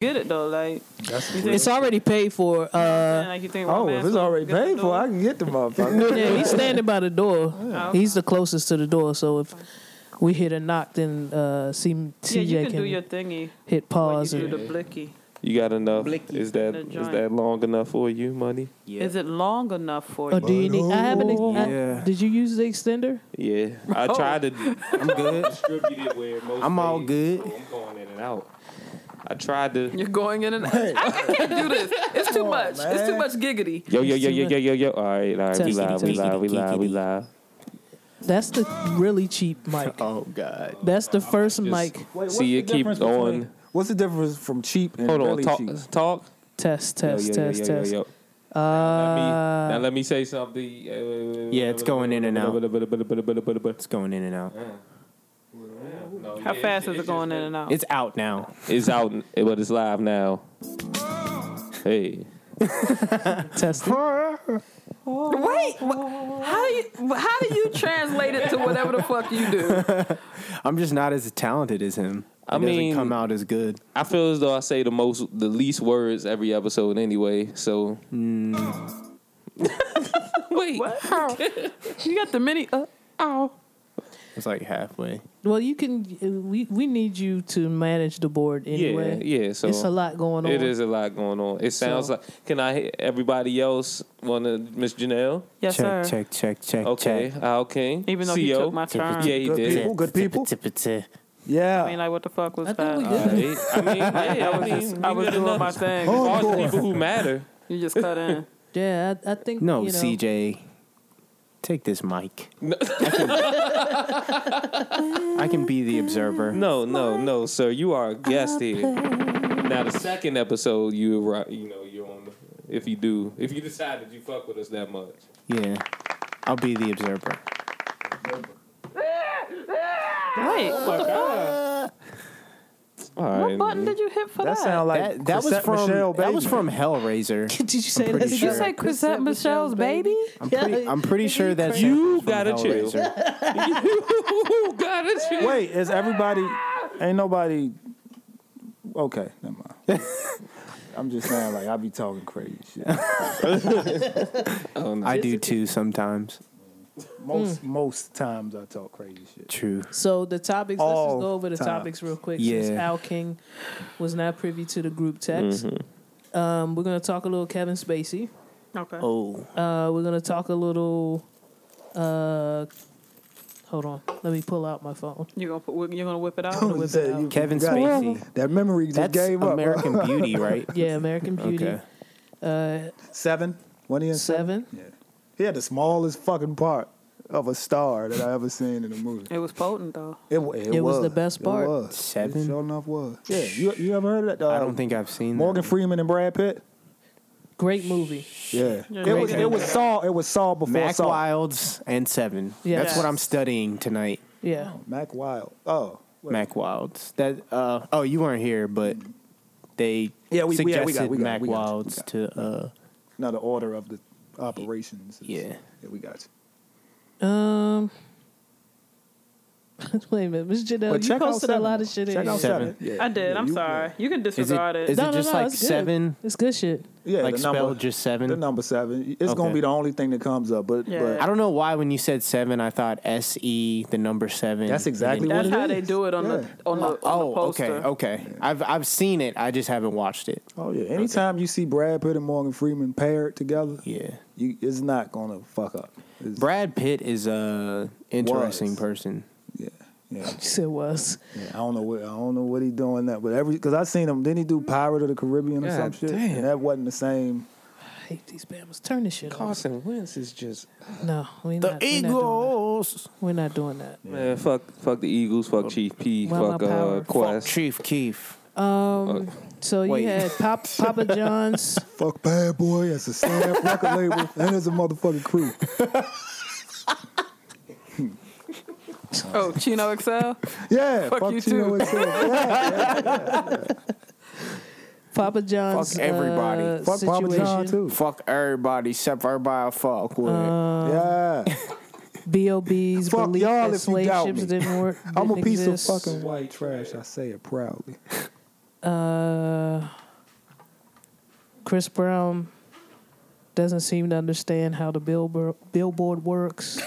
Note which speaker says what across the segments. Speaker 1: get it though. Like
Speaker 2: That's
Speaker 1: you
Speaker 2: weird.
Speaker 1: think,
Speaker 3: It's already paid for.
Speaker 1: and,
Speaker 3: Uh,
Speaker 1: like you think.
Speaker 2: Oh,
Speaker 1: Walmart
Speaker 2: if it's
Speaker 1: gonna
Speaker 2: already
Speaker 1: get the
Speaker 2: paid for,
Speaker 1: door?
Speaker 2: I can get the motherfucker.
Speaker 3: yeah, he's standing by the door.
Speaker 1: Oh,
Speaker 3: He's the closest to the door, so if we hit a knock, then uh, C-
Speaker 1: yeah,
Speaker 3: CJ
Speaker 1: you can,
Speaker 3: can
Speaker 1: do your thingy.
Speaker 3: hit
Speaker 2: Oh,
Speaker 1: While you
Speaker 3: pause.
Speaker 1: do
Speaker 3: And,
Speaker 1: the blicky.
Speaker 4: You got enough?
Speaker 5: Blicky.
Speaker 4: Is that
Speaker 1: The
Speaker 4: is
Speaker 1: joint.
Speaker 4: that long enough for you, money?
Speaker 5: Yeah.
Speaker 1: Is it long enough for
Speaker 3: oh,
Speaker 1: you?
Speaker 3: do you need? I haven't. ex- I-
Speaker 2: Yeah.
Speaker 3: Did you use the extender?
Speaker 4: Yeah, I
Speaker 1: Oh.
Speaker 4: tried to.
Speaker 5: I'm good.
Speaker 4: distributed where most
Speaker 5: I'm all good.
Speaker 4: I'm going in and out. I tried to.
Speaker 1: You're going in and I, I can't do this. It's too much. It's too
Speaker 2: man.
Speaker 1: much giggity.
Speaker 4: Yo yo yo yo yo yo yo. All right, all right. We
Speaker 3: Testy,
Speaker 4: live, we
Speaker 3: testy,
Speaker 4: live, we live, we
Speaker 5: kickity.
Speaker 4: live.
Speaker 3: That's the really cheap mic.
Speaker 5: Oh God.
Speaker 3: That's the first
Speaker 4: Just-
Speaker 3: mic
Speaker 2: Wait, what's
Speaker 4: See,
Speaker 2: the
Speaker 4: it keep
Speaker 2: difference between-
Speaker 4: on.
Speaker 2: What's the difference from cheap and
Speaker 4: Hold on,
Speaker 2: really
Speaker 4: talk,
Speaker 2: cheap?
Speaker 4: talk.
Speaker 3: test,
Speaker 4: Yo,
Speaker 3: test,
Speaker 4: yo, yo,
Speaker 3: test,
Speaker 4: yo, yo,
Speaker 3: test.
Speaker 4: yo.
Speaker 5: Uh,
Speaker 4: Let me- now
Speaker 3: Uh,
Speaker 4: let me say something.
Speaker 5: Yeah, it's going in and out.
Speaker 4: It's
Speaker 5: It's going in and out.
Speaker 1: How fast is it going in and out?
Speaker 5: It's out now.
Speaker 4: It's out, but it's live now. Hey,
Speaker 3: test. it.
Speaker 1: Wait, wh- how do you how do you translate it to whatever the fuck you do?
Speaker 5: I'm just not as talented as him.
Speaker 4: I
Speaker 5: It doesn't
Speaker 4: mean-
Speaker 5: come out as good.
Speaker 4: I feel as though I say the most, the least words every episode anyway. So
Speaker 1: Wait, you got the mini. Uh, ow.
Speaker 5: It's like halfway.
Speaker 3: Well, you can. We we need you to manage the board anyway.
Speaker 4: yeah, yeah. So
Speaker 3: it's a lot going on.
Speaker 4: It is a lot going on. It sounds
Speaker 3: So-
Speaker 4: like. Can I? hear Everybody else want to Miss Janelle?
Speaker 1: Yes,
Speaker 5: check,
Speaker 1: sir.
Speaker 5: check, check, check,
Speaker 4: Okay,
Speaker 5: check.
Speaker 4: Al King.
Speaker 1: Even though
Speaker 4: CO.
Speaker 1: he took my turn.
Speaker 4: yeah, he
Speaker 2: Good
Speaker 4: did.
Speaker 2: people, good people.
Speaker 5: Tippa-tippa-tip.
Speaker 2: Yeah.
Speaker 1: I mean, like, what the fuck was
Speaker 3: I
Speaker 1: that? Uh,
Speaker 3: think we
Speaker 4: All
Speaker 3: good.
Speaker 4: right. I mean, yeah, I mean,
Speaker 1: I was
Speaker 4: we good
Speaker 1: doing my
Speaker 4: enough.
Speaker 1: thing.
Speaker 4: As far as the people who matter.
Speaker 1: You just cut in.
Speaker 3: Yeah, I, I think.
Speaker 5: No,
Speaker 3: you know,
Speaker 5: CJ, take this mic.
Speaker 4: No.
Speaker 5: I can be the observer.
Speaker 4: No, no, no, sir. You are a guest here. Now, the second episode, you right. You know, you're on. The, if you do, if you decide that you fuck with us that much,
Speaker 5: Yeah, I'll be the observer.
Speaker 1: Wait,
Speaker 4: all
Speaker 1: what
Speaker 4: right.
Speaker 1: button did you hit for that?
Speaker 2: that sound like
Speaker 5: that that was
Speaker 2: Chrisette
Speaker 5: from
Speaker 2: Michelle,
Speaker 5: that was
Speaker 2: baby.
Speaker 5: from Hellraiser.
Speaker 3: Did you say
Speaker 5: I'm
Speaker 3: that?
Speaker 5: pretty
Speaker 1: did you
Speaker 5: sure.
Speaker 1: say Chrisette Michelle's baby?
Speaker 5: I'm pretty, I'm pretty sure that's
Speaker 4: You
Speaker 5: from
Speaker 4: gotta chill.
Speaker 5: Hellraiser.
Speaker 4: you got it.
Speaker 2: Wait, is everybody? Ain't nobody? Okay, never mind. I'm just saying, like I be talking crazy shit.
Speaker 5: I do too sometimes.
Speaker 2: Most most times I talk crazy shit.
Speaker 5: True.
Speaker 3: So the topics. let's
Speaker 2: All
Speaker 3: just go over the
Speaker 2: times.
Speaker 3: topics real quick. Since
Speaker 5: Yeah.
Speaker 3: Al King was not privy to the group text,
Speaker 2: Mm-hmm.
Speaker 3: um, we're gonna talk a little Kevin Spacey.
Speaker 1: Okay.
Speaker 5: Oh,
Speaker 3: Uh, we're gonna talk a little. Uh, hold on, let me pull out my phone.
Speaker 1: You gonna put, you gonna whip it
Speaker 2: Oh,
Speaker 1: out?
Speaker 3: Whip it out.
Speaker 5: Kevin
Speaker 2: got it.
Speaker 5: Spacey.
Speaker 2: That memory just
Speaker 5: That's
Speaker 2: gave up. bro.
Speaker 5: American Beauty, right?
Speaker 3: Yeah, American Beauty.
Speaker 5: Okay.
Speaker 3: Uh,
Speaker 2: Seven. One in
Speaker 3: seven.
Speaker 2: Yeah. He had the smallest fucking part of a star that I ever seen in a movie.
Speaker 1: It was potent though.
Speaker 2: It, wa- it,
Speaker 3: It was the best part.
Speaker 2: It was.
Speaker 5: Seven?
Speaker 2: It sure enough was. Yeah. You, you ever heard of that? Uh,
Speaker 5: I don't think I've seen
Speaker 2: Morgan
Speaker 5: That.
Speaker 2: Freeman and Brad Pitt.
Speaker 3: Great movie.
Speaker 2: Yeah.
Speaker 1: Yeah,
Speaker 2: It was.
Speaker 1: okay.
Speaker 2: It was Saul. It was Saul before
Speaker 5: Mac
Speaker 2: Saul.
Speaker 5: Wilds and Seven.
Speaker 3: Yeah.
Speaker 5: That's what I'm studying tonight.
Speaker 3: Yeah.
Speaker 2: Mac Wild. Oh. wait.
Speaker 5: Mac Wilds. That uh oh, you weren't here, but they
Speaker 2: Yeah, we- we- yeah,
Speaker 5: suggested
Speaker 2: we got- we got-
Speaker 5: Mac
Speaker 2: we got-
Speaker 5: Wilds
Speaker 2: we got.
Speaker 5: to uh
Speaker 2: Now the order of the operations. Is,
Speaker 5: Yeah.
Speaker 2: Yeah, we got you.
Speaker 3: Um. Wait a minute, Miss Janelle.
Speaker 2: But
Speaker 3: you
Speaker 2: check out
Speaker 3: posted a
Speaker 2: seven.
Speaker 3: lot of shit in
Speaker 2: Check
Speaker 3: here.
Speaker 2: out
Speaker 5: Seven.
Speaker 2: seven. Yeah.
Speaker 1: I did.
Speaker 2: Yeah,
Speaker 1: I'm
Speaker 2: you-
Speaker 1: sorry. You can
Speaker 5: Is it,
Speaker 1: disregard it.
Speaker 5: is it just like
Speaker 3: it's good.
Speaker 5: seven?
Speaker 3: It's good shit.
Speaker 2: Yeah,
Speaker 5: like
Speaker 2: the
Speaker 5: spelled
Speaker 2: number,
Speaker 5: just
Speaker 2: the
Speaker 5: seven?
Speaker 2: number seven. It's gonna
Speaker 5: Okay.
Speaker 2: be the only thing that comes up, but,
Speaker 1: Yeah.
Speaker 2: but
Speaker 5: I don't know why when you said seven, I thought S E the number seven.
Speaker 2: That's exactly
Speaker 5: and
Speaker 2: what
Speaker 1: That's
Speaker 2: it
Speaker 1: how
Speaker 2: is.
Speaker 1: they do it on the on the, on the
Speaker 5: Oh,
Speaker 1: poster.
Speaker 5: okay, okay. I've I've seen it. I just haven't watched it.
Speaker 2: Oh yeah. Anytime you see Brad Pitt and Morgan Freeman paired together,
Speaker 5: Yeah.
Speaker 2: you, it's not gonna fuck up. It's-
Speaker 5: Brad Pitt is a interesting
Speaker 2: Was.
Speaker 5: person.
Speaker 2: Yeah. Yeah.
Speaker 3: She said was.
Speaker 2: Yeah, I don't know what I don't know what he doing that, but every because I seen him. Didn't he do Pirate of the Caribbean or
Speaker 4: God
Speaker 2: some shit?
Speaker 4: damn.
Speaker 2: And that wasn't the same.
Speaker 3: I hate these bammers. Turn this shit off.
Speaker 4: Carson Wentz is just
Speaker 3: No, we
Speaker 5: The
Speaker 3: not, we're not doing that.
Speaker 5: Eagles.
Speaker 3: We're not doing that.
Speaker 4: man. Fuck, fuck the Eagles. Fuck Chief P.
Speaker 3: Why my
Speaker 4: Fuck uh,
Speaker 3: power?
Speaker 5: Fuck
Speaker 4: Quest.
Speaker 5: Chief Keef.
Speaker 3: Um,
Speaker 2: Uh,
Speaker 3: so you
Speaker 5: Wait.
Speaker 3: had Pop, Papa John's.
Speaker 2: Fuck Bad Boy as a staff record label and as a motherfucking crew.
Speaker 1: Oh, Chino Excel.
Speaker 2: Yeah,
Speaker 1: Fuck
Speaker 2: fuck,
Speaker 1: you
Speaker 2: Chino
Speaker 1: too.
Speaker 2: and Sam. Yeah,
Speaker 3: Papa John's.
Speaker 5: Fuck everybody.
Speaker 3: uh,
Speaker 2: fuck Papa John
Speaker 3: situation.
Speaker 2: too.
Speaker 5: Fuck everybody except everybody I fuck with.
Speaker 1: Uh,
Speaker 2: Yeah,
Speaker 3: B.O.B.'s
Speaker 2: Fuck
Speaker 3: belief
Speaker 2: y'all
Speaker 3: that
Speaker 2: if you
Speaker 3: slave
Speaker 2: doubt
Speaker 3: ships
Speaker 2: me.
Speaker 3: didn't work.
Speaker 2: I'm a
Speaker 3: didn't
Speaker 2: piece
Speaker 3: exist.
Speaker 2: of fucking white trash. I say it proudly.
Speaker 3: Uh, Chris Brown doesn't seem to understand how the billboard billboard works.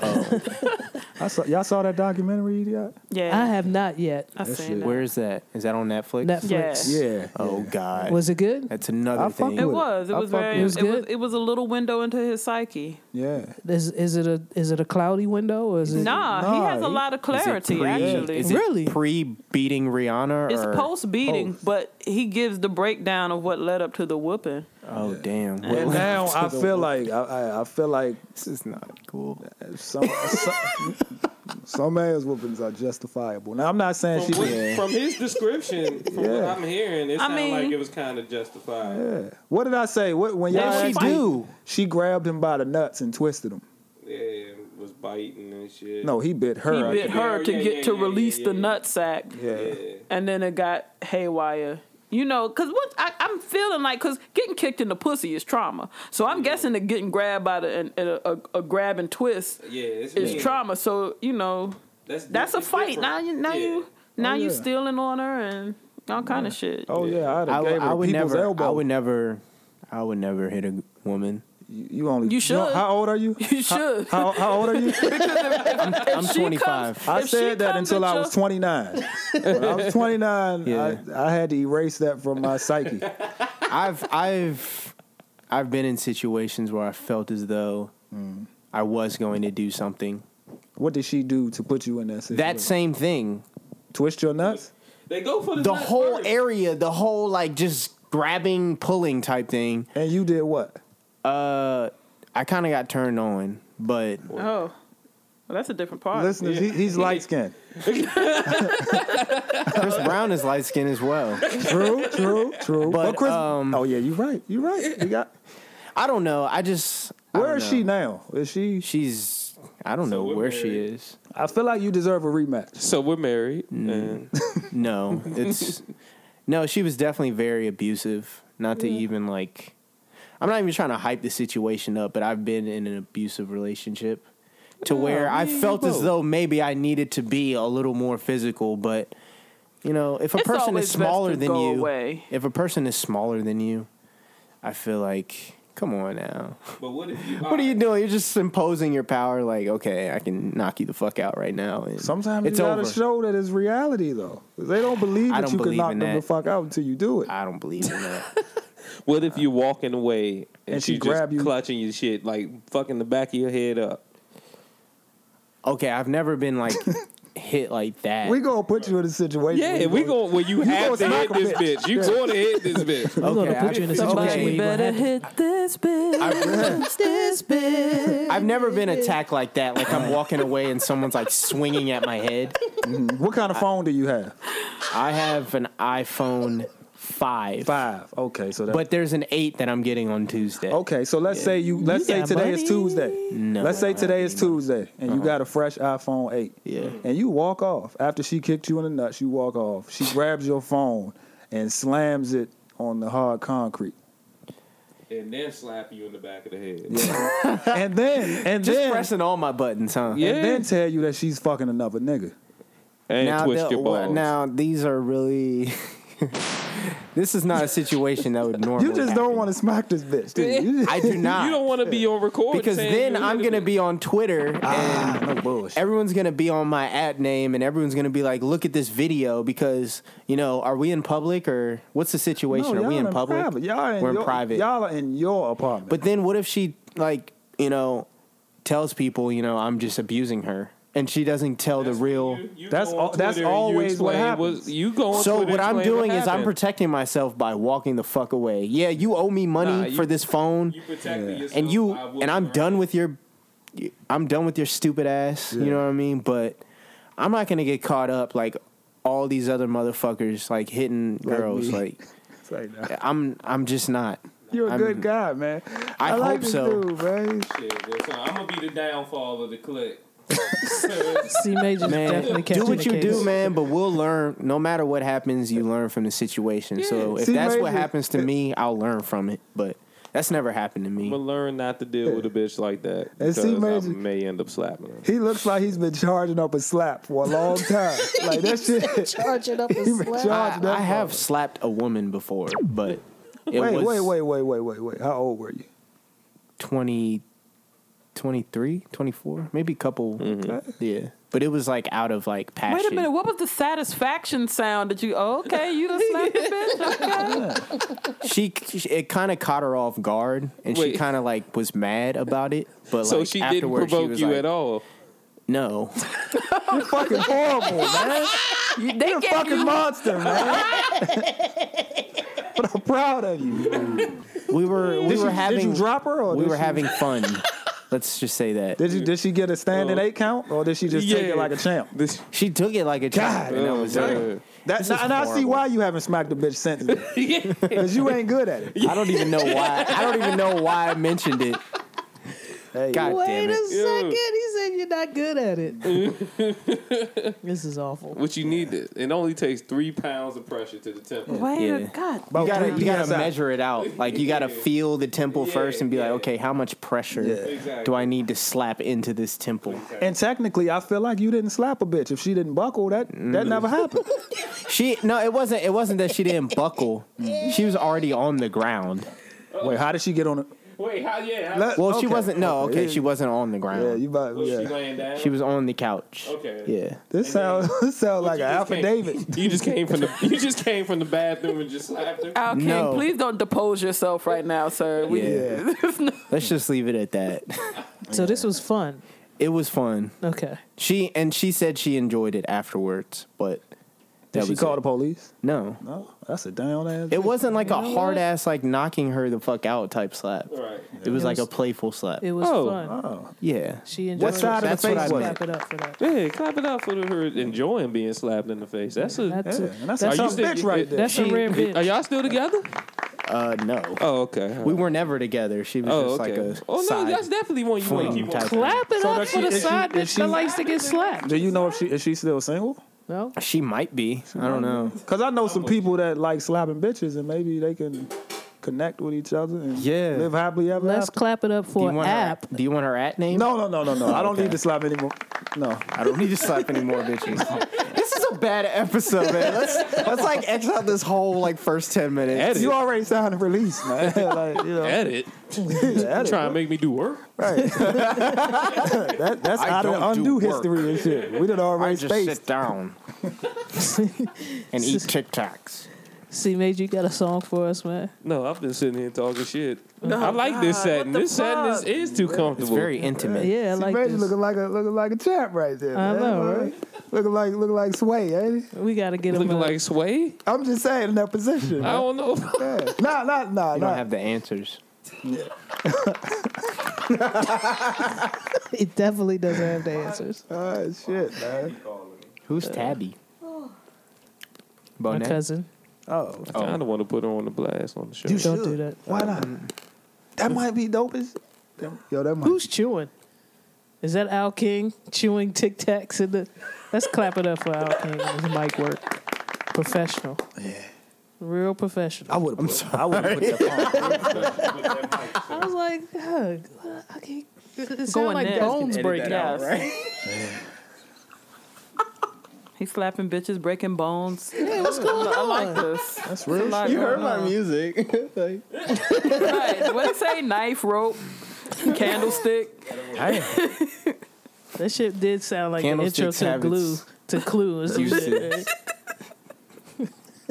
Speaker 2: I saw, y'all saw that documentary? Yeah.
Speaker 3: I
Speaker 1: Yeah,
Speaker 3: have not yet.
Speaker 1: I, seen
Speaker 2: That Oh, shit-
Speaker 1: that.
Speaker 5: Where is that? Is that on Netflix?
Speaker 3: Netflix.
Speaker 2: Yeah.
Speaker 5: Oh God,
Speaker 3: Was it good?
Speaker 5: that's another
Speaker 2: I fuck
Speaker 5: thing.
Speaker 2: with
Speaker 1: It was. It
Speaker 2: I
Speaker 1: was
Speaker 2: fuck
Speaker 1: very.
Speaker 3: with
Speaker 1: It
Speaker 3: it.
Speaker 1: was,
Speaker 3: It was
Speaker 1: it, was,
Speaker 3: good?
Speaker 1: a little window into his psyche.
Speaker 2: Yeah.
Speaker 3: Is is it a is it a cloudy window or is it
Speaker 1: Nah, he
Speaker 2: Nah,
Speaker 1: has a
Speaker 2: he-
Speaker 1: lot of
Speaker 5: Is it
Speaker 1: clarity.
Speaker 5: pre-
Speaker 1: actually,
Speaker 5: is it
Speaker 3: Really?
Speaker 5: pre-beating Rihanna?
Speaker 1: it's
Speaker 5: or-
Speaker 1: post beating, but he gives the breakdown of what led up to the whooping.
Speaker 5: Oh damn, Well,
Speaker 2: And now I feel like I, I, I feel like
Speaker 5: this is not cool.
Speaker 2: some some, some ass whoopings are justifiable. Now I'm not saying
Speaker 4: From,
Speaker 2: she.
Speaker 4: what-
Speaker 2: Yeah.
Speaker 4: from his description, from what
Speaker 2: Yeah.
Speaker 4: I'm hearing, it
Speaker 1: I
Speaker 4: sounds
Speaker 1: mean-
Speaker 4: like it was kind of justified.
Speaker 2: What did I say? What when y'all
Speaker 1: did she
Speaker 2: asked me-
Speaker 5: do?
Speaker 2: She grabbed him by the nuts and twisted him.
Speaker 4: Yeah, it was biting and shit.
Speaker 2: No, he bit her.
Speaker 1: He
Speaker 2: I
Speaker 1: bit
Speaker 2: think.
Speaker 1: her to
Speaker 4: Yeah,
Speaker 1: get
Speaker 4: yeah,
Speaker 1: to
Speaker 4: yeah,
Speaker 1: release
Speaker 4: yeah,
Speaker 1: the
Speaker 4: yeah.
Speaker 1: nut sack,
Speaker 2: Yeah.
Speaker 1: and then it got haywire. You know, because what I, I'm feeling like, because getting kicked in the pussy is trauma. So I'm guessing that getting grabbed by the and, and a, a, a grab and twist
Speaker 4: Yeah, it's,
Speaker 1: is
Speaker 4: mean.
Speaker 1: trauma. So you know,
Speaker 4: That's,
Speaker 1: that's a
Speaker 4: it's
Speaker 1: fight.
Speaker 4: different.
Speaker 1: Now you now
Speaker 4: Yeah.
Speaker 1: you now
Speaker 2: Oh,
Speaker 1: you
Speaker 2: yeah.
Speaker 1: stealing on her and all kind of shit.
Speaker 2: Oh yeah, I'd
Speaker 5: I,
Speaker 2: have
Speaker 5: w-
Speaker 2: gave her
Speaker 5: I
Speaker 2: the
Speaker 5: would
Speaker 2: people's
Speaker 5: never.
Speaker 2: elbow.
Speaker 5: I would never. I would never hit a woman.
Speaker 2: You, you only.
Speaker 1: You
Speaker 2: know-
Speaker 1: should.
Speaker 2: how old are you?
Speaker 1: You should.
Speaker 2: How, how old are you?
Speaker 5: I'm
Speaker 1: she
Speaker 5: 25.
Speaker 1: comes-
Speaker 2: I
Speaker 1: If she
Speaker 2: said that
Speaker 1: comes
Speaker 2: until
Speaker 1: at
Speaker 2: I
Speaker 1: your-
Speaker 2: was 29. when I was 29,
Speaker 5: Yeah.
Speaker 2: I, I had to erase that from my psyche.
Speaker 5: I've I've I've been in situations where I felt as though I was going to do something.
Speaker 2: What did she do to put you in that situation?
Speaker 5: That same thing.
Speaker 2: twist your nuts.
Speaker 4: They go for the,
Speaker 5: The
Speaker 4: nuts
Speaker 5: whole
Speaker 4: first.
Speaker 5: area, the whole like just grabbing, pulling type thing.
Speaker 2: And you did what?
Speaker 5: Uh I kind of got turned on, but
Speaker 1: Oh, well, that's a different part.
Speaker 2: Listeners, he, he's light skinned.
Speaker 5: Chris Brown is light skinned as well.
Speaker 2: True, true, true.
Speaker 5: But,
Speaker 2: But, Chris,
Speaker 5: um,
Speaker 2: oh yeah, you're right. You're right. You got.
Speaker 5: I don't know. I just I
Speaker 2: Where
Speaker 5: don't
Speaker 2: is she
Speaker 5: know.
Speaker 2: now? Is she?
Speaker 5: She's I don't know
Speaker 4: we're
Speaker 5: where she
Speaker 4: married.
Speaker 5: is.
Speaker 2: I feel like you deserve a rematch.
Speaker 4: So we're married. and-
Speaker 5: No, it's no. She was definitely very abusive. Not to even like, I'm not even trying to hype the situation up, but I've been in an abusive relationship to where I
Speaker 2: me and you
Speaker 5: felt as
Speaker 2: both.
Speaker 5: though maybe I needed to be a little more physical. But you know, if a
Speaker 1: It's
Speaker 5: person
Speaker 1: always
Speaker 5: is
Speaker 1: best
Speaker 5: smaller
Speaker 1: to
Speaker 5: than
Speaker 1: go
Speaker 5: you,
Speaker 1: away.
Speaker 5: if a person is smaller than you, I feel like, come on now,
Speaker 4: but what if you?
Speaker 5: what are you doing? You're just imposing your power. Like, okay, I can knock you the fuck out right now. and
Speaker 2: Sometimes
Speaker 5: it's
Speaker 2: you gotta
Speaker 5: over.
Speaker 2: show that it's reality, though. 'Cause They don't believe
Speaker 5: I
Speaker 2: that
Speaker 5: don't
Speaker 2: you can
Speaker 5: believe
Speaker 2: knock
Speaker 5: in
Speaker 2: them the
Speaker 5: that.
Speaker 2: fuck out until you do it.
Speaker 5: I don't believe in that.
Speaker 4: What if you walking away and,
Speaker 2: And she
Speaker 4: she,
Speaker 2: grab
Speaker 4: just
Speaker 2: you?
Speaker 4: clutching your shit, like fucking the back of your head up?
Speaker 5: Okay, I've never been like hit like that.
Speaker 2: we gonna put you in a situation.
Speaker 4: Yeah,
Speaker 2: where you
Speaker 4: we
Speaker 2: gonna-
Speaker 4: go when you, have to
Speaker 2: gonna
Speaker 4: hit
Speaker 2: smack a
Speaker 4: this bitch. You going to hit this bitch?
Speaker 3: We're
Speaker 5: Okay,
Speaker 3: gonna put
Speaker 5: I-
Speaker 3: you in a
Speaker 5: somebody
Speaker 3: situation where you gonna have to-
Speaker 1: hit this bitch. this bitch.
Speaker 5: I've never been attacked like that. Like I'm walking away and someone's like swinging at my head.
Speaker 2: What kind of phone do you have?
Speaker 5: I have an iPhone five,
Speaker 2: Five. Okay, so that.
Speaker 5: but there's an eight that I'm getting on Tuesday.
Speaker 2: Okay, so let's say you let's say
Speaker 3: got
Speaker 2: today is
Speaker 3: money?
Speaker 2: Tuesday.
Speaker 5: No,
Speaker 2: let's
Speaker 5: I
Speaker 2: say
Speaker 5: don't
Speaker 2: today
Speaker 5: have
Speaker 2: is
Speaker 5: any money.
Speaker 2: Tuesday and you got a fresh iPhone 8.
Speaker 5: Yeah.
Speaker 2: And you walk off after she kicked you in the nuts, you walk off. She grabs your phone and slams it on the hard concrete.
Speaker 4: And then slap you in the back of the head.
Speaker 2: And then and
Speaker 5: Just
Speaker 2: then
Speaker 5: pressing all my buttons, huh?
Speaker 4: Yeah.
Speaker 2: and then tell you that she's fucking another nigga.
Speaker 4: And twist
Speaker 5: the-
Speaker 4: your
Speaker 5: well,
Speaker 4: balls.
Speaker 5: now these are really. this is not a situation that would normally.
Speaker 2: You just don't want to smack this bitch, do you? you? just-
Speaker 5: I do not.
Speaker 4: you don't want to be on record
Speaker 5: because
Speaker 4: saying
Speaker 5: then
Speaker 4: you
Speaker 5: I'm
Speaker 4: hit
Speaker 5: gonna
Speaker 4: it.
Speaker 5: be on Twitter and
Speaker 2: Ah, no bullshit.
Speaker 5: everyone's gonna be on my at name and everyone's gonna be like, look at this video because you know, are we in public or what's the situation?
Speaker 2: No,
Speaker 5: are we
Speaker 2: y'all
Speaker 5: in public?
Speaker 2: private. Y'all in
Speaker 5: We're in
Speaker 2: your,
Speaker 5: private.
Speaker 2: Y'all are in your apartment.
Speaker 5: But then what if she like, you know, tells people, you know, I'm just abusing her and she doesn't tell
Speaker 4: That's
Speaker 5: the
Speaker 4: when
Speaker 5: real
Speaker 4: you- you
Speaker 2: That's
Speaker 4: go on
Speaker 2: al- that's
Speaker 4: Twitter and you
Speaker 2: always
Speaker 4: explain
Speaker 2: what happens.
Speaker 4: you go on
Speaker 5: so
Speaker 4: Twitter
Speaker 5: what
Speaker 4: and
Speaker 5: I'm
Speaker 4: explain what
Speaker 5: doing is I'm
Speaker 4: happened.
Speaker 5: protecting myself by walking the fuck away. Yeah, you owe me money
Speaker 4: Nah, you-
Speaker 5: for this phone.
Speaker 4: You protecting yourself.
Speaker 5: and you
Speaker 4: I will
Speaker 5: and I'm
Speaker 4: learn.
Speaker 5: done with your I'm done with your stupid ass. You
Speaker 2: Yeah.
Speaker 5: know what I mean? But I'm not gonna get caught up like all these other motherfuckers like hitting girls.
Speaker 2: me.
Speaker 5: Like
Speaker 2: It's like, nah.
Speaker 5: I'm I'm just not.
Speaker 2: You're a
Speaker 5: I'm-
Speaker 2: good guy, man.
Speaker 5: I
Speaker 2: like
Speaker 5: hope
Speaker 2: this
Speaker 5: so.
Speaker 2: dude, man.
Speaker 4: Shit, that's all. I'm gonna be the downfall of the clique.
Speaker 3: C major
Speaker 5: Man,
Speaker 3: definitely
Speaker 5: do
Speaker 3: catching
Speaker 5: what
Speaker 3: the
Speaker 5: you do,
Speaker 3: case.
Speaker 5: man. But we'll learn. No matter what happens, you learn from the situation. So if
Speaker 2: See,
Speaker 5: that's what
Speaker 2: Major,
Speaker 5: happens to me, I'll learn from it. But That's never happened to me.
Speaker 4: I'm gonna learn not to deal with a bitch like that
Speaker 2: And
Speaker 4: because
Speaker 2: see,
Speaker 4: I
Speaker 2: man,
Speaker 4: may end up slapping her.
Speaker 2: He looks like he's been charging up a slap for a long time. like that shit.
Speaker 3: Charging up a
Speaker 2: He been
Speaker 3: slap.
Speaker 2: charging
Speaker 5: I,
Speaker 2: that
Speaker 5: I have
Speaker 2: mother.
Speaker 5: slapped a woman before, but it
Speaker 2: Wait,
Speaker 5: was
Speaker 2: wait, wait, wait, wait, wait, wait. How old were you?
Speaker 5: 20, 23, 24, maybe a couple. Yeah. But it was like out of like passion.
Speaker 1: Wait a minute, what was the satisfaction sound that you? Oh, okay, you done slapped the bitch. Okay.
Speaker 5: She, she it kind of caught her off guard and she
Speaker 4: Wait.
Speaker 5: kind of like was mad about it. But
Speaker 4: so
Speaker 5: like,
Speaker 4: she didn't
Speaker 5: afterwards,
Speaker 4: provoke
Speaker 5: was
Speaker 4: you
Speaker 5: like,
Speaker 4: at all.
Speaker 5: No.
Speaker 2: You're fucking horrible, man. You,
Speaker 1: they
Speaker 2: you're a
Speaker 1: gave
Speaker 2: fucking
Speaker 1: you-
Speaker 2: monster, man. but I'm proud of you.
Speaker 5: We were we
Speaker 2: did,
Speaker 5: were
Speaker 2: you
Speaker 5: having
Speaker 2: did you drop her or
Speaker 5: we
Speaker 2: did
Speaker 5: were
Speaker 2: she,
Speaker 5: having fun. Let's just say that.
Speaker 2: Did you did she get a standing
Speaker 5: Uh,
Speaker 4: Oh.
Speaker 2: eight count or did she just take
Speaker 4: Yeah.
Speaker 2: it like a champ?
Speaker 4: This,
Speaker 5: She took it like a
Speaker 2: God,
Speaker 5: child. and I
Speaker 4: oh,
Speaker 5: was uh,
Speaker 4: damn.
Speaker 5: like,
Speaker 2: That, now, now I see why you haven't smacked a bitch since then. Because you ain't good at it.
Speaker 5: I don't even know why. I don't even know why I mentioned it.
Speaker 2: Hey,
Speaker 5: God
Speaker 3: Wait
Speaker 5: damn
Speaker 3: a
Speaker 5: it.
Speaker 3: second. He said you're not good at it. this is awful.
Speaker 4: What you need is it only takes three pounds of pressure to the temple.
Speaker 1: Wait,
Speaker 5: Yeah.
Speaker 1: a God.
Speaker 2: about
Speaker 5: You gotta,
Speaker 2: three
Speaker 5: you gotta
Speaker 2: PSI.
Speaker 5: measure it out. Like you gotta feel the temple
Speaker 4: Yeah,
Speaker 5: first and be like,
Speaker 4: yeah.
Speaker 5: okay, how much pressure
Speaker 4: Exactly.
Speaker 5: do I need to slap into this temple?
Speaker 2: And technically, I feel like you didn't slap a bitch. If she didn't buckle, that
Speaker 5: Mm.
Speaker 2: that never happened.
Speaker 5: She no, it wasn't. It wasn't that she didn't buckle. She was already on the ground.
Speaker 2: Wait, how did she get on it?
Speaker 4: Wait, how? Yeah, how,
Speaker 2: Let-
Speaker 5: Well, she
Speaker 2: okay,
Speaker 5: wasn't. No, okay,
Speaker 2: yeah.
Speaker 5: she wasn't on the ground.
Speaker 2: Yeah, you about
Speaker 4: was she
Speaker 2: yeah.
Speaker 4: laying down?
Speaker 5: she was on the couch.
Speaker 4: Okay.
Speaker 5: Yeah.
Speaker 2: This sounds this sounds like an
Speaker 4: You just came-
Speaker 2: affidavit.
Speaker 4: You just came from the you just came from the bathroom and just slapped her.
Speaker 1: Al King,
Speaker 5: No.
Speaker 1: please don't depose yourself right now, sir. We,
Speaker 2: Yeah.
Speaker 5: Let's just leave it at that.
Speaker 3: So this was fun.
Speaker 5: It was fun.
Speaker 3: Okay.
Speaker 5: She and she said she enjoyed it afterwards, but that
Speaker 2: Did she
Speaker 5: was
Speaker 2: call
Speaker 5: it.
Speaker 2: the police?
Speaker 5: no.
Speaker 2: No, that's a down ass.
Speaker 5: It wasn't like a
Speaker 3: know
Speaker 5: hard
Speaker 3: what?
Speaker 5: ass like knocking her the fuck out type slap.
Speaker 4: All right.
Speaker 5: It was
Speaker 3: It
Speaker 5: like
Speaker 3: was-
Speaker 5: a playful slap.
Speaker 3: It was
Speaker 4: Oh.
Speaker 3: fun.
Speaker 2: Oh,
Speaker 5: yeah.
Speaker 3: She enjoyed
Speaker 2: What side of
Speaker 3: it.
Speaker 2: the
Speaker 5: That's what
Speaker 2: face
Speaker 5: I
Speaker 2: was
Speaker 5: meant.
Speaker 3: Clap it up for that.
Speaker 4: Hey, clap it up for her enjoying being slapped in the face. That's a.
Speaker 3: That's
Speaker 2: yeah.
Speaker 3: a,
Speaker 2: and that's,
Speaker 3: that's,
Speaker 2: a
Speaker 4: Are you
Speaker 2: tough
Speaker 4: still-
Speaker 2: bitch right there.
Speaker 3: that's a
Speaker 5: She-
Speaker 3: rare bitch.
Speaker 4: are y'all still together?
Speaker 5: Uh, no.
Speaker 4: Oh, okay.
Speaker 5: We were never together. She was
Speaker 4: Oh,
Speaker 5: just
Speaker 4: okay.
Speaker 5: like a
Speaker 4: oh no,
Speaker 5: side.
Speaker 4: that's definitely one you want
Speaker 5: fling
Speaker 4: to keep on.
Speaker 5: type.
Speaker 3: Clap it
Speaker 2: So
Speaker 3: up
Speaker 2: does
Speaker 3: for
Speaker 2: she-
Speaker 3: the
Speaker 2: is she-
Speaker 3: side
Speaker 2: is
Speaker 3: bitch
Speaker 2: she-
Speaker 3: that likes to get slapped.
Speaker 2: Do you know if she is she still single?
Speaker 3: No?
Speaker 5: She might be. I don't know.
Speaker 2: Because I know some people that like slapping bitches, and maybe they can connect with each other and
Speaker 5: Yeah.
Speaker 2: live happily ever
Speaker 3: Let's
Speaker 2: after.
Speaker 3: clap it up
Speaker 5: Do
Speaker 3: for
Speaker 5: you want
Speaker 3: app.
Speaker 5: her? Do you want her at name?
Speaker 2: No, no, no, no, no. I don't
Speaker 5: Okay.
Speaker 2: need to slap anymore. No,
Speaker 5: I don't need to slap any more bitches. this is a bad episode, man. Let's let's like X out this whole like first ten minutes.
Speaker 4: Edit.
Speaker 2: you already sound released, man. like, you know,
Speaker 4: Edit.
Speaker 2: that is-
Speaker 4: Trying to make me do work.
Speaker 2: Right. that, that's
Speaker 5: I
Speaker 2: out of the
Speaker 5: don't do
Speaker 2: undo
Speaker 5: work.
Speaker 2: history and shit. We done already spaced.
Speaker 5: down and eat Tic Tacs.
Speaker 3: See, Major, you got a song for us, man.
Speaker 4: No, I've been sitting here talking shit. I like this
Speaker 1: God,
Speaker 4: setting.
Speaker 1: what the
Speaker 4: This setting is,
Speaker 1: fuck?
Speaker 4: is too
Speaker 5: It's
Speaker 4: comfortable.
Speaker 5: very intimate.
Speaker 3: Yeah, I
Speaker 2: See,
Speaker 3: like
Speaker 2: Reggie
Speaker 3: this.
Speaker 2: looking like a looking like a champ right there.
Speaker 3: I
Speaker 2: man.
Speaker 3: know, right?
Speaker 2: Looking like looking like Sway, ain't he?
Speaker 3: We got to get him
Speaker 4: looking
Speaker 3: a-
Speaker 4: like Sway.
Speaker 2: I'm just saying in that position.
Speaker 4: I don't know.
Speaker 2: man. Nah, nah, nah,
Speaker 5: You
Speaker 2: nah.
Speaker 5: don't have the answers.
Speaker 3: He definitely doesn't have the answers.
Speaker 2: Ah, shit, man.
Speaker 5: Who's Tabby?
Speaker 3: My
Speaker 5: Bonet.
Speaker 3: cousin.
Speaker 2: Oh,
Speaker 4: I kind of want to put her on the blast on the show.
Speaker 2: You
Speaker 3: Don't do that.
Speaker 2: should. why not? That might be dope as. Them- Mm-hmm. Yo, that might.
Speaker 3: Who's chewing? Is that Al King chewing Tic Tacs in the? Let's clap it up for Al King and his mic work. Professional. Yeah. Real professional.
Speaker 2: I would have. I would have put that. on.
Speaker 3: I was like, ugh, I can't. It sounded
Speaker 1: Going
Speaker 3: like
Speaker 1: next.
Speaker 3: bones
Speaker 1: Edit
Speaker 3: breaking.
Speaker 1: that out, He's slapping bitches, breaking bones.
Speaker 3: Yeah, what's going
Speaker 1: I like
Speaker 3: on?
Speaker 1: this.
Speaker 2: That's real. shit.
Speaker 1: you heard
Speaker 5: music. like,
Speaker 1: right. What it say? Knife, rope, candlestick.
Speaker 3: That shit did sound like an intro
Speaker 5: Candlesticks
Speaker 3: to
Speaker 5: have
Speaker 3: glue
Speaker 5: its
Speaker 3: to clue or some shit.
Speaker 5: juices.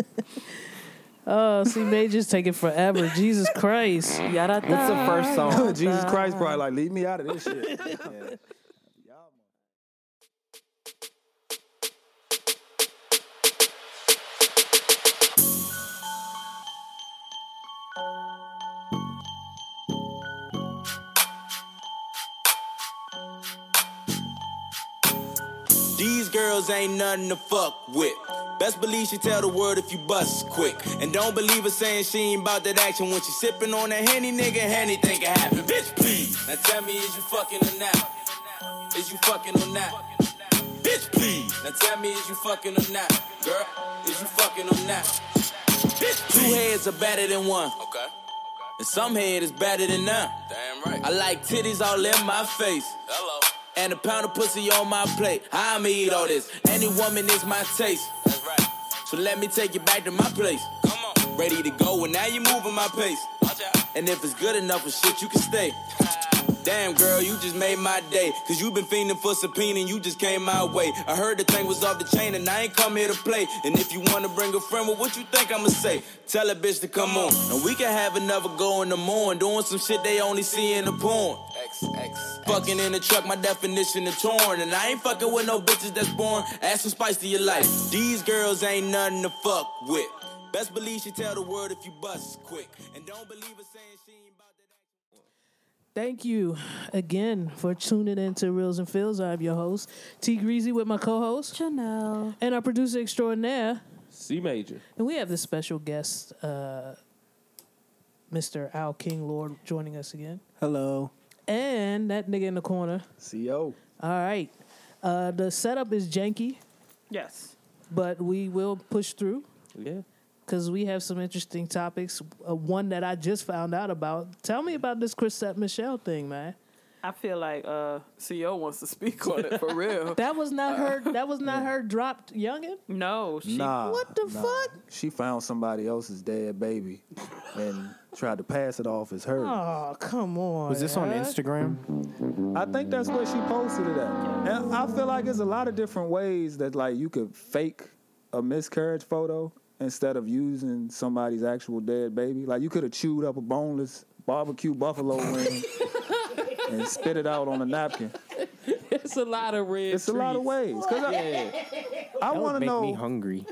Speaker 3: Oh, see, Major's taking forever. Jesus Christ.
Speaker 1: Yada.
Speaker 5: What's the first song?
Speaker 2: Jesus Christ, probably like leave me out of this shit.
Speaker 6: These girls ain't nothing to fuck with. Best believe she tell the world if you bust quick. And don't believe her saying she ain't about that action when she sipping on that henny nigga, henny think it happened. Bitch, please. Now tell me, is you fucking or not? Is you fucking or not? Bitch, please. Now tell me, is you fucking or not? Girl, is you fucking or not? Bitch, please. Two heads are better than one. Okay. And some head is better than them. Damn right. I like titties all in my face. Hello. And a pound of pussy on my plate. I'ma eat all this. Any woman is my taste. That's right. So let me take you back to my place. Come on. Ready to go, and now you moving my pace. Watch out. And if it's good enough for shit, you can stay. Damn, girl, you just made my day. Cause you been fiending for subpoena and you just came my way. I heard the thing was off the chain and I ain't come here to play. And if you wanna bring a friend, well, what you think I'ma say? Tell a bitch to come on. And we can have another go in the morning. Doing some shit they only see in the porn. X, X. Fucking in the truck, my definition of torn. And I ain't fucking with no bitches that's born. Add some spice to your life. These girls ain't nothing to fuck with. Best believe she tell the world if you bust quick. And don't believe her saying she ain't about that.
Speaker 3: Thank you again for tuning in to Reels and Feels. I'm your host, T Greasy, with my co host
Speaker 1: Janelle.
Speaker 3: and our producer extraordinaire.
Speaker 4: C major.
Speaker 3: And we have this special guest, uh, Mr. Al King Lord, joining us again.
Speaker 5: Hello.
Speaker 3: And that nigga in the corner.
Speaker 5: CO.
Speaker 3: All right. Uh, the setup is janky,
Speaker 1: Yes.
Speaker 3: but we will push through
Speaker 4: Yeah.
Speaker 3: because we have some interesting topics. Uh, one that I just found out about. Tell me about this Chrisette Michelle thing, man.
Speaker 1: I feel like uh, CEO wants to speak on it for real.
Speaker 3: That was not her. That was not her dropped youngin.
Speaker 1: No, she,
Speaker 2: Nah.
Speaker 3: What the
Speaker 2: nah.
Speaker 3: fuck?
Speaker 2: She found somebody else's dead baby and tried to pass it off as hers.
Speaker 3: Oh come on.
Speaker 5: Was this on
Speaker 3: huh?
Speaker 5: Instagram?
Speaker 2: I think that's where she posted it at. And I feel like there's a lot of different ways that like you could fake a miscarriage photo instead of using somebody's actual dead baby. Like you could have chewed up a boneless barbecue buffalo wing and spit it out on a napkin.
Speaker 4: It's a lot of red.
Speaker 2: It's a lot of ways. 'Cause I, I
Speaker 5: That would
Speaker 2: want to
Speaker 5: make
Speaker 2: know.
Speaker 5: me hungry.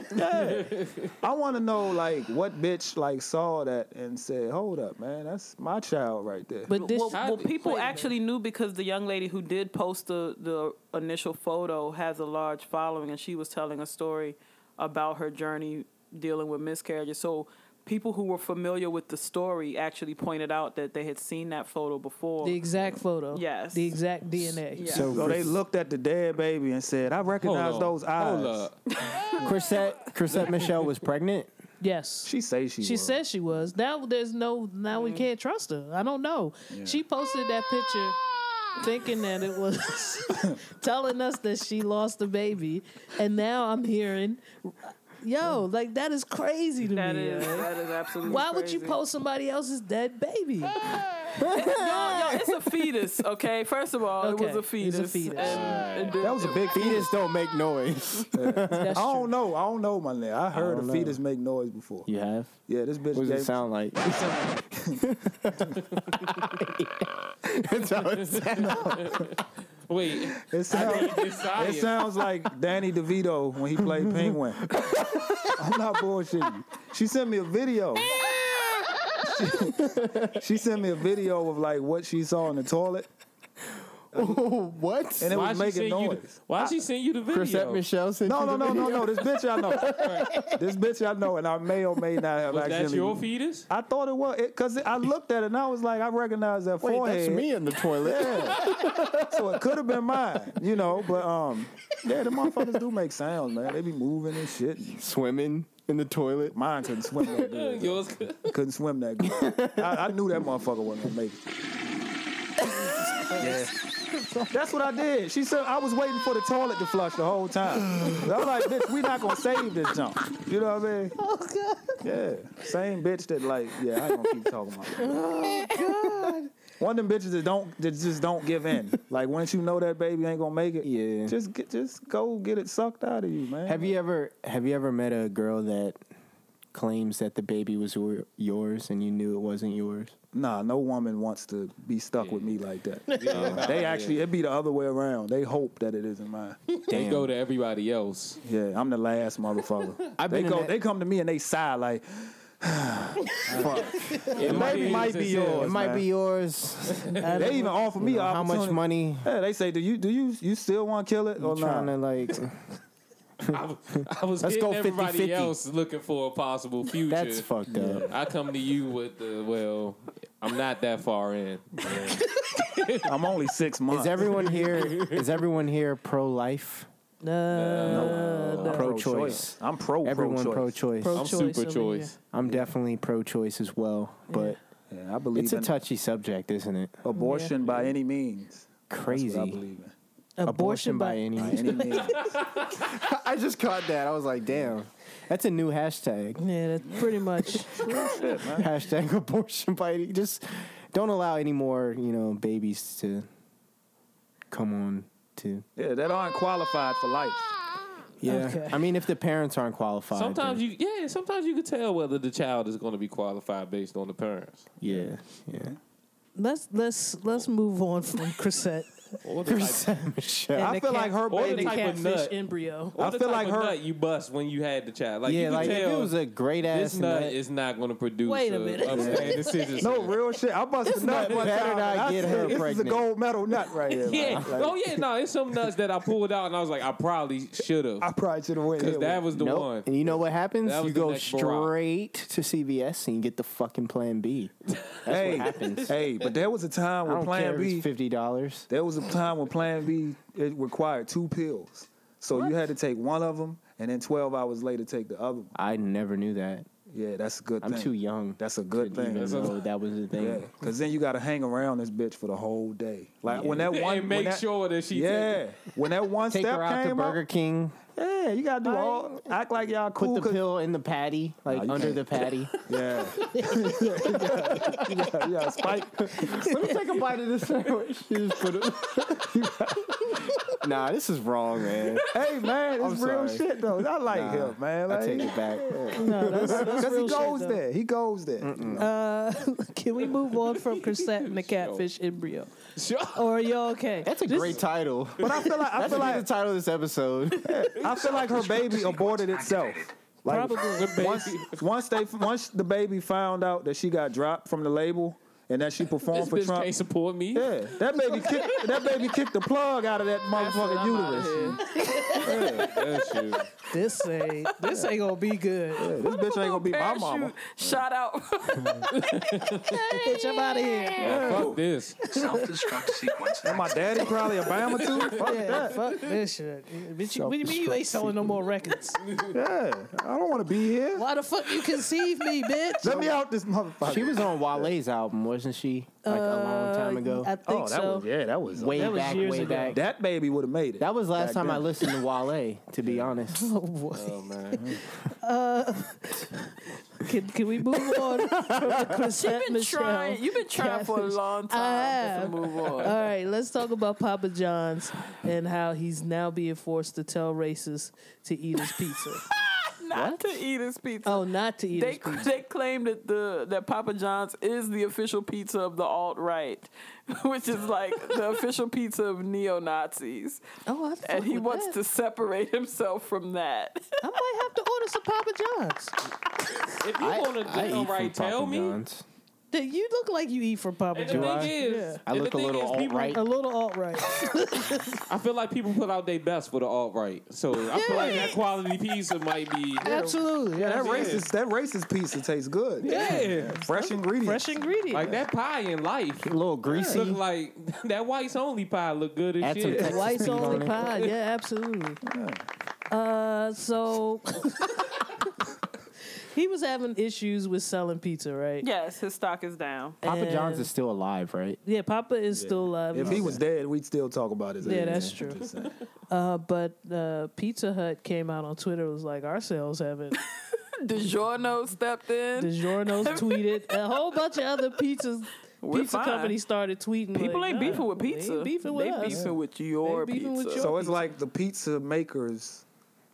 Speaker 2: I want to know like what bitch like saw that and said, "Hold up, man, that's my child right there."
Speaker 3: But this.
Speaker 1: well, well,
Speaker 4: Wait a
Speaker 1: people
Speaker 4: minute.
Speaker 1: actually knew because the young lady who did post the, the initial photo has a large following, and she was telling a story about her journey dealing with miscarriages. So people who were familiar with the story actually pointed out that they had seen that photo before.
Speaker 3: the exact photo.
Speaker 1: Yes.
Speaker 3: The exact DNA.
Speaker 1: Yeah.
Speaker 2: so they looked at the dead baby and said, "I recognize those eyes."
Speaker 4: Hold up.
Speaker 5: Chrisette, Chrisette Michelle was pregnant.
Speaker 3: Yes.
Speaker 2: She say she.
Speaker 3: She
Speaker 2: was.
Speaker 3: says she was. Now there's no. Now we can't trust her. I don't know. She posted that picture, thinking that it was telling us that she lost the baby, and now I'm hearing, yo, like that is crazy to
Speaker 1: That
Speaker 3: me.
Speaker 1: is
Speaker 3: yo.
Speaker 1: that is absolutely.
Speaker 3: Why would you
Speaker 1: crazy.
Speaker 3: post somebody else's dead baby?
Speaker 1: Yo, yo, it's a fetus. Okay, first of all,
Speaker 3: Okay,
Speaker 1: it was a
Speaker 3: it's a
Speaker 1: fetus.
Speaker 3: fetus.
Speaker 1: And, and then-
Speaker 2: That was a big fetus.
Speaker 5: Fetus don't make noise.
Speaker 2: I
Speaker 3: That's
Speaker 2: don't know. I don't know, my nigga. I heard
Speaker 5: don't
Speaker 2: a
Speaker 5: know.
Speaker 2: fetus make noise before. Yeah,
Speaker 5: You have?
Speaker 2: this bitch
Speaker 5: What does
Speaker 2: gave.
Speaker 5: it sound like? That's how it sounds.
Speaker 4: Wait.
Speaker 2: It, sound-
Speaker 4: Desire.
Speaker 2: it sounds like Danny DeVito when he played Penguin. I'm not bullshitting. you. She sent me a video. She, she sent me a video of like what she saw in the toilet,
Speaker 5: what?
Speaker 2: and it
Speaker 4: Why
Speaker 2: was
Speaker 4: she
Speaker 2: making
Speaker 4: send you
Speaker 2: noise.
Speaker 4: the- Why she send you the video?
Speaker 5: Chrisette Michelle sent
Speaker 2: No,
Speaker 5: you
Speaker 2: no,
Speaker 5: the
Speaker 2: no, no, no. This bitch I know. This bitch I know, and I may or may not have
Speaker 4: Was that
Speaker 2: accidentally.
Speaker 4: your fetus?
Speaker 2: I thought it was it, cause I looked at it and I was like, I recognize that
Speaker 5: Wait,
Speaker 2: forehead.
Speaker 5: that's me in the toilet.
Speaker 2: Yeah. so it could have been mine, you know. But um, yeah, the motherfuckers do make sounds, man. They be moving and shit.
Speaker 5: Swimming in the toilet.
Speaker 2: Mine couldn't swim that good.
Speaker 4: Yours.
Speaker 2: Couldn't swim that good. I, I knew that motherfucker wasn't gonna make it. Yeah. That's what I did. She said I was waiting for the toilet to flush the whole time. I was like, bitch, we not gonna save this junk. You know what I mean?
Speaker 3: Oh God.
Speaker 2: Yeah, same bitch that like, yeah, I ain't gonna keep talking about. It. Oh God! One of them bitches that don't that just don't give in. Like once you know that baby ain't gonna make it,
Speaker 5: Yeah.
Speaker 2: just get just go get it sucked out of you, man.
Speaker 5: Have you ever have you ever met a girl that claims that the baby was your- yours and you knew it wasn't yours?
Speaker 2: Nah, no woman wants to be stuck with me like that. They actually it'd be the other way around. They hope that it isn't mine.
Speaker 4: They go to everybody else.
Speaker 2: Yeah, I'm the last motherfucker.
Speaker 5: I've
Speaker 2: they
Speaker 5: been in
Speaker 2: go,
Speaker 5: that-
Speaker 2: they come to me and they sigh like,
Speaker 4: It
Speaker 2: baby might be yours.
Speaker 5: It might
Speaker 2: man.
Speaker 5: be yours.
Speaker 2: they even offer me an
Speaker 5: How
Speaker 2: opportunity.
Speaker 5: much money?
Speaker 2: Yeah, they say, do you do you you still want to kill it Oh, or
Speaker 5: I'm trying
Speaker 2: not?
Speaker 5: to like.
Speaker 4: I was
Speaker 5: Let's
Speaker 4: Let's
Speaker 5: go
Speaker 4: go everybody
Speaker 5: 50-50.
Speaker 4: else looking for a possible future.
Speaker 5: That's fucked up.
Speaker 4: I come to you with the well. I'm not that far in.
Speaker 2: I'm only six months.
Speaker 5: Is everyone here? Is everyone here pro life?
Speaker 3: No.
Speaker 2: I'm
Speaker 5: pro-choice.
Speaker 2: I'm pro
Speaker 5: Everyone
Speaker 2: pro-choice.
Speaker 5: pro choice.
Speaker 3: Pro-
Speaker 4: I'm
Speaker 3: Choice over
Speaker 4: super
Speaker 3: here.
Speaker 4: choice.
Speaker 5: I'm definitely pro choice as well, but
Speaker 2: Yeah. man. I believe
Speaker 5: It's a
Speaker 2: in
Speaker 5: touchy subject, isn't it?
Speaker 2: abortion by any means. That's what I
Speaker 5: Crazy.
Speaker 2: believe in.
Speaker 5: Abortion by any
Speaker 2: By
Speaker 5: means.
Speaker 2: any means.
Speaker 5: I just caught that. I was like, damn. That's a new hashtag.
Speaker 3: Yeah, that's pretty much.
Speaker 5: hashtag abortion by any just don't allow any more, you know, babies to come on to
Speaker 2: Yeah, that aren't qualified for life.
Speaker 5: Yeah.
Speaker 3: Okay.
Speaker 5: I mean if the parents aren't qualified.
Speaker 4: Sometimes you, yeah, sometimes you can tell whether the child is going to be qualified based on the parents.
Speaker 5: you Yeah, yeah.
Speaker 3: Let's let's let's move on from Chrisette.
Speaker 4: Or the type,
Speaker 5: Michelle.
Speaker 3: and
Speaker 2: I
Speaker 3: the
Speaker 2: feel like her
Speaker 4: or the
Speaker 2: baby.
Speaker 4: type of
Speaker 3: catfish
Speaker 4: nut.
Speaker 3: embryo.
Speaker 4: or
Speaker 2: I
Speaker 4: the
Speaker 2: feel
Speaker 4: type
Speaker 2: like
Speaker 4: of
Speaker 2: her-
Speaker 4: nut you bust when you had the child. Like you
Speaker 5: yeah,
Speaker 4: can
Speaker 5: like
Speaker 4: tell
Speaker 5: if it was a great ass
Speaker 4: this nut
Speaker 5: nut,
Speaker 4: is not going to produce.
Speaker 3: Wait a
Speaker 4: a-
Speaker 3: minute.
Speaker 4: upstanding citizen.
Speaker 2: No real shit. I busted
Speaker 5: nut
Speaker 2: nut one
Speaker 5: better
Speaker 2: time.
Speaker 5: not
Speaker 2: and I
Speaker 5: get
Speaker 2: said,
Speaker 5: her
Speaker 2: this is a
Speaker 5: pregnant."
Speaker 2: gold medal nut right here.
Speaker 4: Yeah.
Speaker 2: man. Like,
Speaker 4: oh yeah. No, it's some nuts that I pulled out and I was like, I probably should have
Speaker 2: I probably should have went.
Speaker 4: because
Speaker 2: here
Speaker 4: that
Speaker 2: with
Speaker 4: was the
Speaker 5: nope.
Speaker 4: one.
Speaker 5: And you know what happens?
Speaker 4: That
Speaker 5: You
Speaker 4: was the
Speaker 5: go
Speaker 4: next Barack.
Speaker 5: straight to CVS and you get the fucking plan B.
Speaker 2: it. hey,
Speaker 5: happens.
Speaker 2: Hey, but there was a time
Speaker 5: I
Speaker 2: when
Speaker 5: don't care
Speaker 2: Plan
Speaker 5: if
Speaker 2: B.
Speaker 5: it's fifty dollars.
Speaker 2: There was a time when Plan B it required two pills, so you had to take one of them and then 12 hours later take the other one.
Speaker 5: I never knew that.
Speaker 2: Yeah, that's a good
Speaker 5: I'm
Speaker 2: thing.
Speaker 5: too young.
Speaker 2: That's a
Speaker 5: to
Speaker 2: good thing.
Speaker 5: Even
Speaker 4: That's a-
Speaker 5: though that was a thing.
Speaker 2: Yeah, because then you got to hang around this bitch for the whole day. Like when that
Speaker 4: And
Speaker 2: one, when
Speaker 4: make
Speaker 2: that-
Speaker 4: sure that she
Speaker 2: yeah, when that one
Speaker 5: Take
Speaker 2: step
Speaker 5: her out to
Speaker 2: came
Speaker 5: Burger
Speaker 2: up,
Speaker 5: King.
Speaker 2: yeah, you gotta do
Speaker 5: Like,
Speaker 2: all act like y'all
Speaker 5: Put
Speaker 2: cool.
Speaker 5: the
Speaker 2: 'cause-
Speaker 5: pill in the patty, like
Speaker 2: Nah, you
Speaker 5: under
Speaker 2: can't.
Speaker 5: the patty.
Speaker 2: Yeah, yeah, yeah, spike.
Speaker 5: Let me take a bite of this sandwich. You just put it. nah, this is wrong, man.
Speaker 2: Hey man, it's
Speaker 5: I'm
Speaker 2: real
Speaker 5: sorry.
Speaker 2: shit though. I like
Speaker 5: Nah,
Speaker 2: him, man. Like,
Speaker 5: I take it back.
Speaker 3: No, that's, that's
Speaker 2: Because
Speaker 3: real
Speaker 2: he goes
Speaker 3: shit, though.
Speaker 2: there. He goes there.
Speaker 3: Uh, can we move on from Chrisette and the catfish embryo?
Speaker 4: Sure.
Speaker 3: Or are you okay?
Speaker 5: That's a
Speaker 3: This-
Speaker 5: great title.
Speaker 2: But I feel like I
Speaker 5: That's
Speaker 2: feel
Speaker 5: gonna be
Speaker 2: like
Speaker 5: the title of this episode.
Speaker 2: I feel like her baby aborted itself. Like
Speaker 3: Probably.
Speaker 2: once once they once the baby found out that she got dropped from the label and that she performed
Speaker 4: This
Speaker 2: for
Speaker 4: bitch
Speaker 2: Trump.
Speaker 4: can't support me.
Speaker 2: Yeah, that baby kicked that baby kicked the plug out of that motherfucking
Speaker 1: I'm outta
Speaker 2: uterus.
Speaker 1: here.
Speaker 4: That's you.
Speaker 3: This ain't this ain't gonna be good.
Speaker 2: Yeah, this bitch ain't gonna be my mama.
Speaker 1: Parachute Shot out.
Speaker 3: Bitch, I'm out of here.
Speaker 4: Fuck this.
Speaker 7: Self-destruct sequence.
Speaker 2: And my daddy probably a Bama too. Fuck
Speaker 3: Yeah,
Speaker 2: that.
Speaker 3: fuck this shit. Bitch, you, what do you mean you ain't selling no more records?
Speaker 2: Yeah, I don't want to be here.
Speaker 3: Why the fuck you conceive me, bitch?
Speaker 2: Let me out this motherfucker.
Speaker 5: she was on Wale's album, wasn't she? Like a
Speaker 1: Uh,
Speaker 5: long time ago.
Speaker 3: Uh, I think
Speaker 2: Oh, that
Speaker 3: so.
Speaker 2: was yeah, that was
Speaker 5: way
Speaker 3: that was
Speaker 5: back,
Speaker 3: years
Speaker 5: way
Speaker 3: ago.
Speaker 5: back.
Speaker 2: that baby would have made it.
Speaker 5: That was last
Speaker 2: Back
Speaker 5: time I
Speaker 2: then.
Speaker 5: listened to Wale, to be honest.
Speaker 3: Oh boy.
Speaker 4: Oh man.
Speaker 3: Uh, Can, can we move on from the Chrisette
Speaker 1: Been
Speaker 3: Michelle? Uh,
Speaker 1: trying. You've been trying for a
Speaker 3: catfish?
Speaker 1: long
Speaker 3: I
Speaker 1: time to
Speaker 3: have.
Speaker 1: move on.
Speaker 3: All right, let's talk about Papa John's and how he's now being forced to tell racists to eat his pizza.
Speaker 1: Not to eat his pizza.
Speaker 3: oh, not to eat
Speaker 1: they
Speaker 3: his pizza.
Speaker 1: they claim that the that Papa John's is the official pizza of the alt right, which is like the official pizza of neo Nazis,
Speaker 3: Oh, I fuck
Speaker 1: and he
Speaker 3: with
Speaker 1: wants
Speaker 3: that.
Speaker 1: to separate himself from that.
Speaker 3: I might have to order some Papa John's.
Speaker 4: If you want to
Speaker 5: I eat
Speaker 4: damn
Speaker 5: from
Speaker 4: right, tell
Speaker 5: Papa
Speaker 4: me.
Speaker 5: John's.
Speaker 3: Dude, You look like you eat from Papa
Speaker 4: And the thing
Speaker 3: John's.
Speaker 4: is,
Speaker 3: Yeah.
Speaker 5: I
Speaker 4: and the
Speaker 5: look a
Speaker 4: thing
Speaker 5: little
Speaker 4: is, people-
Speaker 5: alt-right.
Speaker 3: A little alt right.
Speaker 4: I feel like people put out their best for the alt right, so I feel like that quality pizza might be.
Speaker 3: Absolutely.
Speaker 2: Yeah, that
Speaker 4: Yeah.
Speaker 2: racist that racist pizza tastes good.
Speaker 4: Yeah,
Speaker 2: Fresh ingredients.
Speaker 3: Fresh ingredients.
Speaker 4: like that pie in life.
Speaker 5: A little greasy.
Speaker 4: Look like that whites only pie look good as
Speaker 5: Add some
Speaker 4: shit.
Speaker 5: Texas
Speaker 3: Whites
Speaker 5: beef on
Speaker 3: only
Speaker 5: it.
Speaker 3: pie. Yeah, absolutely. Uh, so he was having issues with selling pizza, right?
Speaker 1: yes, his stock is down.
Speaker 5: Papa
Speaker 3: And-
Speaker 5: John's is still alive, right?
Speaker 3: Yeah, Papa is still alive.
Speaker 2: If he was dead, we'd still talk about his.
Speaker 3: Yeah,
Speaker 2: age.
Speaker 3: that's true.
Speaker 2: Just saying.
Speaker 3: uh, but uh, Pizza Hut came out on Twitter and was like, our sales haven't.
Speaker 1: DiGiorno stepped in.
Speaker 3: DiGiorno's tweeted. A whole bunch of other pizzas.
Speaker 1: We're
Speaker 3: pizza
Speaker 1: fine.
Speaker 3: companies started tweeting.
Speaker 1: People
Speaker 3: like,
Speaker 1: ain't
Speaker 3: "Nah,
Speaker 1: beefing with
Speaker 3: they ain't
Speaker 1: pizza.
Speaker 3: beefing with
Speaker 1: they
Speaker 3: us.
Speaker 1: beefing with your
Speaker 3: They beefing with
Speaker 1: pizza.
Speaker 3: your-
Speaker 2: So it's like the pizza makers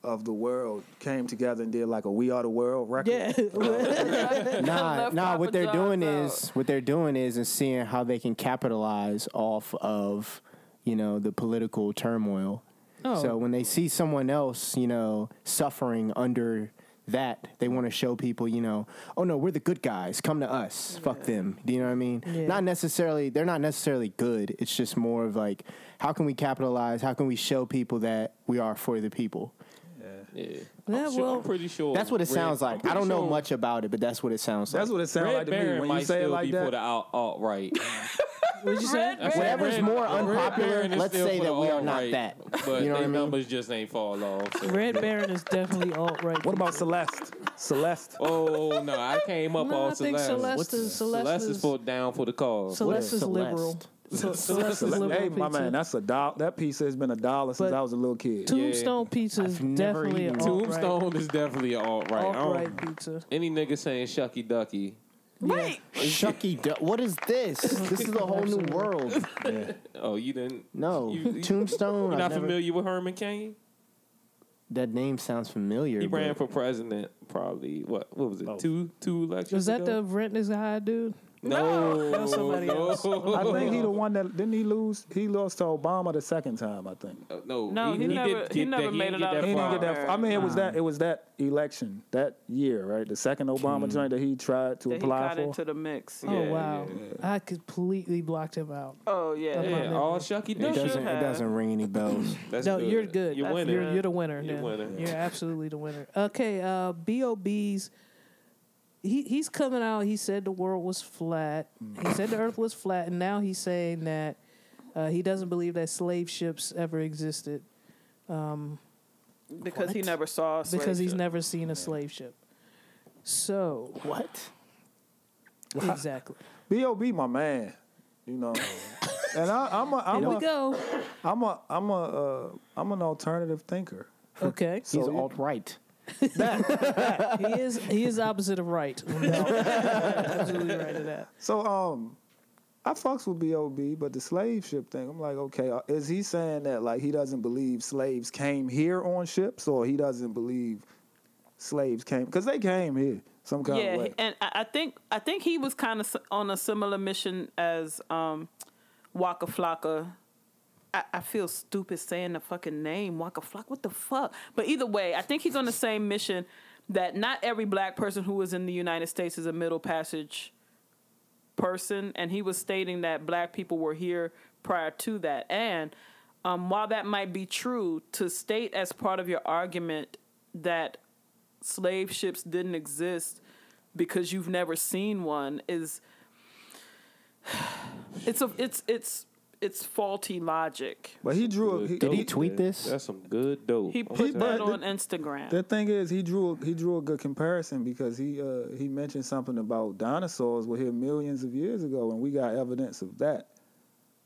Speaker 2: of the world came together and did like a "We Are the World" record.
Speaker 3: Yeah.
Speaker 5: Nah,
Speaker 1: left
Speaker 5: nah.
Speaker 1: Papa
Speaker 5: What they're
Speaker 1: John's
Speaker 5: doing
Speaker 1: out.
Speaker 5: is what they're doing is is seeing how they can capitalize off of you know the political turmoil.
Speaker 3: Oh.
Speaker 5: So when they see someone else, you know, suffering under that, they want to show people, you know, oh no, we're the good guys. Come to us. Fuck them. Do you know what I mean?
Speaker 3: Yeah.
Speaker 5: Not necessarily. They're not necessarily good. It's just more of like, how can we capitalize? How can we show people that we are for the people?
Speaker 4: Yeah,
Speaker 3: Yeah,
Speaker 4: I'm, sure,
Speaker 3: well-
Speaker 4: I'm pretty sure
Speaker 5: That's what it
Speaker 4: Red-
Speaker 5: sounds
Speaker 4: I'm
Speaker 5: like.
Speaker 4: pretty
Speaker 5: I don't know
Speaker 4: sure
Speaker 5: much about it, but that's what it sounds like.
Speaker 2: That's what it sounds
Speaker 4: Red
Speaker 2: like to
Speaker 4: Baron
Speaker 2: me when
Speaker 4: might
Speaker 2: you say it
Speaker 4: still
Speaker 2: like
Speaker 4: be for
Speaker 2: that.
Speaker 4: the alt right.
Speaker 3: What'd you say?
Speaker 1: Red, red.
Speaker 5: Whatever's
Speaker 4: Red-
Speaker 5: more
Speaker 4: Red
Speaker 5: unpopular,
Speaker 4: Baron is
Speaker 5: let's
Speaker 4: still
Speaker 5: say
Speaker 4: for
Speaker 5: that
Speaker 4: the
Speaker 5: we are not
Speaker 4: alt-right,
Speaker 5: that.
Speaker 4: But
Speaker 5: You know what I
Speaker 4: their
Speaker 5: mean?
Speaker 4: numbers just ain't fall off. so-
Speaker 3: Red Baron is definitely alt right.
Speaker 2: What about Celeste? Celeste.
Speaker 4: Oh no, I came up
Speaker 3: No,
Speaker 4: all
Speaker 3: I think
Speaker 4: Celeste.
Speaker 3: Celeste
Speaker 4: What's-
Speaker 3: is- Celeste
Speaker 4: Celeste is
Speaker 3: is-
Speaker 4: for down for the cause.
Speaker 3: Celeste is
Speaker 5: Celeste?
Speaker 3: liberal. Ce- Celeste is liberal
Speaker 2: Celeste. Hey, my
Speaker 3: pizza.
Speaker 2: man, that's a dollar. That pizza has been a dollar since
Speaker 3: But
Speaker 2: I was a little kid.
Speaker 3: Tombstone pizza is
Speaker 5: I've never
Speaker 3: definitely
Speaker 5: eaten
Speaker 3: alt
Speaker 4: Tombstone is definitely all right.
Speaker 3: Alt
Speaker 4: I don't-
Speaker 3: right pizza.
Speaker 4: Any nigga saying shucky ducky,
Speaker 1: Wait,
Speaker 5: Shucky, du- what is this? This is a whole new world.
Speaker 4: oh you didn't.
Speaker 5: No,
Speaker 4: You- you-
Speaker 5: Tombstone.
Speaker 4: You're
Speaker 5: I've
Speaker 4: not
Speaker 5: never-
Speaker 4: familiar with Herman Cain?
Speaker 5: That name sounds familiar.
Speaker 4: He
Speaker 5: but-
Speaker 4: ran for president probably what what was it?
Speaker 2: Oh.
Speaker 4: Two two elections.
Speaker 3: Was that
Speaker 4: ago?
Speaker 3: the rent is high dude?
Speaker 4: No,
Speaker 3: No, that was somebody
Speaker 4: no.
Speaker 3: else.
Speaker 2: I think he the one that didn't he lose? He lost to Obama the second time, I think.
Speaker 4: Uh, no,
Speaker 1: No, he never-
Speaker 4: did
Speaker 1: he
Speaker 4: get
Speaker 1: never
Speaker 4: that-
Speaker 1: made
Speaker 4: didn't
Speaker 1: it
Speaker 4: get
Speaker 1: out
Speaker 4: that
Speaker 1: of
Speaker 2: He didn't
Speaker 4: far.
Speaker 2: get that. I mean, it was that it was that election that year, right? The second
Speaker 4: Hmm.
Speaker 2: Obama joint that he tried to
Speaker 1: that he
Speaker 2: apply
Speaker 1: got
Speaker 2: for.
Speaker 1: into the mix.
Speaker 4: Yeah,
Speaker 3: oh wow, I completely blocked him out.
Speaker 1: Oh yeah,
Speaker 3: That's
Speaker 1: yeah.
Speaker 4: Yeah,
Speaker 3: memory.
Speaker 4: all shucky
Speaker 5: It
Speaker 1: You
Speaker 4: ducky.
Speaker 1: should
Speaker 5: doesn't. It
Speaker 1: have.
Speaker 5: doesn't ring any bells.
Speaker 4: That's
Speaker 3: no, you're good.
Speaker 4: You're
Speaker 1: That's
Speaker 4: winning.
Speaker 1: good.
Speaker 3: You're, you're the winner.
Speaker 4: You're
Speaker 3: now.
Speaker 4: winning.
Speaker 3: You're absolutely the winner. Okay, uh, Bob's. He he's coming out. He said the world was flat. He said the Earth was flat, and now he's saying that uh, he doesn't believe that slave ships ever existed
Speaker 1: because he never saw us.
Speaker 3: because he's never seen a slave ship. So
Speaker 5: what?
Speaker 3: exactly.
Speaker 2: B.O.B. my man, you know. and I, I'm a I'm
Speaker 3: Here we
Speaker 2: a,
Speaker 3: go.
Speaker 2: I'm a I'm a uh, I'm an alternative thinker.
Speaker 3: Okay.
Speaker 5: He's
Speaker 2: So-
Speaker 5: alt right.
Speaker 3: he is he is opposite of right. No. absolutely right to that.
Speaker 2: So um, I fucks with B.O.B. but the slave ship thing, I'm like, okay, uh, is he saying that like he doesn't believe slaves came here on ships, or he doesn't believe slaves came because they came here some kind
Speaker 1: yeah,
Speaker 2: of way.
Speaker 1: he- and I I think I think he was kind of on a similar mission as um, Waka Flocka. I, I feel stupid saying the fucking name Waka Flocka. What the fuck? But either way, I think he's on the same mission that not every black person who is in the United States is a middle passage person, and he was stating that black people were here prior to that. And um, while that might be true, to state as part of your argument that slave ships didn't exist because you've never seen one is it's a it's it's it's faulty logic.
Speaker 2: But he drew. A,
Speaker 4: Good
Speaker 2: he,
Speaker 4: dope,
Speaker 5: he tweet
Speaker 4: man.
Speaker 5: this?
Speaker 4: That's some good dope.
Speaker 1: He
Speaker 4: I'm
Speaker 1: put
Speaker 4: telling
Speaker 1: that
Speaker 2: but-
Speaker 1: on Instagram.
Speaker 2: The thing is, he drew he drew a good comparison because he uh, he mentioned something about dinosaurs were here millions of years ago, and we got evidence of that.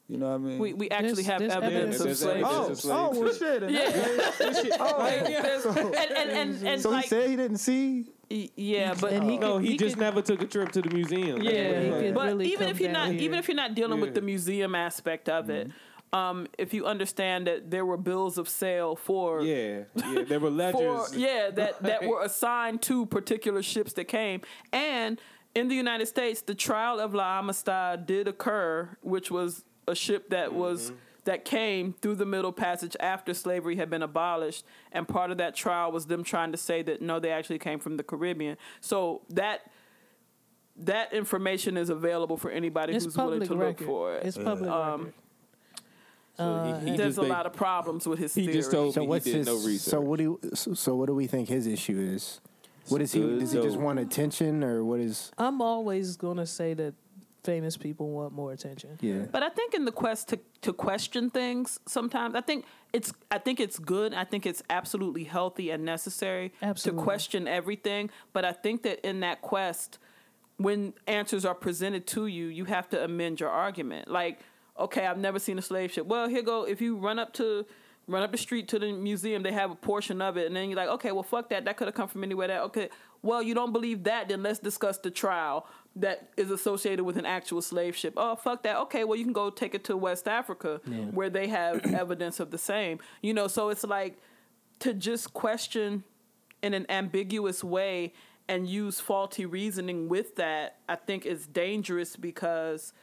Speaker 2: You know what I mean?
Speaker 1: we we actually
Speaker 3: There's-
Speaker 1: have
Speaker 3: there's
Speaker 1: evidence
Speaker 3: evidence.
Speaker 1: of
Speaker 4: There's
Speaker 1: slavery.
Speaker 4: evidence.
Speaker 2: oh,
Speaker 4: It's just
Speaker 2: oh
Speaker 4: like-
Speaker 2: well, shit. and
Speaker 1: Yeah,
Speaker 2: Oh,
Speaker 1: like, there's- and and and, and
Speaker 2: so
Speaker 1: like,
Speaker 2: he said he didn't see.
Speaker 1: y- yeah, but
Speaker 3: and he
Speaker 4: you. no,
Speaker 3: could-
Speaker 4: he, just
Speaker 3: could-
Speaker 4: never took a trip to the museum.
Speaker 1: Yeah,
Speaker 3: He could
Speaker 1: but
Speaker 3: really
Speaker 1: even
Speaker 3: come
Speaker 1: if you're
Speaker 3: down
Speaker 1: not,
Speaker 3: here.
Speaker 1: even if you're not dealing with
Speaker 4: Yeah.
Speaker 1: the museum aspect of it,
Speaker 2: Mm-hmm.
Speaker 1: um, if you understand that there were bills of sale for
Speaker 4: yeah, yeah. There were
Speaker 1: for
Speaker 4: ledgers.
Speaker 1: yeah that that were assigned to particular ships that came and in the United States the trial of La Amistad did occur which was a ship that
Speaker 4: Mm-hmm.
Speaker 1: was that came through the middle passage after slavery had been abolished and part of that trial was them trying to say that no they actually came from the Caribbean so that that information is available for anybody
Speaker 3: It's
Speaker 1: who's willing
Speaker 3: public
Speaker 1: to look
Speaker 3: record.
Speaker 1: for it. Um,
Speaker 3: It's public record.
Speaker 4: So he, he
Speaker 1: There's
Speaker 4: just
Speaker 1: a
Speaker 4: ba-
Speaker 1: lot of problems with his
Speaker 4: He
Speaker 1: theory.
Speaker 4: just told
Speaker 5: So
Speaker 4: me
Speaker 5: what's
Speaker 4: he did
Speaker 5: his?
Speaker 4: no research.
Speaker 5: So what do? You, so, so what do we think his issue is? What is he?
Speaker 4: Good
Speaker 5: Does he just
Speaker 4: dope.
Speaker 5: want attention, or what is?
Speaker 3: I'm always gonna say that famous people want more attention.
Speaker 5: Yeah.
Speaker 1: But I think in the quest to, to question things, sometimes I think it's I think it's good. I think it's absolutely healthy and necessary
Speaker 3: Absolutely.
Speaker 1: to question everything. But I think that in that quest, when answers are presented to you, you have to amend your argument. Like, okay, I've never seen a slave ship. Well, here go. If you run up to run up the street to the museum, they have a portion of it, and then you're like, okay, well, fuck that. That could have come from anywhere. That okay. Well, you don't believe that, then let's discuss the trial that is associated with an actual slave ship. Oh, fuck that. Okay, well, you can go take it to West Africa where they have evidence of the same. You know, so it's like to just question in an ambiguous way and use faulty reasoning with that, I think is dangerous because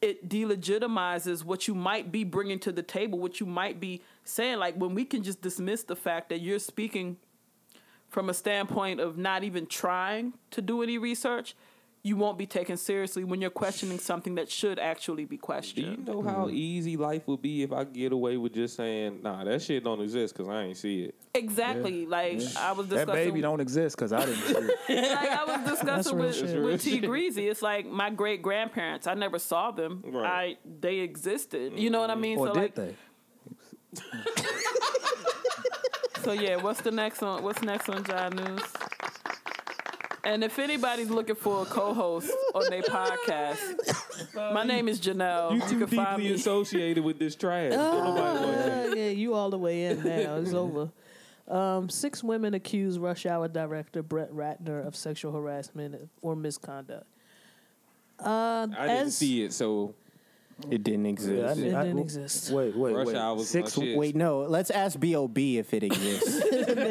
Speaker 1: it delegitimizes what you might be bringing to the table, what you might be saying. Like when we can just dismiss the fact that you're speaking from a standpoint of not even trying to do any research, you won't be taken seriously when you're questioning something that should actually be
Speaker 4: Do you
Speaker 1: questioned.
Speaker 4: know how easy life would be if I could get away with just saying, "Nah, that shit don't exist" because I ain't see it.
Speaker 1: Exactly. Like I was
Speaker 2: That
Speaker 1: discussing
Speaker 2: baby don't exist because I didn't. see it.
Speaker 1: like I was discussing
Speaker 3: real
Speaker 1: with,
Speaker 3: shit.
Speaker 1: with T Greasy. It's like my great grandparents. I never saw them.
Speaker 4: Right. Mm-hmm.
Speaker 1: I they existed. You know what I mean?
Speaker 2: Or
Speaker 1: so
Speaker 2: did
Speaker 1: like
Speaker 2: they?
Speaker 1: so yeah, what's the next one? What's next on John News? And if anybody's looking for a co-host on their podcast, my name is Janelle.
Speaker 4: You too
Speaker 1: can find
Speaker 4: deeply
Speaker 1: me.
Speaker 4: associated with this trash. Don't nobody want you.
Speaker 3: Uh, yeah, you all the way in now. It's over. Um, six women accuse Rush Hour director Brett Ratner of sexual harassment or misconduct. Uh,
Speaker 4: I didn't
Speaker 3: as-
Speaker 4: see it, so
Speaker 5: It didn't exist.
Speaker 3: It didn't exist.
Speaker 2: Wait, wait,
Speaker 4: Rush
Speaker 2: wait.
Speaker 4: Hour was
Speaker 2: Six.
Speaker 4: my shit.
Speaker 5: Wait, no. Let's ask Bob if it exists.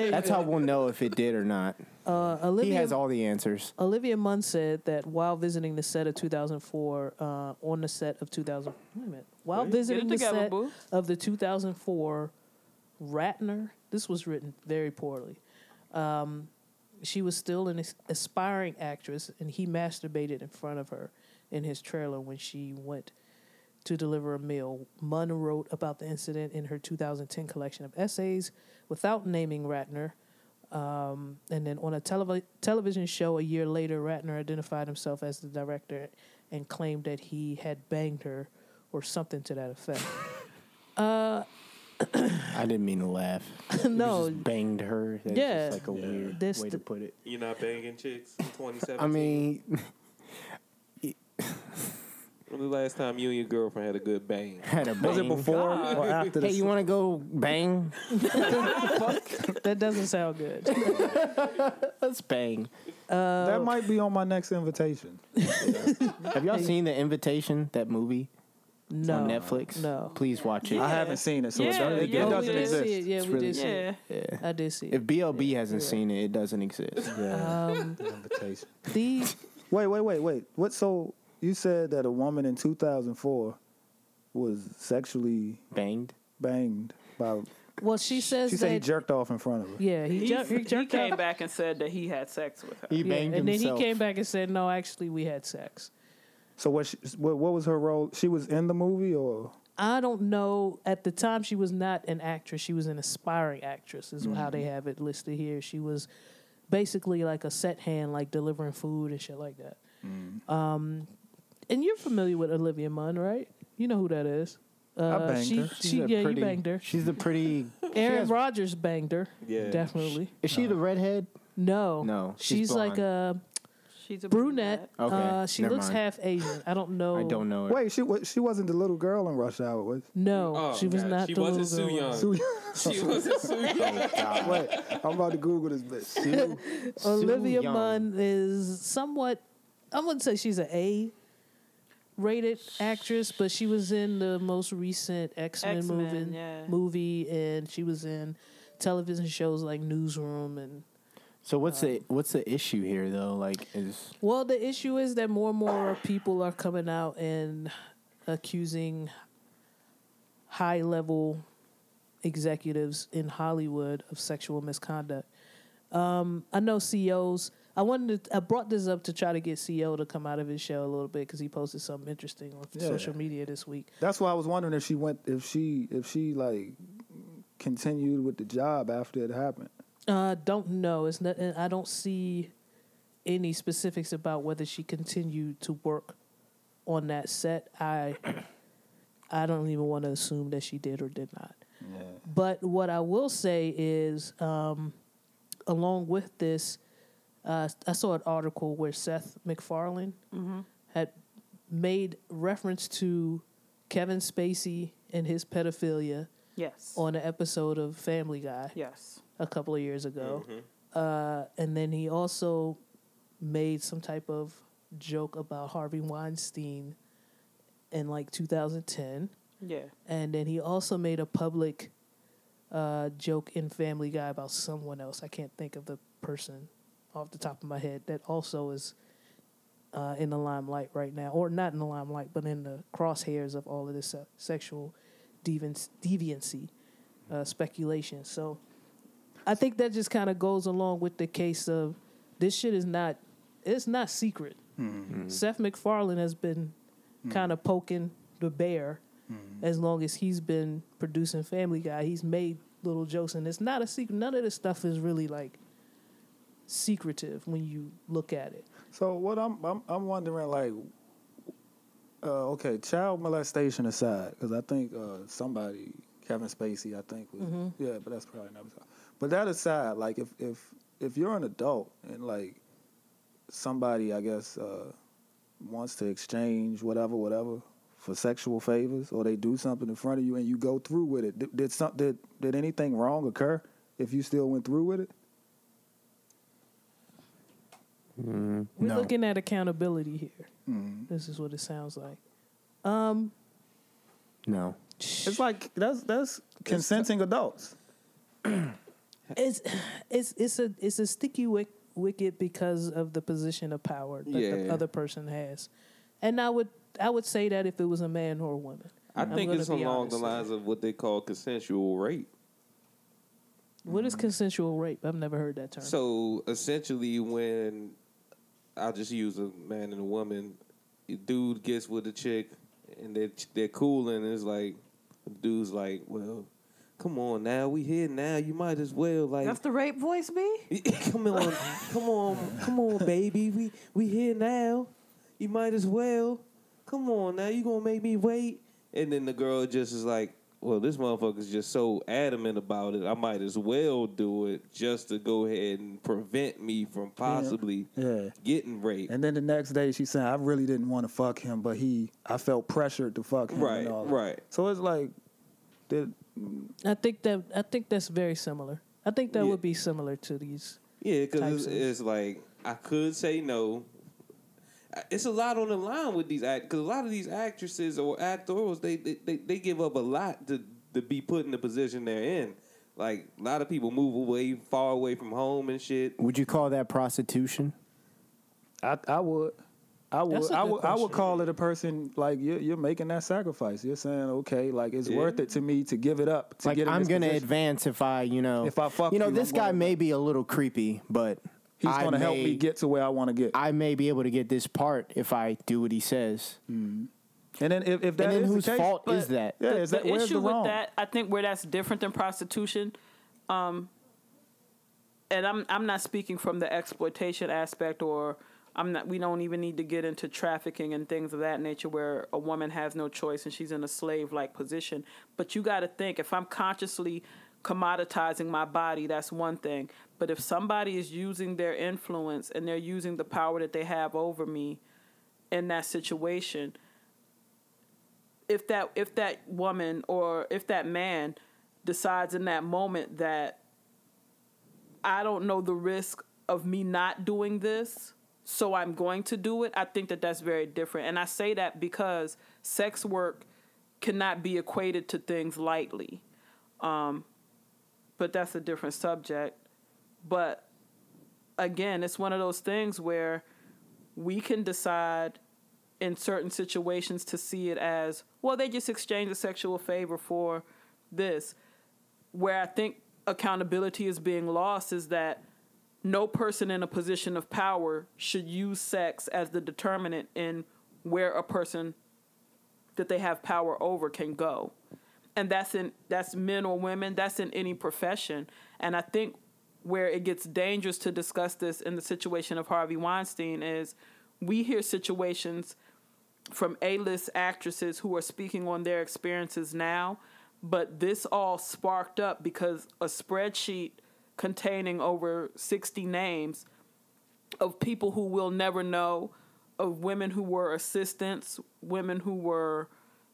Speaker 5: That's how we'll know if it did or not.
Speaker 3: Uh,
Speaker 5: He
Speaker 3: Olivia
Speaker 5: has all the answers.
Speaker 3: Olivia Munn said that while visiting the set of 2004, uh, on the set of 2000, wait a minute, while visiting the
Speaker 1: together,
Speaker 3: set
Speaker 1: boo.
Speaker 3: of the 2004 Ratner, this was written very poorly. Um, she was still an as- aspiring actress, and he masturbated in front of her in his trailer when she went to deliver a meal. Munn wrote about the incident in her 2010 collection of essays without naming Ratner. Um, and then on a telev- television show a year later, Ratner identified himself as the director and claimed that he had banged her or something to that effect.
Speaker 5: I didn't mean to laugh.
Speaker 3: no,
Speaker 5: You just banged her. That's
Speaker 3: Yeah.
Speaker 5: just like a weird
Speaker 3: This
Speaker 5: way
Speaker 3: the-
Speaker 5: to put it.
Speaker 4: you're not banging chicks. Twenty seven.
Speaker 5: I mean,
Speaker 4: when the last time you and your girlfriend had a good bang?
Speaker 5: had a bang.
Speaker 2: Was it before or after?
Speaker 5: Hey,
Speaker 2: The
Speaker 5: you want to go bang?
Speaker 3: that doesn't sound good.
Speaker 5: Let's bang.
Speaker 2: that might be on my next invitation.
Speaker 5: Have y'all seen The Invitation? That movie
Speaker 3: No,
Speaker 5: on Netflix?
Speaker 3: No.
Speaker 5: Please watch it.
Speaker 2: I haven't seen it, so it
Speaker 1: Yeah,
Speaker 2: doesn't, it,
Speaker 1: yeah,
Speaker 2: it
Speaker 1: we
Speaker 2: doesn't
Speaker 1: did
Speaker 2: exist.
Speaker 3: see it. Yeah,
Speaker 5: It's
Speaker 3: we did see it.
Speaker 1: Yeah.
Speaker 3: I did see
Speaker 5: If
Speaker 3: it.
Speaker 5: Bob hasn't seen it, it doesn't exist.
Speaker 2: Yeah. invitation.
Speaker 3: The
Speaker 2: Wait, wait, wait, wait. What? So you said that a woman in 2004 was sexually
Speaker 5: Banged.
Speaker 2: banged by.
Speaker 3: well, she says
Speaker 2: She
Speaker 3: that
Speaker 2: said he jerked off in front of her.
Speaker 3: yeah, he,
Speaker 1: He,
Speaker 3: ju- he
Speaker 1: he
Speaker 3: jerked
Speaker 1: came
Speaker 3: off.
Speaker 1: back and said that he had sex with her.
Speaker 5: He
Speaker 3: Yeah,
Speaker 5: banged
Speaker 3: and then he
Speaker 5: himself.
Speaker 3: came back and said, "No, actually, we had sex."
Speaker 2: So what, she, what? What was her role? She was in the movie, or
Speaker 3: I don't know. At the time, she was not an actress. She was an aspiring actress, is how they have it listed here. She was basically like a set hand, like delivering food and shit like that. Um, and you're familiar with Olivia Munn, right? You know who that is. Uh,
Speaker 2: banged
Speaker 3: she,
Speaker 2: her.
Speaker 3: she-
Speaker 5: a
Speaker 3: yeah,
Speaker 5: pretty-
Speaker 3: you banged her.
Speaker 5: She's the pretty.
Speaker 3: Aaron Rodgers banged her.
Speaker 4: Yeah.
Speaker 3: definitely.
Speaker 5: Is she the redhead?
Speaker 3: No,
Speaker 5: No, she's
Speaker 3: She's, like a
Speaker 1: She's a
Speaker 3: brunette.
Speaker 5: Okay,
Speaker 3: Uh, she
Speaker 5: never
Speaker 3: looks
Speaker 5: mind.
Speaker 3: half Asian. I don't know.
Speaker 5: I don't know her.
Speaker 2: wait, she wa- she wasn't the little girl in Rush Hour, was?
Speaker 3: No,
Speaker 4: Oh,
Speaker 3: she was
Speaker 4: God.
Speaker 3: not.
Speaker 4: She
Speaker 3: the
Speaker 4: wasn't
Speaker 3: little
Speaker 4: Sue
Speaker 3: girl.
Speaker 4: Young.
Speaker 2: Sue-
Speaker 4: Uh, She wasn't Sue Young.
Speaker 2: Oh, wait, I'm about to Google this bitch.
Speaker 5: Sue- Sue
Speaker 3: Olivia
Speaker 5: Young.
Speaker 3: Munn is somewhat. I wouldn't say she's an A rated actress, but she was in the most recent X Men
Speaker 1: X-Men,
Speaker 3: movie,
Speaker 1: yeah.
Speaker 3: movie, and she was in television shows like Newsroom and.
Speaker 5: So what's the what's the issue here though? Like is
Speaker 3: Well, the issue is that more and more people are coming out and accusing high level executives in Hollywood of sexual misconduct. Um, I know CEOs. I wanted. To, I brought this up to try to get CEO to come out of his shell a little bit because he posted something interesting on
Speaker 2: Yeah.
Speaker 3: social media this week.
Speaker 2: That's why I was wondering if she went, if she, if she like continued with the job after it happened.
Speaker 3: Uh, don't know. It's not, I don't see any specifics about whether she continued to work on that set. I I don't even want to assume that she did or did not. But what I will say is, um, along with this, uh, I saw an article where Seth MacFarlane had made reference to Kevin Spacey and his pedophilia
Speaker 1: Yes.
Speaker 3: on an episode of Family Guy
Speaker 1: yes.
Speaker 3: a couple of years ago. Uh, and then he also made some type of joke about Harvey Weinstein in like 2010.
Speaker 1: Yeah.
Speaker 3: And then he also made a public uh, joke in Family Guy about someone else. I can't think of the person off the top of my head that also is uh, in the limelight right now, or not in the limelight, but in the crosshairs of all of this uh, sexual deviance, deviancy uh, speculation. So I think that just kind of goes along with the case of this shit is not it's not secret. Seth MacFarlane has been kind of poking the bear as long as he's been producing Family Guy. He's made little jokes, and it's not a secret. None of this stuff is really like secretive when you look at it.
Speaker 2: So what I'm I'm, I'm wondering like, uh, okay, child molestation aside, because I think uh, somebody Kevin Spacey, I think, was, yeah, but that's probably not. But that aside, like if if if you're an adult and like somebody, I guess, uh, wants to exchange whatever whatever for sexual favors, or they do something in front of you and you go through with it, did, did some did did anything wrong occur if you still went through with it?
Speaker 3: We're
Speaker 5: No.
Speaker 3: looking at accountability here.
Speaker 4: Mm-hmm.
Speaker 3: This is what it sounds like. Um,
Speaker 5: No.
Speaker 2: It's like that's that's consenting adults.
Speaker 3: it's it's it's a it's a sticky wick, wicket because of the position of power that the
Speaker 4: Yeah.
Speaker 3: other person has, and I would I would say that if it was a man or a woman,
Speaker 4: I
Speaker 3: I'm
Speaker 4: think
Speaker 3: gonna
Speaker 4: it's
Speaker 3: be
Speaker 4: along
Speaker 3: honest
Speaker 4: the
Speaker 3: with
Speaker 4: lines of what they call consensual rape.
Speaker 3: what is consensual rape? I've never heard that term.
Speaker 4: So essentially, when I'll just use a man and a woman, a dude gets with a chick and they're, they're cool, and it's like, the dude's like, well, come on now, we here now, you might as well, like,
Speaker 1: That's the rape voice, B.
Speaker 4: come on, come on, come on, baby, we, we here now, you might as well, come on now, you gonna make me wait. And then the girl just is like, well, this motherfucker's just so adamant about it. I might as well do it just to go ahead and prevent me from possibly
Speaker 2: Yeah.
Speaker 4: getting raped.
Speaker 2: And then the next day she said, I really didn't want to fuck him, but he I felt pressured to fuck him.
Speaker 4: Right,
Speaker 2: and all that.
Speaker 4: right.
Speaker 2: So it's like did
Speaker 3: I think that I think that's very similar. I think that
Speaker 4: Yeah.
Speaker 3: would be similar to these.
Speaker 4: Yeah, because
Speaker 3: types
Speaker 4: it's,
Speaker 3: of-
Speaker 4: it's like I could say no. It's a lot on the line with these act because a lot of these actresses or actors they they, they they give up a lot to to be put in the position they're in. Like a lot of people move away, far away from home and shit.
Speaker 5: Would you call that prostitution?
Speaker 2: I I would I
Speaker 3: That's
Speaker 2: would
Speaker 3: a
Speaker 2: I
Speaker 3: good
Speaker 2: would I would
Speaker 3: question.
Speaker 2: call it a person like you're you're making that sacrifice. You're saying, okay, like it's
Speaker 4: Yeah.
Speaker 2: worth it to me to give it up to
Speaker 5: like
Speaker 2: get in
Speaker 5: I'm
Speaker 2: this
Speaker 5: gonna
Speaker 2: position.
Speaker 5: advance if I, you know,
Speaker 2: If I fuck
Speaker 5: you know,
Speaker 2: you,
Speaker 5: this
Speaker 2: I'm
Speaker 5: guy
Speaker 2: gonna-
Speaker 5: may be a little creepy, but
Speaker 2: He's
Speaker 5: I
Speaker 2: gonna help
Speaker 5: may-
Speaker 2: me get to where I want to get.
Speaker 5: I may be able to get this part if I do what he says.
Speaker 2: and then if, if that
Speaker 5: and
Speaker 2: is
Speaker 5: then whose
Speaker 2: the case,
Speaker 5: fault is
Speaker 1: but-
Speaker 5: that?
Speaker 2: yeah, is
Speaker 1: the
Speaker 2: that where's
Speaker 1: issue
Speaker 2: the
Speaker 1: with
Speaker 2: wrong?
Speaker 1: that, I think where that's different than prostitution, um, and I'm I'm not speaking from the exploitation aspect, or I'm not. We don't even need to get into trafficking and things of that nature, where a woman has no choice and she's in a slave like position. But you got to think if I'm consciously commoditizing my body, that's one thing. But if somebody is using their influence and they're using the power that they have over me in that situation, if that if that woman or if that man decides in that moment that I don't know the risk of me not doing this, so I'm going to do it, I think that that's very different. And I say that because sex work cannot be equated to things lightly. Um, but that's a different subject. But again, it's one of those things where we can decide in certain situations to see it as well they just exchange a sexual favor for this where i think accountability is being lost is that no person in a position of power should use sex as the determinant in where a person that they have power over can go and that's in that's men or women that's in any profession and i think where it gets dangerous to discuss this in the situation of harvey weinstein is we hear situations from a-list actresses who are speaking on their experiences now but this all sparked up because a spreadsheet containing over 60 names of people who will never know, of women who were assistants, women who were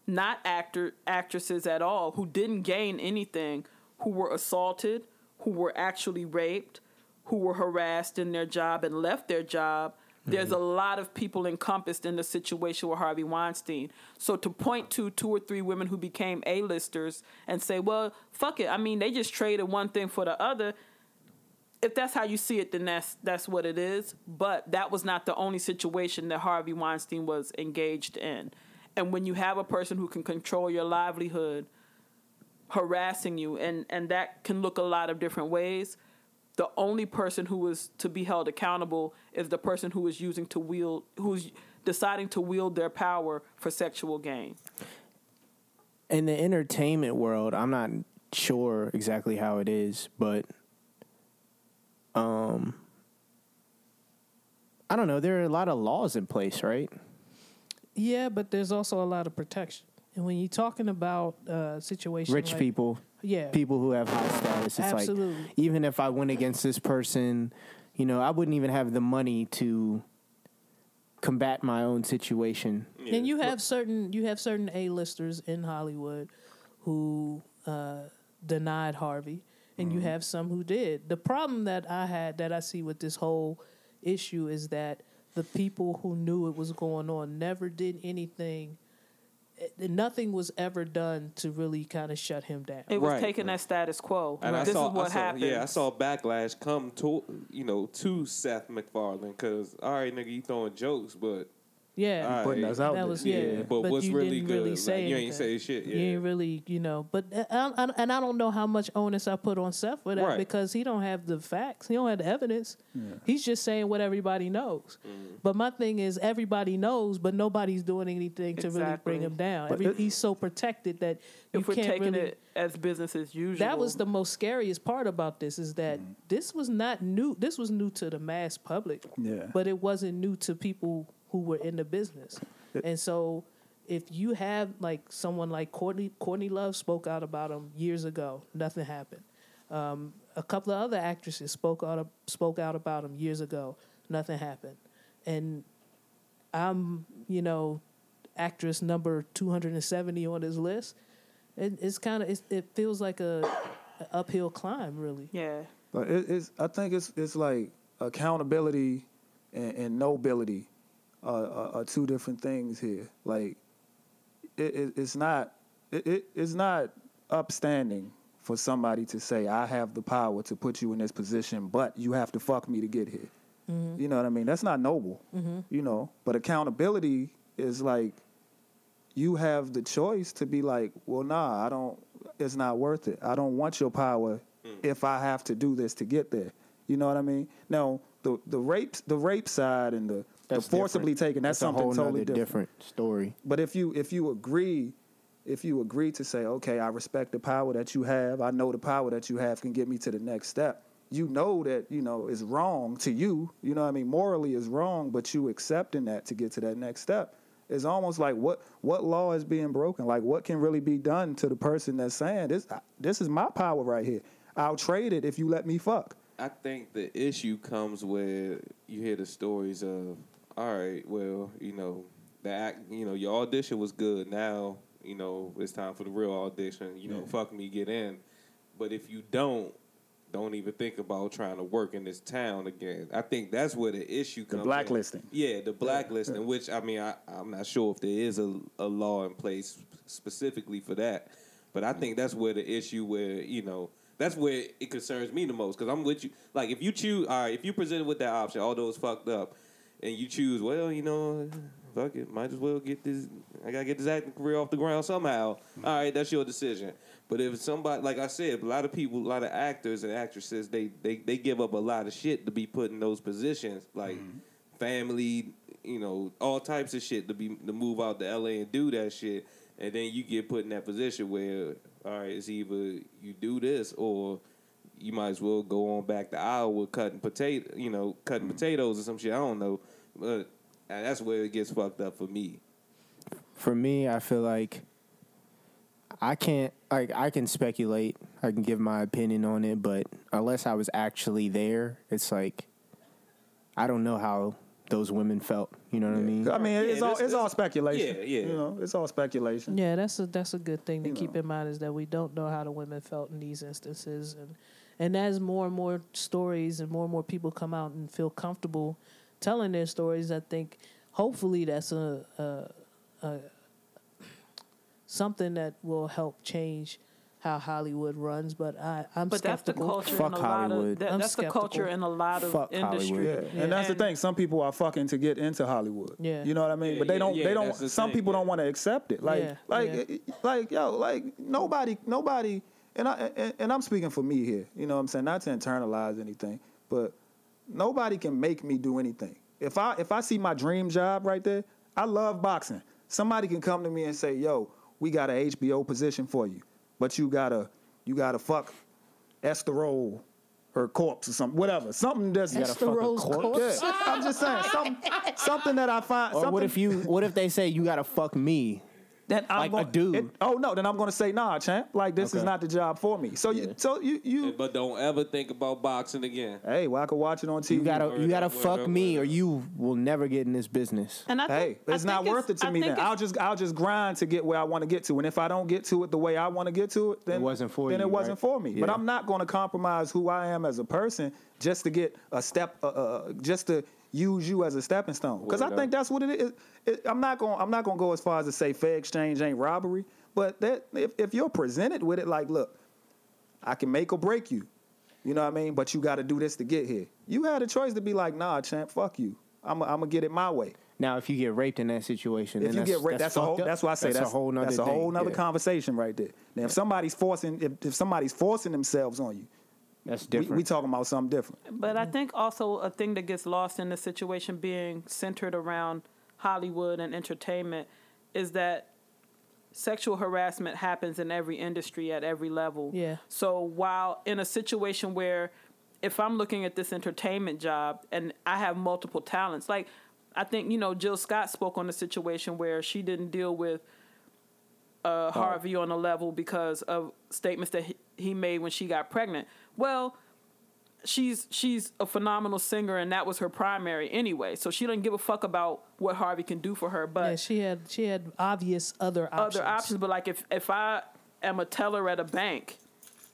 Speaker 1: not actor actresses at all, who didn't gain anything, who were assaulted, who were actually raped, who were harassed in their job and left their job. There's a lot of people encompassed in the situation with Harvey Weinstein. So to point to two or three women who became A-listers and say, well, fuck it. I mean, they just traded one thing for the other if that's how you see it, then that's that's what it is. But that was not the only situation that Harvey Weinstein was engaged in. And when you have a person who can control your livelihood, harassing you, and and that can look a lot of different ways, the only person who is to be held accountable is the person who is using to wield who's deciding to wield their power for sexual gain.
Speaker 5: in the entertainment world, I'm not sure exactly how it is, but um I don't know, there are a lot of laws in place, right?
Speaker 3: Yeah, but there's also a lot of protection. And when you're talking about uh, situations,
Speaker 5: Rich
Speaker 3: like-
Speaker 5: people,
Speaker 3: yeah,
Speaker 5: people who have high status. It's
Speaker 3: Absolutely.
Speaker 5: like even if I went against this person, you know, I wouldn't even have the money to combat my own situation.
Speaker 3: and you have certain you have certain A-listers in Hollywood who uh, denied Harvey, and
Speaker 5: Mm-hmm.
Speaker 3: you have some who did. The problem that I had that I see with this whole issue is that the people who knew it was going on never did anything. eh, Nothing was ever done to really kind of shut him down.
Speaker 1: It was
Speaker 4: Right.
Speaker 1: taking that status quo.
Speaker 4: And
Speaker 1: this
Speaker 4: I saw,
Speaker 1: is what
Speaker 4: I saw,
Speaker 1: happened.
Speaker 4: Yeah, I saw backlash come to you know to Seth MacFarlane because all right, nigga, you throwing jokes, but
Speaker 3: yeah,
Speaker 4: all
Speaker 2: Putting
Speaker 4: right,
Speaker 2: us out
Speaker 3: that
Speaker 2: there.
Speaker 3: was
Speaker 4: yeah,
Speaker 3: yeah.
Speaker 4: but, what's
Speaker 3: you
Speaker 4: really
Speaker 3: didn't
Speaker 4: good?
Speaker 3: really
Speaker 4: Like,
Speaker 3: say
Speaker 4: you ain't
Speaker 3: anything.
Speaker 4: say shit. Yeah,
Speaker 3: You ain't really, you know, but uh, I, I, and I don't know how much onus I put on Seth for that
Speaker 4: Right.
Speaker 3: because he don't have the facts, he don't have the evidence. He's just saying what everybody knows.
Speaker 4: Mm.
Speaker 3: But my thing is, everybody knows, but nobody's doing anything to really
Speaker 1: Exactly.
Speaker 3: bring him down.
Speaker 2: But
Speaker 3: Every,
Speaker 2: it-
Speaker 3: he's so protected that you
Speaker 1: if we're
Speaker 3: can't
Speaker 1: taking
Speaker 3: really.
Speaker 1: it as business as usual.
Speaker 3: That was the most scariest part about this is that this was not new. This was new to the mass public,
Speaker 2: Yeah.
Speaker 3: but it wasn't new to people who were in the business. And so, if you have like someone like Courtney, Courtney Love spoke out about him years ago. Nothing happened. Um, a couple of other actresses spoke out spoke out about him years ago. Nothing happened. And I'm, you know, actress number 270 on his list. It, it's kind of it feels like a, a uphill climb, really.
Speaker 1: yeah.
Speaker 2: But it, it's I think it's it's like accountability and, and nobility are, are, are two different things here. Like it, it, it's not it, it, it's not upstanding for somebody to say I have the power to put you in this position, but you have to fuck me to get here. You know what I mean? That's not noble. You know, but accountability is like you have the choice to be like, well, nah, I don't. It's not worth it. I don't want your power
Speaker 5: Mm.
Speaker 2: if I have to do this to get there. You know what I mean? Now, the the rape the rape side and the, the
Speaker 5: That's
Speaker 2: forcibly
Speaker 5: different.
Speaker 2: taken
Speaker 5: a
Speaker 2: that's, something
Speaker 5: whole
Speaker 2: totally
Speaker 5: nother
Speaker 2: different.
Speaker 5: different story.
Speaker 2: But if you if you agree, if you agree to say, okay, I respect the power that you have. I know the power that you have can get me to the next step. You know that you know is wrong to you. You know what I mean? Morally is wrong, but you accepting that to get to that next step. It's almost like what what law is being broken? Like what can really be done to the person that's saying this? I- This is my power right here. I'll trade it if you let me fuck.
Speaker 4: I think the issue comes where you hear the stories of, all right, well, you know, the act, you know, your audition was good. Now, you know, it's time for the real audition. You know, fuck me, get in. But if you don't, don't even think about trying to work in this town again. I think that's where the issue comes. in.
Speaker 2: blacklisting.
Speaker 4: Yeah, the blacklisting, which I mean, I, I'm not sure if there is a, a law in place specifically for that, but I think that's where the issue where you know that's where it concerns me the most because I'm with you. Like if you choose, all right, if you presented with that option, although it's fucked up, and you choose, well, you know, fuck it, might as well get this. I gotta get this acting career off the ground somehow. All right, that's your decision. But if somebody, like I said, a lot of people, a lot of actors and actresses, they they, they give up a lot of shit to be put in those positions, like family, you know, all types of shit to be to move out to LA and do that shit, and then you get put in that position where, all right, it's either you do this or you might as well go on back to Iowa cutting potato, you know, cutting potatoes or some shit. I don't know, but uh, that's where it gets fucked up for me.
Speaker 5: For me, I feel like I can't like I can speculate, I can give my opinion on it, but unless I was actually there, it's like I don't know how those women felt. You know what I mean?
Speaker 2: I mean,
Speaker 4: Yeah,
Speaker 2: it's all
Speaker 4: this-
Speaker 2: it's all
Speaker 4: this-
Speaker 2: speculation.
Speaker 4: yeah, yeah.
Speaker 2: You know, it's all speculation.
Speaker 3: Yeah, that's a that's a good thing to
Speaker 2: You
Speaker 3: keep
Speaker 2: know.
Speaker 3: in mind is that we don't know how the women felt in these instances, and and as more and more stories and more and more people come out and feel comfortable telling their stories, I think hopefully that's a, a, a something that will help change how Hollywood runs. But I I'm
Speaker 1: But that's the
Speaker 3: skeptical.
Speaker 1: culture
Speaker 5: Fuck
Speaker 1: in a lot of
Speaker 5: Hollywood.
Speaker 1: that,
Speaker 3: I'm
Speaker 1: that's the
Speaker 3: skeptical.
Speaker 1: culture in a lot of
Speaker 5: Fuck
Speaker 1: industry.
Speaker 5: Hollywood.
Speaker 2: Yeah. And that's
Speaker 1: And-
Speaker 2: the thing. Some people are fucking to get into Hollywood.
Speaker 3: Yeah.
Speaker 2: You know what I mean?
Speaker 4: Yeah,
Speaker 2: but they
Speaker 4: yeah,
Speaker 2: don't
Speaker 4: yeah,
Speaker 2: they don't
Speaker 4: that's the
Speaker 2: some
Speaker 4: thing,
Speaker 2: people
Speaker 4: yeah.
Speaker 2: don't want to accept it. Like
Speaker 3: Yeah,
Speaker 2: like
Speaker 3: yeah.
Speaker 2: eh, like yo, like nobody nobody and I and, and I'm speaking for me here. You know what I'm saying? Not to internalize anything, but nobody can make me do anything. If I if I see my dream job right there, I love boxing. Somebody can come to me and say, "Yo, we got a HBO position for you, but you gotta you gotta fuck Esther Roll." Her corpse or something, whatever, something that's
Speaker 3: You gotta Esther fuck her Roll's corpse? corpse?
Speaker 2: Yeah, I'm just saying, something, something that I find.
Speaker 5: Or
Speaker 2: something,
Speaker 5: what if you? What if they say you gotta fuck me?
Speaker 2: then I'm
Speaker 5: Like a
Speaker 2: gonna,
Speaker 5: dude.
Speaker 2: it- oh no, then I'm gonna say nah, champ. Like this is
Speaker 5: Okay.
Speaker 2: not the job for me. So you, so you, you.
Speaker 4: But don't ever think about boxing again.
Speaker 2: hey, well I could watch it on TV.
Speaker 5: You gotta. You
Speaker 4: Word
Speaker 5: gotta
Speaker 4: up, word
Speaker 5: fuck
Speaker 4: up,
Speaker 5: me,
Speaker 4: word
Speaker 5: or
Speaker 4: up.
Speaker 5: you will never get in this business.
Speaker 1: And I
Speaker 2: hey,
Speaker 1: think, I
Speaker 2: it's not
Speaker 1: think
Speaker 2: worth it to
Speaker 1: I
Speaker 2: me.
Speaker 1: think
Speaker 2: Then
Speaker 1: it's-
Speaker 2: I'll just, I'll just grind to get where I want to get to. And if I don't get to it the way I want to get to it, then
Speaker 5: wasn't for
Speaker 2: Then
Speaker 5: you,
Speaker 2: it wasn't
Speaker 5: right?
Speaker 2: for me. But
Speaker 5: Yeah.
Speaker 2: I'm not gonna compromise who I am as a person just to get a step, uh, uh, just to use you as a stepping stone. Because I
Speaker 4: Word
Speaker 2: think that's what it is. It, I'm not going. I'm not going to go as far as to say fair exchange ain't robbery. But that if, if you're presented with it, like, look, I can make or break you. You know what I mean? But you got to do this to get here. You had a choice to be like, nah, champ, fuck you. I'm I'm gonna get it my way.
Speaker 5: Now, if you get raped in that situation,
Speaker 2: If
Speaker 5: then
Speaker 2: you
Speaker 5: that's,
Speaker 2: get raped, that's, a
Speaker 5: fucked
Speaker 2: whole.
Speaker 5: up.
Speaker 2: That's why I say that's,
Speaker 5: a whole nother.
Speaker 2: That's a whole
Speaker 5: thing.
Speaker 2: nother
Speaker 5: Yeah.
Speaker 2: conversation right there. Now, if somebody's forcing, if, if somebody's forcing themselves on you,
Speaker 5: That's
Speaker 2: we,
Speaker 5: different.
Speaker 2: we talking about something different.
Speaker 1: But I think also a thing that gets lost in the situation being centered around Hollywood and entertainment is that sexual harassment happens in every industry at every level.
Speaker 3: Yeah.
Speaker 1: So while in a situation where if I'm looking at this entertainment job and I have multiple talents, like I think, you know, Jill Scott spoke on the situation where she didn't deal with uh, Harvey on a level because of statements that he, he made when she got pregnant. Well, she's she's a phenomenal singer and that was her primary anyway. So she doesn't give a fuck about what Harvey can do for her, but
Speaker 3: Yeah, she had she had obvious other options.
Speaker 1: other options. But like if if I am a teller at a bank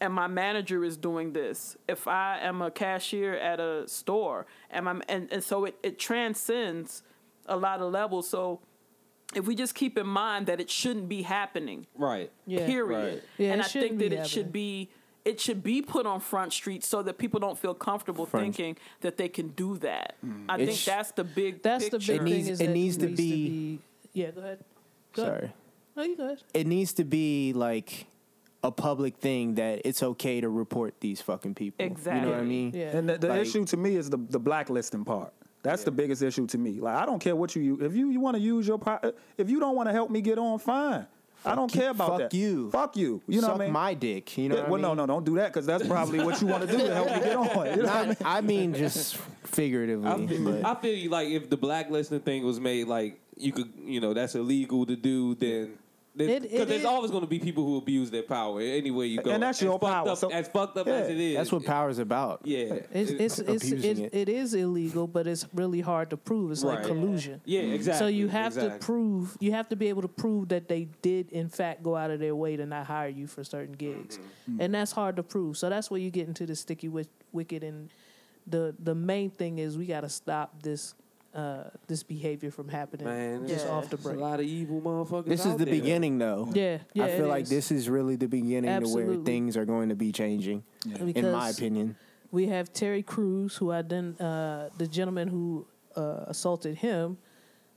Speaker 1: and my manager is doing this, if I am a cashier at a store, and I'm and, and so it, it transcends a lot of levels. So if we just keep in mind that it shouldn't be happening,
Speaker 4: Right.
Speaker 3: Yeah.
Speaker 1: period.
Speaker 4: Right.
Speaker 3: Yeah,
Speaker 1: and
Speaker 3: it
Speaker 1: I think
Speaker 3: shouldn't
Speaker 1: that
Speaker 3: be
Speaker 1: it should
Speaker 3: happening.
Speaker 1: be it should be put on front street so that people don't feel comfortable
Speaker 5: Front-
Speaker 1: thinking that they can do that.
Speaker 2: Mm.
Speaker 1: I think
Speaker 5: It's-
Speaker 1: that's the big
Speaker 3: That's the
Speaker 1: picture.
Speaker 3: big
Speaker 5: It needs-
Speaker 3: thing. Is
Speaker 5: it
Speaker 3: that
Speaker 5: needs to be-
Speaker 3: Yeah, go ahead. Go ahead.
Speaker 5: Sorry.
Speaker 3: No, you go ahead.
Speaker 5: It needs to be like a public thing that it's okay to report these fucking people. You know what I
Speaker 1: Exactly.
Speaker 5: mean?
Speaker 3: Yeah.
Speaker 2: And the, the
Speaker 5: Like-
Speaker 2: issue to me is the the blacklisting part. That's the biggest issue to me. Like I don't care what you use. If you, you want to use your pro- if you don't want to help me get on, fine. I don't
Speaker 5: you-
Speaker 2: care about
Speaker 5: fuck
Speaker 2: that.
Speaker 5: you.
Speaker 2: Fuck you. You know
Speaker 5: Suck
Speaker 2: what I mean?
Speaker 5: my dick. You know.
Speaker 2: Yeah,
Speaker 5: what I
Speaker 2: well,
Speaker 5: mean?
Speaker 2: no, no, don't do that because that's probably what you want to do to help me get on. You know what I mean?
Speaker 5: Not, I mean just
Speaker 4: I
Speaker 5: figuratively.
Speaker 4: feel, I
Speaker 5: but
Speaker 4: feel you like if the blacklisting thing was made like you could you know that's illegal to do then
Speaker 3: It-
Speaker 4: because
Speaker 3: it
Speaker 4: there's
Speaker 3: is-
Speaker 4: always going to be people who abuse their power anywhere you go
Speaker 2: And that's your
Speaker 4: as fucked
Speaker 2: power,
Speaker 4: up,
Speaker 2: so-
Speaker 4: as fucked up
Speaker 2: yeah.
Speaker 4: as it is
Speaker 5: that's what power's about.
Speaker 4: yeah
Speaker 3: It's it's it's,
Speaker 5: abusing
Speaker 3: it,
Speaker 5: it.
Speaker 3: it is illegal, but it's really hard to prove. It's
Speaker 4: Right.
Speaker 3: like collusion.
Speaker 4: yeah exactly
Speaker 3: So you have to
Speaker 4: exactly.
Speaker 3: prove you have to be able to prove that they did in fact go out of their way to not hire you for certain gigs,
Speaker 5: Mm-hmm.
Speaker 3: and that's hard to prove. So that's where you get into the sticky wic- wicket. And the the main thing is we got to stop this uh, this behavior from happening just
Speaker 4: man there's-
Speaker 3: off the
Speaker 4: there's
Speaker 3: break.
Speaker 4: a lot of evil motherfuckers
Speaker 5: This is
Speaker 4: out
Speaker 5: the
Speaker 4: there.
Speaker 5: beginning, though.
Speaker 3: Yeah, yeah,
Speaker 5: I feel
Speaker 3: it
Speaker 5: like
Speaker 3: is.
Speaker 5: this is really the beginning to where
Speaker 3: Absolutely.
Speaker 5: things are going to be changing, in my
Speaker 3: Because-
Speaker 5: opinion.
Speaker 3: we have Terry Crews, who ident- uh, the gentleman who uh, assaulted him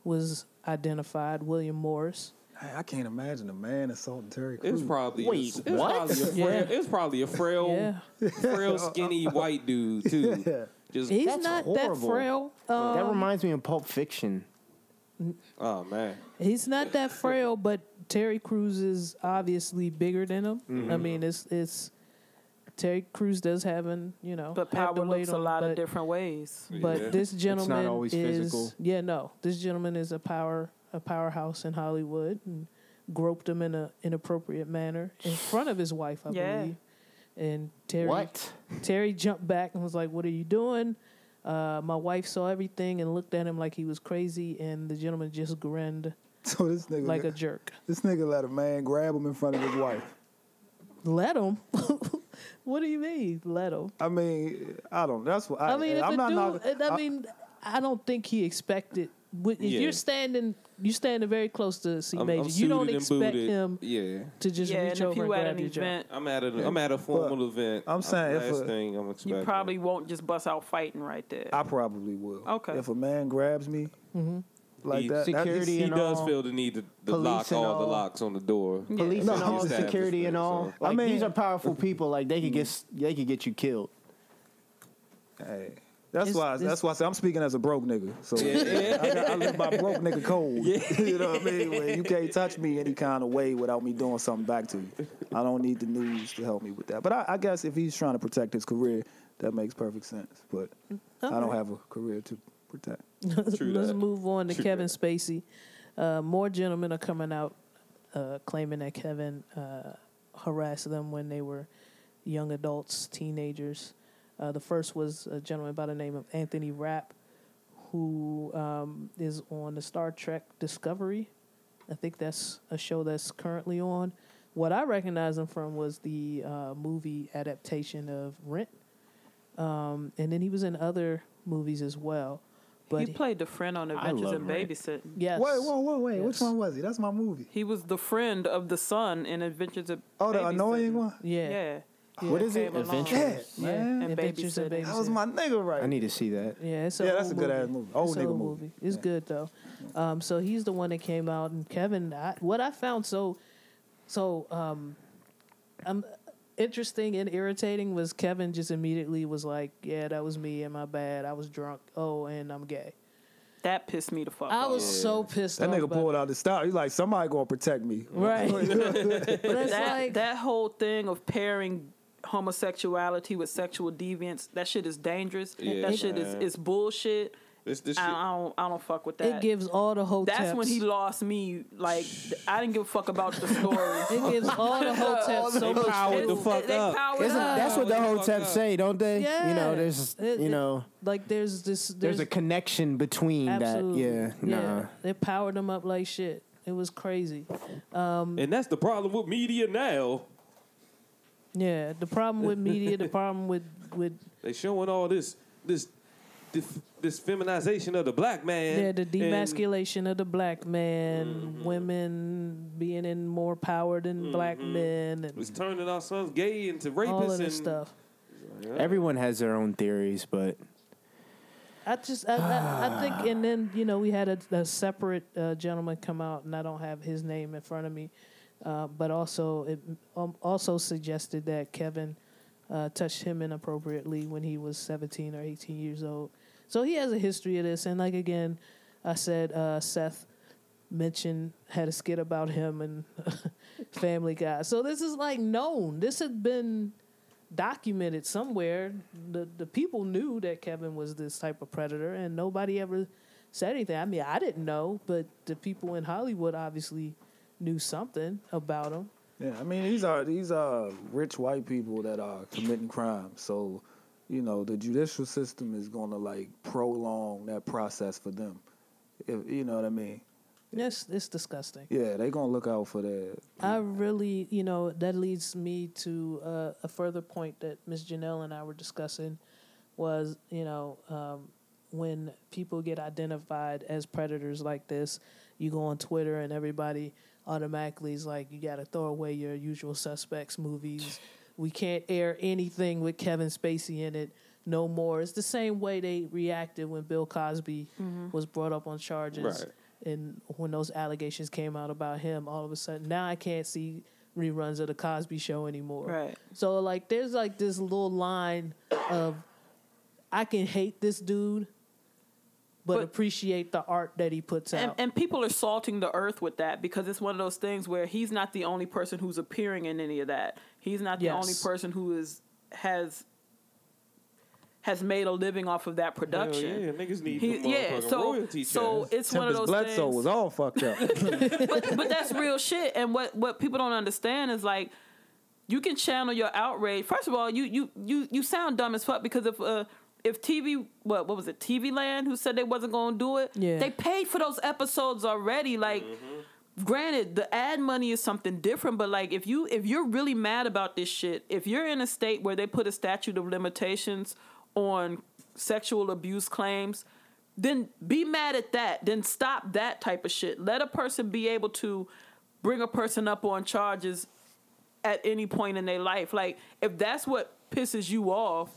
Speaker 3: was identified. William Morris.
Speaker 2: I can't imagine a man assaulting Terry
Speaker 4: it was
Speaker 2: Crews.
Speaker 4: probably
Speaker 5: Wait,
Speaker 4: it was
Speaker 5: what?
Speaker 4: probably a frail,
Speaker 3: Yeah.
Speaker 4: it was probably a
Speaker 5: Oh,
Speaker 4: frail frail skinny white dude too just
Speaker 3: He's
Speaker 5: That's
Speaker 3: not
Speaker 5: horrible. Uh,
Speaker 3: that frail. Um,
Speaker 5: that reminds me of Pulp Fiction.
Speaker 4: oh man
Speaker 3: he's not that frail, but Terry Crews is obviously bigger than him.
Speaker 5: Mm-hmm.
Speaker 3: I mean, it's it's Terry Crews does have an you know,
Speaker 1: but
Speaker 3: have to
Speaker 1: power
Speaker 3: wait
Speaker 1: looks a
Speaker 3: on,
Speaker 1: lot
Speaker 3: but-
Speaker 1: of different ways.
Speaker 3: But
Speaker 4: Yeah.
Speaker 3: this gentleman
Speaker 5: always
Speaker 3: is
Speaker 5: physical.
Speaker 3: yeah no this gentleman is a power a powerhouse in Hollywood and groped him in a inappropriate manner in front of his wife I
Speaker 1: Yeah.
Speaker 3: believe and Terry
Speaker 5: What?
Speaker 3: Terry jumped back and was like what are you doing uh, my wife saw everything and looked at him like he was crazy and the gentleman just grinned
Speaker 2: So this nigga,
Speaker 3: like a jerk
Speaker 2: this nigga let a man grab him in front of his wife.
Speaker 3: let him what do you mean let him
Speaker 2: I mean, I don't. That's what I,
Speaker 3: I mean, if
Speaker 2: I'm
Speaker 3: a
Speaker 2: not.
Speaker 3: dude,
Speaker 2: knocking-
Speaker 3: I mean, I don't think he expected. If
Speaker 4: Yeah.
Speaker 3: you're standing, you're standing very close to C
Speaker 4: I'm,
Speaker 3: Major.
Speaker 4: I'm
Speaker 3: you don't
Speaker 4: suited and
Speaker 3: expect
Speaker 4: booted.
Speaker 3: him
Speaker 4: yeah
Speaker 3: to just
Speaker 1: Yeah, and
Speaker 3: reach
Speaker 1: if
Speaker 3: over
Speaker 1: you
Speaker 3: and
Speaker 1: at
Speaker 3: grab
Speaker 1: an
Speaker 3: your job.
Speaker 1: event,
Speaker 4: I'm at a I'm at a formal event
Speaker 2: I'm saying if
Speaker 4: last
Speaker 2: a-
Speaker 4: thing I'm expecting
Speaker 1: you
Speaker 2: Ah,
Speaker 1: probably won't just bust out fighting right there.
Speaker 2: I probably will.
Speaker 1: Okay.
Speaker 2: If a man grabs me like
Speaker 4: He-
Speaker 2: that. That-
Speaker 5: Security
Speaker 4: He
Speaker 5: and
Speaker 4: does
Speaker 5: all,
Speaker 4: feel the need to, to
Speaker 5: police
Speaker 4: lock
Speaker 5: and
Speaker 4: all the
Speaker 5: all.
Speaker 4: locks on the door.
Speaker 5: police
Speaker 2: No,
Speaker 5: and all,
Speaker 4: establishment,
Speaker 5: security and all.
Speaker 4: so-
Speaker 5: Like
Speaker 2: I mean-
Speaker 5: these are powerful people. Like they could
Speaker 3: Mm-hmm.
Speaker 5: get s- they could get you killed.
Speaker 2: Hey, that's
Speaker 3: It's-
Speaker 2: why.
Speaker 3: it's-
Speaker 2: That's why I say I'm speaking as a broke nigga. So
Speaker 4: Yeah.
Speaker 2: I, got- I live by broke nigga code. you know what I mean? Where you can't touch me any kind of way without me doing something back to you. I don't need the news to help me with that. But I, I guess if he's trying to protect his career, that makes perfect sense. But I don't have a career to protect.
Speaker 4: True
Speaker 3: Let's
Speaker 4: that.
Speaker 3: move on to
Speaker 4: True
Speaker 3: Kevin
Speaker 4: that.
Speaker 3: Spacey. Uh, more gentlemen are coming out uh, claiming that Kevin uh, harassed them when they were young adults, teenagers. Uh, the first was a gentleman by the name of Anthony Rapp, who um, is on the Star Trek Discovery. I think that's a show that's currently on. What I recognize him from was the uh, movie adaptation of Rent, um, and then he was in other movies as well. But
Speaker 1: he played the friend on Adventures
Speaker 5: love
Speaker 1: in
Speaker 5: Ray.
Speaker 1: Babysitting.
Speaker 3: Yes.
Speaker 2: Wait, whoa, whoa, wait.
Speaker 3: Yes.
Speaker 2: Which one was he? That's my movie.
Speaker 1: He was the friend of the son in Adventures of
Speaker 2: Oh, the
Speaker 1: Babysitting.
Speaker 2: annoying one.
Speaker 3: Yeah.
Speaker 1: Yeah.
Speaker 2: What is it?
Speaker 1: Came along.
Speaker 5: Adventures?
Speaker 2: Yeah, man.
Speaker 1: And
Speaker 3: Adventures in
Speaker 1: babysitting.
Speaker 2: That was my nigga right
Speaker 5: I need to see that.
Speaker 3: Yeah, it's
Speaker 2: Yeah,
Speaker 3: old
Speaker 2: that's a good-ass movie. Old
Speaker 3: It's a
Speaker 2: nigga
Speaker 3: old
Speaker 2: movie.
Speaker 3: It's
Speaker 2: Yeah.
Speaker 3: good though. Um, so he's the one that came out, and Kevin. I, what I found so, so um, um, interesting and irritating was Kevin just immediately was like, "Yeah, that was me and my bad. I was drunk. Oh, and I'm gay.
Speaker 1: That pissed me the fuck
Speaker 3: I
Speaker 1: off.
Speaker 3: was so pissed.
Speaker 2: That
Speaker 3: off
Speaker 2: nigga
Speaker 3: by
Speaker 2: pulled out the style. He's like, somebody gonna protect me.
Speaker 3: Right. but it's
Speaker 1: that
Speaker 3: like
Speaker 1: that whole thing of pairing homosexuality with sexual deviance, that shit is dangerous.
Speaker 4: Yeah,
Speaker 1: that shit is
Speaker 4: man.
Speaker 1: is bullshit.
Speaker 4: This, this
Speaker 1: I,
Speaker 4: shit-
Speaker 1: I don't I don't fuck with that.
Speaker 3: it gives all the hoteps.
Speaker 1: That's when he lost me. Like I didn't give a fuck about the story.
Speaker 3: It gives all the hoteps so
Speaker 4: They powered the
Speaker 1: It's-
Speaker 4: fuck
Speaker 1: they
Speaker 4: up.
Speaker 1: powered
Speaker 5: Isn't-
Speaker 1: up.
Speaker 3: Oh,
Speaker 5: that's what the
Speaker 4: Fuck
Speaker 5: whole
Speaker 4: up.
Speaker 5: say, don't they?
Speaker 3: Yeah.
Speaker 5: You know, there's
Speaker 3: It-
Speaker 5: you
Speaker 3: it-
Speaker 5: know
Speaker 3: like there's this
Speaker 5: there's a connection between
Speaker 3: Absolutely.
Speaker 5: that. Yeah, nah.
Speaker 3: They powered them up like shit. It was crazy.
Speaker 4: and that's the problem with media now.
Speaker 3: Yeah. The problem with media, the problem with with
Speaker 4: They showing all this this this, this feminization of the black man.
Speaker 3: yeah, the
Speaker 4: and- Mm-hmm.
Speaker 3: demasculation of the black man, women being in more power than black men and
Speaker 4: Mm-hmm. was turning our sons gay into rapists
Speaker 3: all of
Speaker 4: and
Speaker 3: this stuff.
Speaker 5: Everyone has their own theories, but
Speaker 3: I just, I, I, I think, and then you know, we had a, a separate uh, gentleman come out, and I don't have his name in front of me, uh, but also it um, also suggested that Kevin uh, touched him inappropriately when he was seventeen or eighteen years old. So he has a history of this, and like again, I said uh, Seth mentioned had a skit about him and Family Guy. So this is like known. This had been documented somewhere. The the people knew that Kevin was this type of predator, and nobody ever said anything. I mean, I didn't know, but the people in Hollywood obviously knew something about him.
Speaker 2: Yeah, I mean these are these are rich white people that are committing crimes. So, you know, the judicial system is gonna like prolong that process for them. If you know what I mean?
Speaker 3: It's it's disgusting.
Speaker 2: Yeah, they gonna look out for that.
Speaker 3: I really, you know, that leads me to uh, a further point that Ms. Janelle and I were discussing was, you know, um, when people get identified as predators like this, you go on Twitter and everybody automatically is like, you got to throw away your usual suspects movies. We can't air anything with Kevin Spacey in it no more. It's the same way they reacted when Bill Cosby was brought up on charges
Speaker 4: Right.
Speaker 3: and when those allegations came out about him, all of a sudden now I can't see reruns of the Cosby Show anymore.
Speaker 1: Right.
Speaker 3: So like, there's like this little line of I can hate this dude, but,
Speaker 1: But-
Speaker 3: appreciate the art that he puts
Speaker 1: And,
Speaker 3: out.
Speaker 1: and people are salting the earth with that because it's one of those things where he's not the only person who's appearing in any of that. He's not the
Speaker 3: Yes.
Speaker 1: only person who is has has made a living off of that
Speaker 4: Hell
Speaker 1: production.
Speaker 4: yeah, niggas need
Speaker 1: He-
Speaker 4: the
Speaker 1: yeah,
Speaker 4: motherfucking
Speaker 1: so
Speaker 4: royalty
Speaker 1: so
Speaker 4: checks.
Speaker 1: it's one of
Speaker 2: Tempest
Speaker 1: those
Speaker 2: Bledsoe
Speaker 1: things.
Speaker 2: was all fucked up.
Speaker 1: but, but that's real shit. And what what people don't understand is like you can channel your outrage. First of all, you you you you sound dumb as fuck because if uh if TV what what was it TV Land who said they wasn't gonna do it,
Speaker 3: Yeah.
Speaker 1: they paid for those episodes already. Like.
Speaker 4: Mm-hmm.
Speaker 1: Granted, the ad money is something different, but like if you if you're really mad about this shit, if you're in a state where they put a statute of limitations on sexual abuse claims, then be mad at that. Then stop that type of shit. Let a person be able to bring a person up on charges at any point in their life. Like if that's what pisses you off,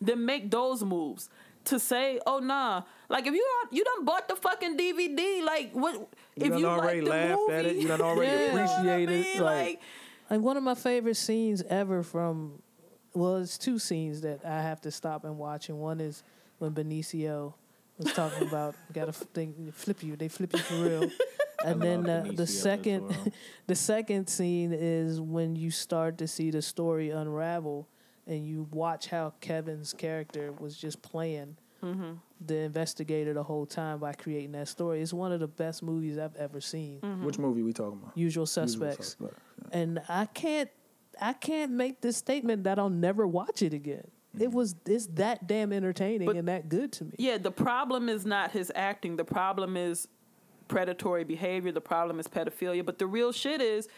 Speaker 1: then make those moves. to say, "Oh nah." Like if you are, you done bought the fucking DVD, like what if
Speaker 2: done
Speaker 1: you
Speaker 2: already
Speaker 1: like the
Speaker 2: laughed
Speaker 1: movie,
Speaker 2: at it. You done already
Speaker 1: you know what I
Speaker 2: appreciated it,
Speaker 1: mean?
Speaker 2: like-
Speaker 1: like
Speaker 3: Like one of my favorite scenes ever from, well, it's two scenes that I have to stop and watch, and one is when Benicio was talking about gotta f- they flip you, they flip you for real, and then uh,
Speaker 5: love
Speaker 3: the,
Speaker 5: Benicio del
Speaker 3: the
Speaker 5: Toro.
Speaker 3: second, the second scene is when you start to see the story unravel, and you watch how Kevin's character was just playing.
Speaker 5: Mm-hmm.
Speaker 3: The investigator the whole time by creating that story. It's one of the best movies I've ever seen.
Speaker 5: Mm.
Speaker 2: Which movie we talking about?
Speaker 3: Usual
Speaker 2: Usual
Speaker 3: Suspects and I can't I can't make this statement that I'll never watch it again.
Speaker 4: Mm-hmm.
Speaker 3: It was it's that damn entertaining
Speaker 1: But-
Speaker 3: and that good to me.
Speaker 1: Yeah, the problem is not his acting. The problem is predatory behavior. The problem is pedophilia. But the real shit is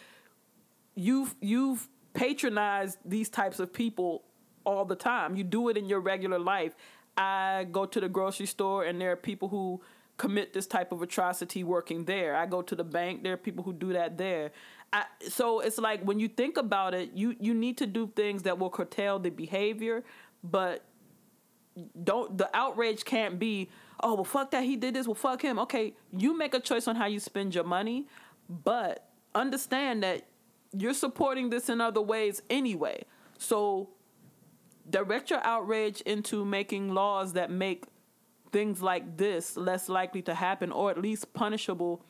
Speaker 1: you've you've patronized these types of people all the time. You do it in your regular life. I go to the grocery store and there are people who commit this type of atrocity working there. I go to the bank, there are people who do that there. I, so it's like when you think about it, you you need to do things that will curtail the behavior, but don't the outrage can't be oh well fuck that he did this well fuck him okay you make a choice on how you spend your money but understand that you're supporting this in other ways anyway so direct your outrage into making laws that make things like this less likely to happen or at least punishable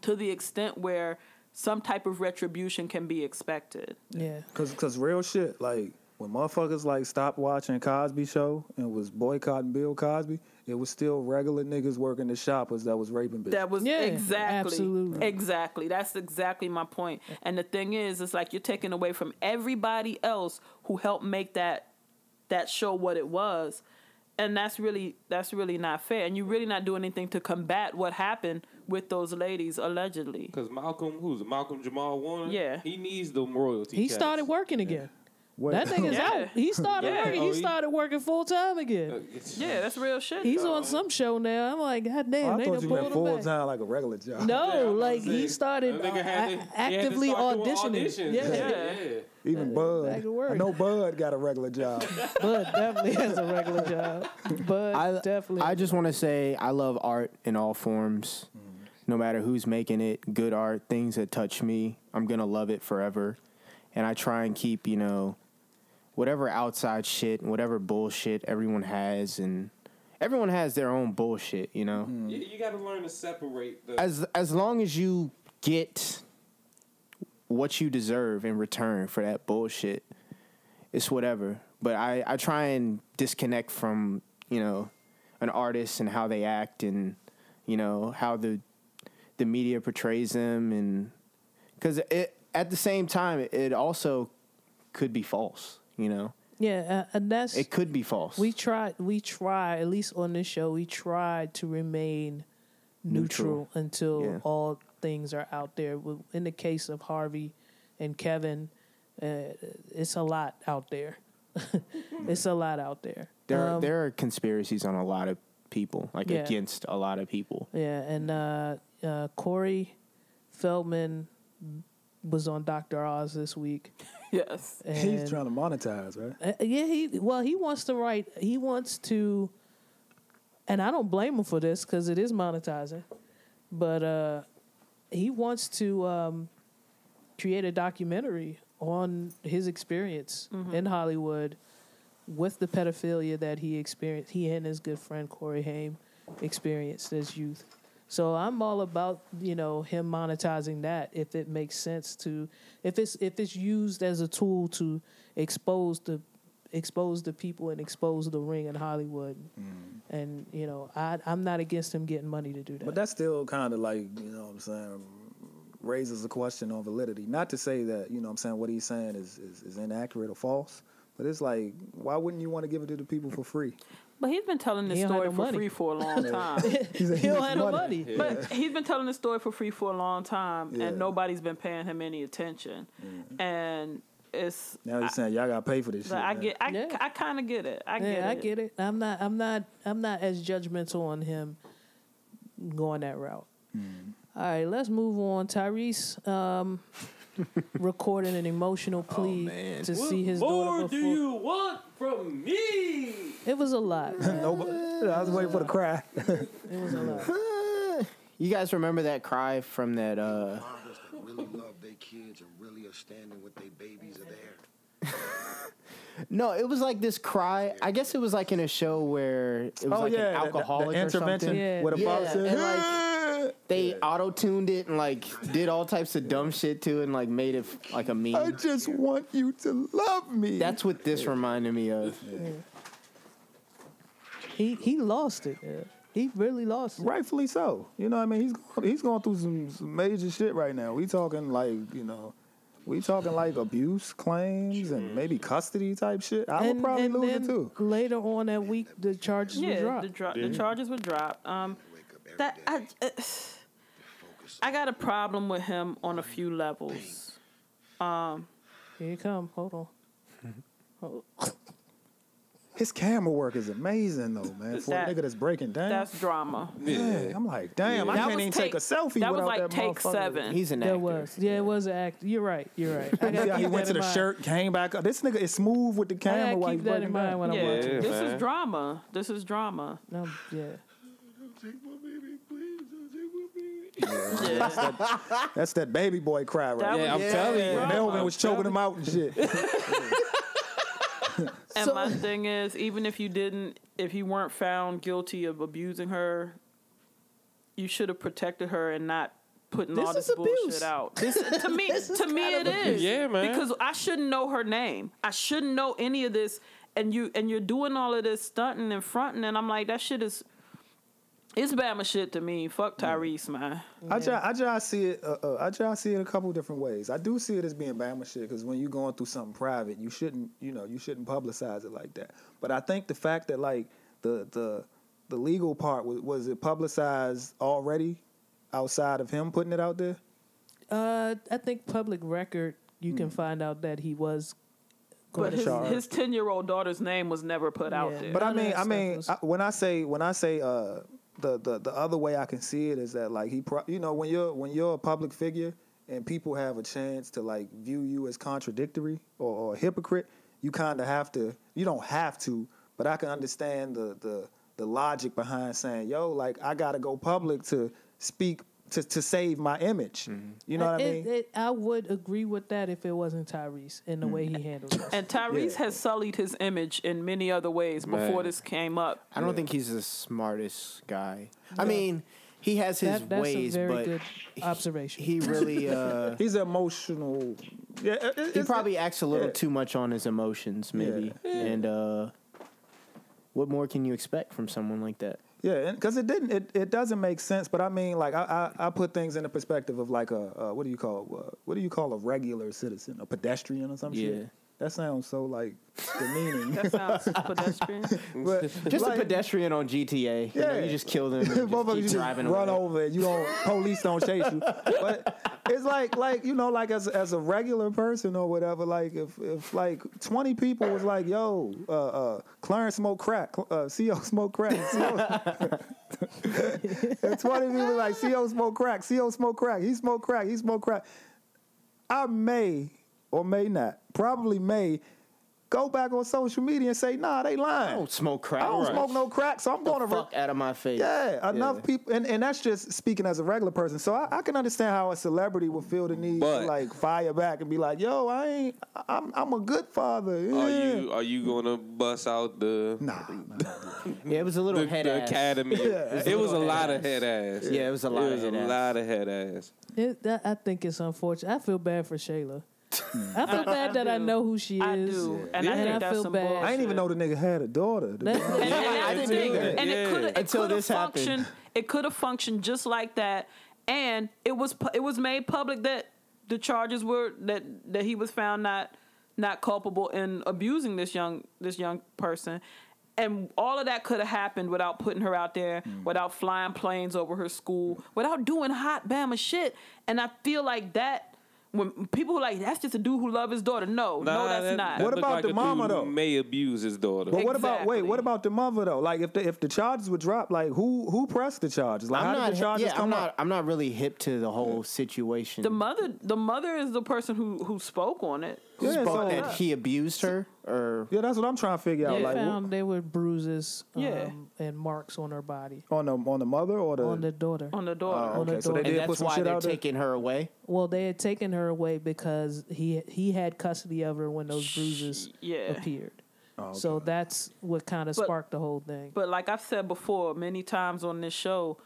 Speaker 1: to the extent where some type of retribution can be expected
Speaker 3: Yeah.
Speaker 2: Cause, cause real shit, like when motherfuckers like stopped watching Cosby Show and was boycotting Bill Cosby, it was still regular niggas working the shoppers that was raping bitches.
Speaker 1: That was
Speaker 3: Yeah,
Speaker 1: exactly
Speaker 3: absolutely.
Speaker 1: exactly. That's exactly my point. And the thing is, it's like you're taking away from everybody else who helped make that that show what it was, and that's really that's really not fair. And you're really not doing anything to combat what happened with those ladies allegedly.
Speaker 4: Because Malcolm, who's it, Malcolm Jamal Warner?
Speaker 1: Yeah.
Speaker 4: He needs them royalty.
Speaker 3: He
Speaker 4: checks.
Speaker 3: started working again.
Speaker 2: Wait,
Speaker 3: That nigga's
Speaker 1: Yeah.
Speaker 3: out. He started
Speaker 1: Yeah.
Speaker 3: working.
Speaker 4: Oh,
Speaker 3: He
Speaker 4: he- Oh,
Speaker 3: started working full time again.
Speaker 1: Yeah, that's real shit.
Speaker 3: He's
Speaker 1: though.
Speaker 3: on some show now. I'm like, God damn,
Speaker 2: Oh, I
Speaker 3: they
Speaker 2: thought
Speaker 3: done
Speaker 2: you meant
Speaker 3: pulled him
Speaker 2: full
Speaker 3: back.
Speaker 2: time like a regular job.
Speaker 4: Yeah, I
Speaker 3: No,
Speaker 4: was
Speaker 3: Oh, like
Speaker 4: gonna say,
Speaker 3: he started
Speaker 4: that nigga
Speaker 3: uh,
Speaker 4: had
Speaker 3: a-
Speaker 4: to- he had to
Speaker 3: actively
Speaker 4: start doing
Speaker 3: auditioning.
Speaker 4: auditions.
Speaker 3: Yeah.
Speaker 4: yeah. yeah.
Speaker 2: Even
Speaker 3: Back
Speaker 2: Bud.
Speaker 3: to work.
Speaker 2: I know Bud got a regular job.
Speaker 3: Bud definitely has a regular job. But
Speaker 5: I
Speaker 3: definitely
Speaker 5: I just want to say I love art in all forms.
Speaker 3: Mm-hmm.
Speaker 5: No matter who's making it, good art, things that touch me, I'm going to love it forever. And I try and keep, you know, whatever outside shit, whatever bullshit everyone has and everyone has their own bullshit, you know.
Speaker 3: Mm-hmm.
Speaker 4: You, you got to learn to separate the.
Speaker 5: As as long as you get what you deserve in return for that bullshit, it's whatever. But I, I try and disconnect from, you know, an artist and how they act and, you know, how the the media portrays them and cuz it at the same time it also could be false, you know.
Speaker 3: Yeah, uh, and that's
Speaker 5: It could be false.
Speaker 3: We tried. We try. At least on this show, we tried to remain neutral,
Speaker 5: Neutral.
Speaker 3: until
Speaker 5: Yeah.
Speaker 3: all things are out there. W- In the case of Harvey and Kevin, uh, it's a lot out there. it's a lot out there.
Speaker 5: there are,
Speaker 3: Um,
Speaker 5: there are conspiracies on a lot of people, like
Speaker 3: Yeah.
Speaker 5: against a lot of people.
Speaker 3: Yeah, and uh, uh, Corey Feldman was on Doctor Oz this week.
Speaker 1: yes.
Speaker 3: And
Speaker 2: He's trying to monetize, right?
Speaker 3: Uh, yeah, he well, he wants to write. He wants to, and I don't blame him for this because it is monetizing, but uh, he wants to um, create a documentary on his experience in Hollywood with the pedophilia that he experienced. He and his good friend Corey Haim experienced as youth. So I'm all about you know him monetizing that if it makes sense to if it's if it's used as a tool to expose the expose the people and expose the ring in Hollywood. And you know I I'm not against him getting money to do that.
Speaker 2: But that's still kind of like, you know what I'm saying, raises a question on validity. Not to say that, you know what I'm saying, what he's saying is, is, is inaccurate or false, but it's like, why wouldn't you want to give it to the people for free?
Speaker 1: But he's been telling this
Speaker 3: He don't
Speaker 1: story
Speaker 3: have
Speaker 1: for
Speaker 3: no money.
Speaker 1: free for a long time.
Speaker 2: He said
Speaker 3: he don't have no
Speaker 2: wants
Speaker 3: money.
Speaker 1: But he's been telling this story for free for a long time,
Speaker 2: Yeah.
Speaker 1: and nobody's been paying him any attention. And it's
Speaker 2: Now he's saying, y'all got to pay for this shit.
Speaker 1: But I
Speaker 2: man.
Speaker 1: get, I,
Speaker 3: Yeah.
Speaker 1: I kind of get it. I get
Speaker 3: yeah,
Speaker 1: it.
Speaker 3: I get it. I'm not. I'm not. I'm not as judgmental on him
Speaker 2: Hmm.
Speaker 3: going that route. All right, let's move on. Tyrese um, recording an emotional
Speaker 2: Oh,
Speaker 3: plea
Speaker 5: man.
Speaker 3: to see his daughter before.
Speaker 4: want from me?
Speaker 3: It was a lot. It
Speaker 2: Nobody. I was waiting for the cry.
Speaker 3: was a lot.
Speaker 5: You guys remember that cry from that? uh
Speaker 8: Fathers that really love their kids and really are standing with their babies are there.
Speaker 5: No, it was like this cry. I guess it was like in a show where it was
Speaker 2: oh
Speaker 5: like
Speaker 2: yeah,
Speaker 5: an alcoholic
Speaker 2: the, the intervention
Speaker 5: or something.
Speaker 3: Yeah.
Speaker 2: where the father
Speaker 5: Yeah,
Speaker 2: says,
Speaker 5: and, like, They auto tuned it and like did all types of dumb shit to it and like made it like a meme.
Speaker 2: "I just want you to love me."
Speaker 5: That's what this reminded me of.
Speaker 3: He he lost it. He really lost it.
Speaker 2: rightfully so. You know, what I mean, he's he's going through some, some major shit right now. We talking like you know, we talking like abuse claims and maybe custody type shit. I would probably lose it too.
Speaker 3: Later on that week, the charges were
Speaker 1: Yeah,
Speaker 3: dropped.
Speaker 1: the, dro- the charges were dropped. Um, that I, uh, I got a problem with him on a few levels.
Speaker 3: Here you come. Hold on. Oh,
Speaker 2: His camera work is amazing though, man. For
Speaker 1: That-
Speaker 2: a nigga that's breaking down,
Speaker 1: That's drama.
Speaker 2: yeah. I'm like, damn, I
Speaker 1: That
Speaker 2: can't
Speaker 1: was
Speaker 2: even
Speaker 1: take-
Speaker 2: take a selfie
Speaker 1: that was
Speaker 2: without
Speaker 1: like
Speaker 2: that
Speaker 1: take
Speaker 2: motherfucker.
Speaker 1: seven.
Speaker 5: He's an actor.
Speaker 3: That was yeah, it was an act. You're right. You're right. I
Speaker 2: You see
Speaker 3: gotta
Speaker 2: how he
Speaker 3: keep
Speaker 2: went
Speaker 3: that
Speaker 2: to the
Speaker 3: in mind.
Speaker 2: shirt, came back up. This nigga is smooth with the
Speaker 3: I gotta
Speaker 2: camera while
Speaker 3: keep
Speaker 2: he's
Speaker 3: that in
Speaker 2: breaking
Speaker 3: mind
Speaker 2: down.
Speaker 3: when I'm
Speaker 1: yeah,
Speaker 3: watching.
Speaker 1: this
Speaker 4: man.
Speaker 1: is drama. This is drama.
Speaker 3: No, yeah.
Speaker 8: Take my baby, please. Don't take my baby.
Speaker 1: Yeah.
Speaker 2: That's that baby boy cry right
Speaker 1: That
Speaker 2: there.
Speaker 1: was
Speaker 4: I'm telling you.
Speaker 1: drama.
Speaker 2: Melvin was choking him out and shit.
Speaker 1: And my thing is, even if you didn't, if you weren't found guilty of abusing her, you should have protected her and not putting
Speaker 3: This
Speaker 1: all this
Speaker 3: is abuse.
Speaker 1: bullshit out. This, to me, to me, it is.
Speaker 4: Yeah, man.
Speaker 1: Because I shouldn't know her name. I shouldn't know any of this. And you and you're doing all of this stunting and fronting, and I'm like, that shit is. It's Bama shit to me. Fuck Tyrese, man.
Speaker 2: I try, I try to see it. Uh, uh, I try to see it a couple different ways. I do see it as being Bama shit because when you're going through something private, you shouldn't, you know, you shouldn't publicize it like that. But I think the fact that like the the the legal part was was it publicized already outside of him putting it out there.
Speaker 3: Uh, I think public record. You
Speaker 2: Hmm.
Speaker 3: can find out that he was.
Speaker 1: But his
Speaker 2: Charged.
Speaker 1: his ten year old daughter's name was never put out
Speaker 3: Yeah.
Speaker 1: there.
Speaker 2: But I
Speaker 3: None of
Speaker 2: mean,
Speaker 3: that
Speaker 2: I
Speaker 3: stuff
Speaker 2: mean,
Speaker 3: was-
Speaker 2: I, when I say when I say uh, the the the other way I can see it is that like he, pro- you know, when you're when you're a public figure and people have a chance to like view you as contradictory or, or a hypocrite, you kind of have to. You don't have to, but I can understand the the the logic behind saying, "Yo, like I gotta go public to speak." To, to save my image, you know what I
Speaker 3: It-
Speaker 2: mean. Hmm.
Speaker 3: it- I would agree with that if it wasn't Tyrese and the way he handled it.
Speaker 1: And Tyrese
Speaker 2: Yeah.
Speaker 1: has sullied his image in many other ways before
Speaker 4: Man.
Speaker 1: this came up.
Speaker 5: I don't think he's the smartest guy. I mean, he has his
Speaker 3: That, that's
Speaker 5: ways,
Speaker 3: a very
Speaker 5: but
Speaker 3: good observation.
Speaker 5: he really uh
Speaker 2: He's emotional. Yeah, it- it-
Speaker 5: he
Speaker 2: it's-
Speaker 5: probably acts a little
Speaker 2: yeah.
Speaker 5: too much on his emotions, maybe. And uh what more can you expect from someone like that?
Speaker 2: Yeah, because it didn't. It, it doesn't make sense. But I mean, like I, I, I put things in the perspective of like a uh, what do you call uh, what do you call a regular citizen, a pedestrian or some
Speaker 5: Yeah.
Speaker 2: shit. That sounds so like demeaning.
Speaker 1: That sounds pedestrian.
Speaker 2: but
Speaker 5: Just
Speaker 2: like,
Speaker 5: a pedestrian on GTA. You, know,
Speaker 2: Yeah.
Speaker 5: you just kill them. And
Speaker 2: motherfuckers
Speaker 5: just
Speaker 2: you
Speaker 5: keep
Speaker 2: just
Speaker 5: driving
Speaker 2: run
Speaker 5: away.
Speaker 2: over. it. You don't. Police don't chase you. But it's like like you know like as as a regular person or whatever. Like if if like twenty people was like yo, uh, uh, Clarence smoke crack, Cl- uh, Co smoke crack. CO if twenty people was like Co smoke crack, Co smoke crack, he smoke crack, he smoke crack. I may or may not, probably may. Go back on social media and say, nah, they lying.
Speaker 5: I don't smoke crack.
Speaker 2: I don't smoke no crack, so
Speaker 5: Get
Speaker 2: I'm going
Speaker 5: Oh, the
Speaker 2: to re-
Speaker 5: fuck out of my face.
Speaker 2: yeah, enough
Speaker 5: Yeah.
Speaker 2: people, and, and that's just speaking as a regular person. So I, I can understand how a celebrity would feel the need
Speaker 4: But-
Speaker 2: to like fire back and be like, "Yo, I ain't, I'm, I'm a good father." Yeah.
Speaker 4: Are you are you gonna bust out the
Speaker 2: Nah, nah.
Speaker 5: Yeah, it was a little
Speaker 4: the,
Speaker 5: head
Speaker 4: the
Speaker 5: ass.
Speaker 4: academy? It was a
Speaker 5: little
Speaker 4: lot
Speaker 5: head
Speaker 4: of head ass.
Speaker 5: Yeah, it was a lot
Speaker 4: It
Speaker 5: of
Speaker 4: was a
Speaker 5: head ass.
Speaker 4: lot of head ass.
Speaker 3: It, that, I think it's unfortunate. I feel bad for Shayla.
Speaker 2: Hmm.
Speaker 3: I feel bad that I
Speaker 1: do.
Speaker 3: know who she
Speaker 1: I
Speaker 3: is.
Speaker 1: do, and I
Speaker 3: And
Speaker 1: think
Speaker 3: I
Speaker 1: that's
Speaker 3: feel
Speaker 1: some
Speaker 3: bad.
Speaker 1: bullshit.
Speaker 2: I didn't even know the nigga had a daughter. to be
Speaker 3: That's-
Speaker 2: honest.
Speaker 1: And, and
Speaker 4: Yeah,
Speaker 1: that's
Speaker 4: I
Speaker 1: the thing.
Speaker 4: do.
Speaker 1: And it
Speaker 4: Yeah.
Speaker 1: could it
Speaker 5: Until
Speaker 1: could have
Speaker 5: this happened.
Speaker 1: functioned. It could have functioned just like that, and it was pu- it was made public that the charges were that that he was found not not culpable in abusing this young this young person. And all of that could have happened without putting her out there, without flying planes over her school, without doing hot Bama shit. And I feel like that When people are like, that's just a dude who loves his daughter. No, no, that's not.
Speaker 4: that- that
Speaker 2: What
Speaker 4: look
Speaker 2: about
Speaker 4: like
Speaker 2: the
Speaker 4: a
Speaker 2: mama,
Speaker 4: dude who
Speaker 2: though?
Speaker 4: May abuse his daughter.
Speaker 2: But what about wait?
Speaker 1: Exactly.
Speaker 2: What about the mother though? Like if the if the charges were dropped, like who who pressed the charges? Like
Speaker 5: I'm
Speaker 2: how
Speaker 5: not.
Speaker 2: did the charges
Speaker 5: yeah,
Speaker 2: come
Speaker 5: I'm not.
Speaker 2: up?
Speaker 5: I'm not really hip to the whole situation.
Speaker 1: the mother, the mother is the person who who spoke on it.
Speaker 5: Spoke
Speaker 2: Yeah, so-
Speaker 5: that he abused her, or
Speaker 2: Yeah, that's what I'm trying to figure out.
Speaker 3: They
Speaker 2: Like
Speaker 3: found they were bruises um,
Speaker 1: Yeah.
Speaker 3: and marks on her body,
Speaker 2: wh- on the on the mother or the
Speaker 3: on the daughter.
Speaker 1: on the daughter.
Speaker 2: Oh,
Speaker 3: on the
Speaker 2: okay, so they
Speaker 5: and
Speaker 3: daughter.
Speaker 2: did put
Speaker 5: that's
Speaker 2: some
Speaker 5: why
Speaker 2: shit
Speaker 5: they're
Speaker 2: out there.
Speaker 5: taking her away.
Speaker 3: Well, they had taken her away because he he had custody of her when those bruises
Speaker 2: Eh.
Speaker 1: yeah.
Speaker 3: appeared.
Speaker 2: Oh,
Speaker 3: So that's what kind of
Speaker 1: But-
Speaker 3: sparked the whole thing.
Speaker 1: But like I've said before, many times on this show,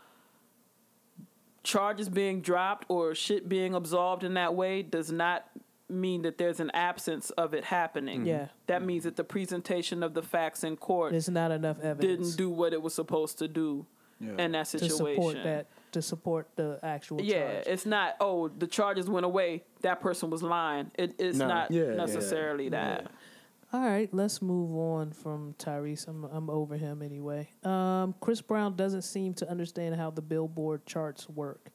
Speaker 1: charges being dropped or shit being absolved in that way does not mean that there's an absence of it happening.
Speaker 3: Yeah.
Speaker 1: That means that the presentation of the facts in court
Speaker 3: There's not enough evidence
Speaker 1: didn't do what it was supposed to do in that
Speaker 3: to
Speaker 1: situation.
Speaker 3: support that to support the actual
Speaker 1: Yeah,
Speaker 3: charge.
Speaker 1: it's not. Oh, the charges went away. That person was lying. It, it's
Speaker 5: No.
Speaker 1: not
Speaker 2: Yeah, yeah.
Speaker 1: necessarily that.
Speaker 3: All right, let's move on from Tyrese. I'm I'm over him anyway. Um, Chris Brown doesn't seem to understand how the Billboard charts work.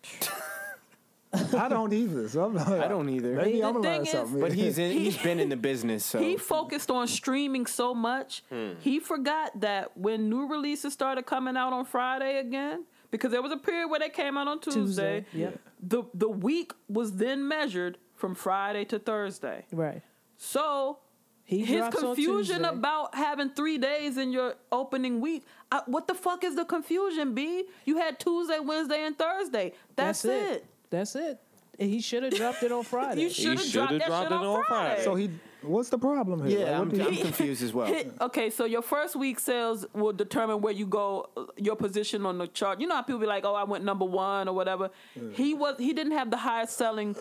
Speaker 2: I don't either. So I'm like,
Speaker 5: I don't either.
Speaker 2: Maybe
Speaker 1: The
Speaker 2: I'm gonna
Speaker 1: thing
Speaker 2: learn
Speaker 1: is-
Speaker 2: something.
Speaker 5: But he's in,
Speaker 1: He-
Speaker 5: he's been in the business, so
Speaker 1: He focused on streaming so much,
Speaker 4: Hmm.
Speaker 1: he forgot that when new releases started coming out on Friday again, because there was a period where they came out on Tuesday.
Speaker 3: Tuesday, yep.
Speaker 1: The the week was then measured from Friday to Thursday.
Speaker 3: Right.
Speaker 1: So
Speaker 3: He
Speaker 1: his
Speaker 3: drops on
Speaker 1: confusion
Speaker 3: Tuesday.
Speaker 1: about having three days in your opening week. I, what the fuck is the confusion, B? You had Tuesday, Wednesday, and Thursday. That's, it.
Speaker 3: That's it. And He should have dropped it on Friday.
Speaker 1: You should have
Speaker 4: should've
Speaker 1: dropped that
Speaker 4: dropped
Speaker 1: shit
Speaker 4: it
Speaker 1: on
Speaker 4: on Friday.
Speaker 1: Friday.
Speaker 2: so he. What's the problem here?
Speaker 5: yeah,
Speaker 2: Like,
Speaker 5: I'm,
Speaker 2: what
Speaker 5: I'm confused as well.
Speaker 1: Hit- okay, so your first week sales will determine where you go, uh, your position on the chart. You know how people be like, "Oh, I went number one or whatever." He was he didn't have the highest selling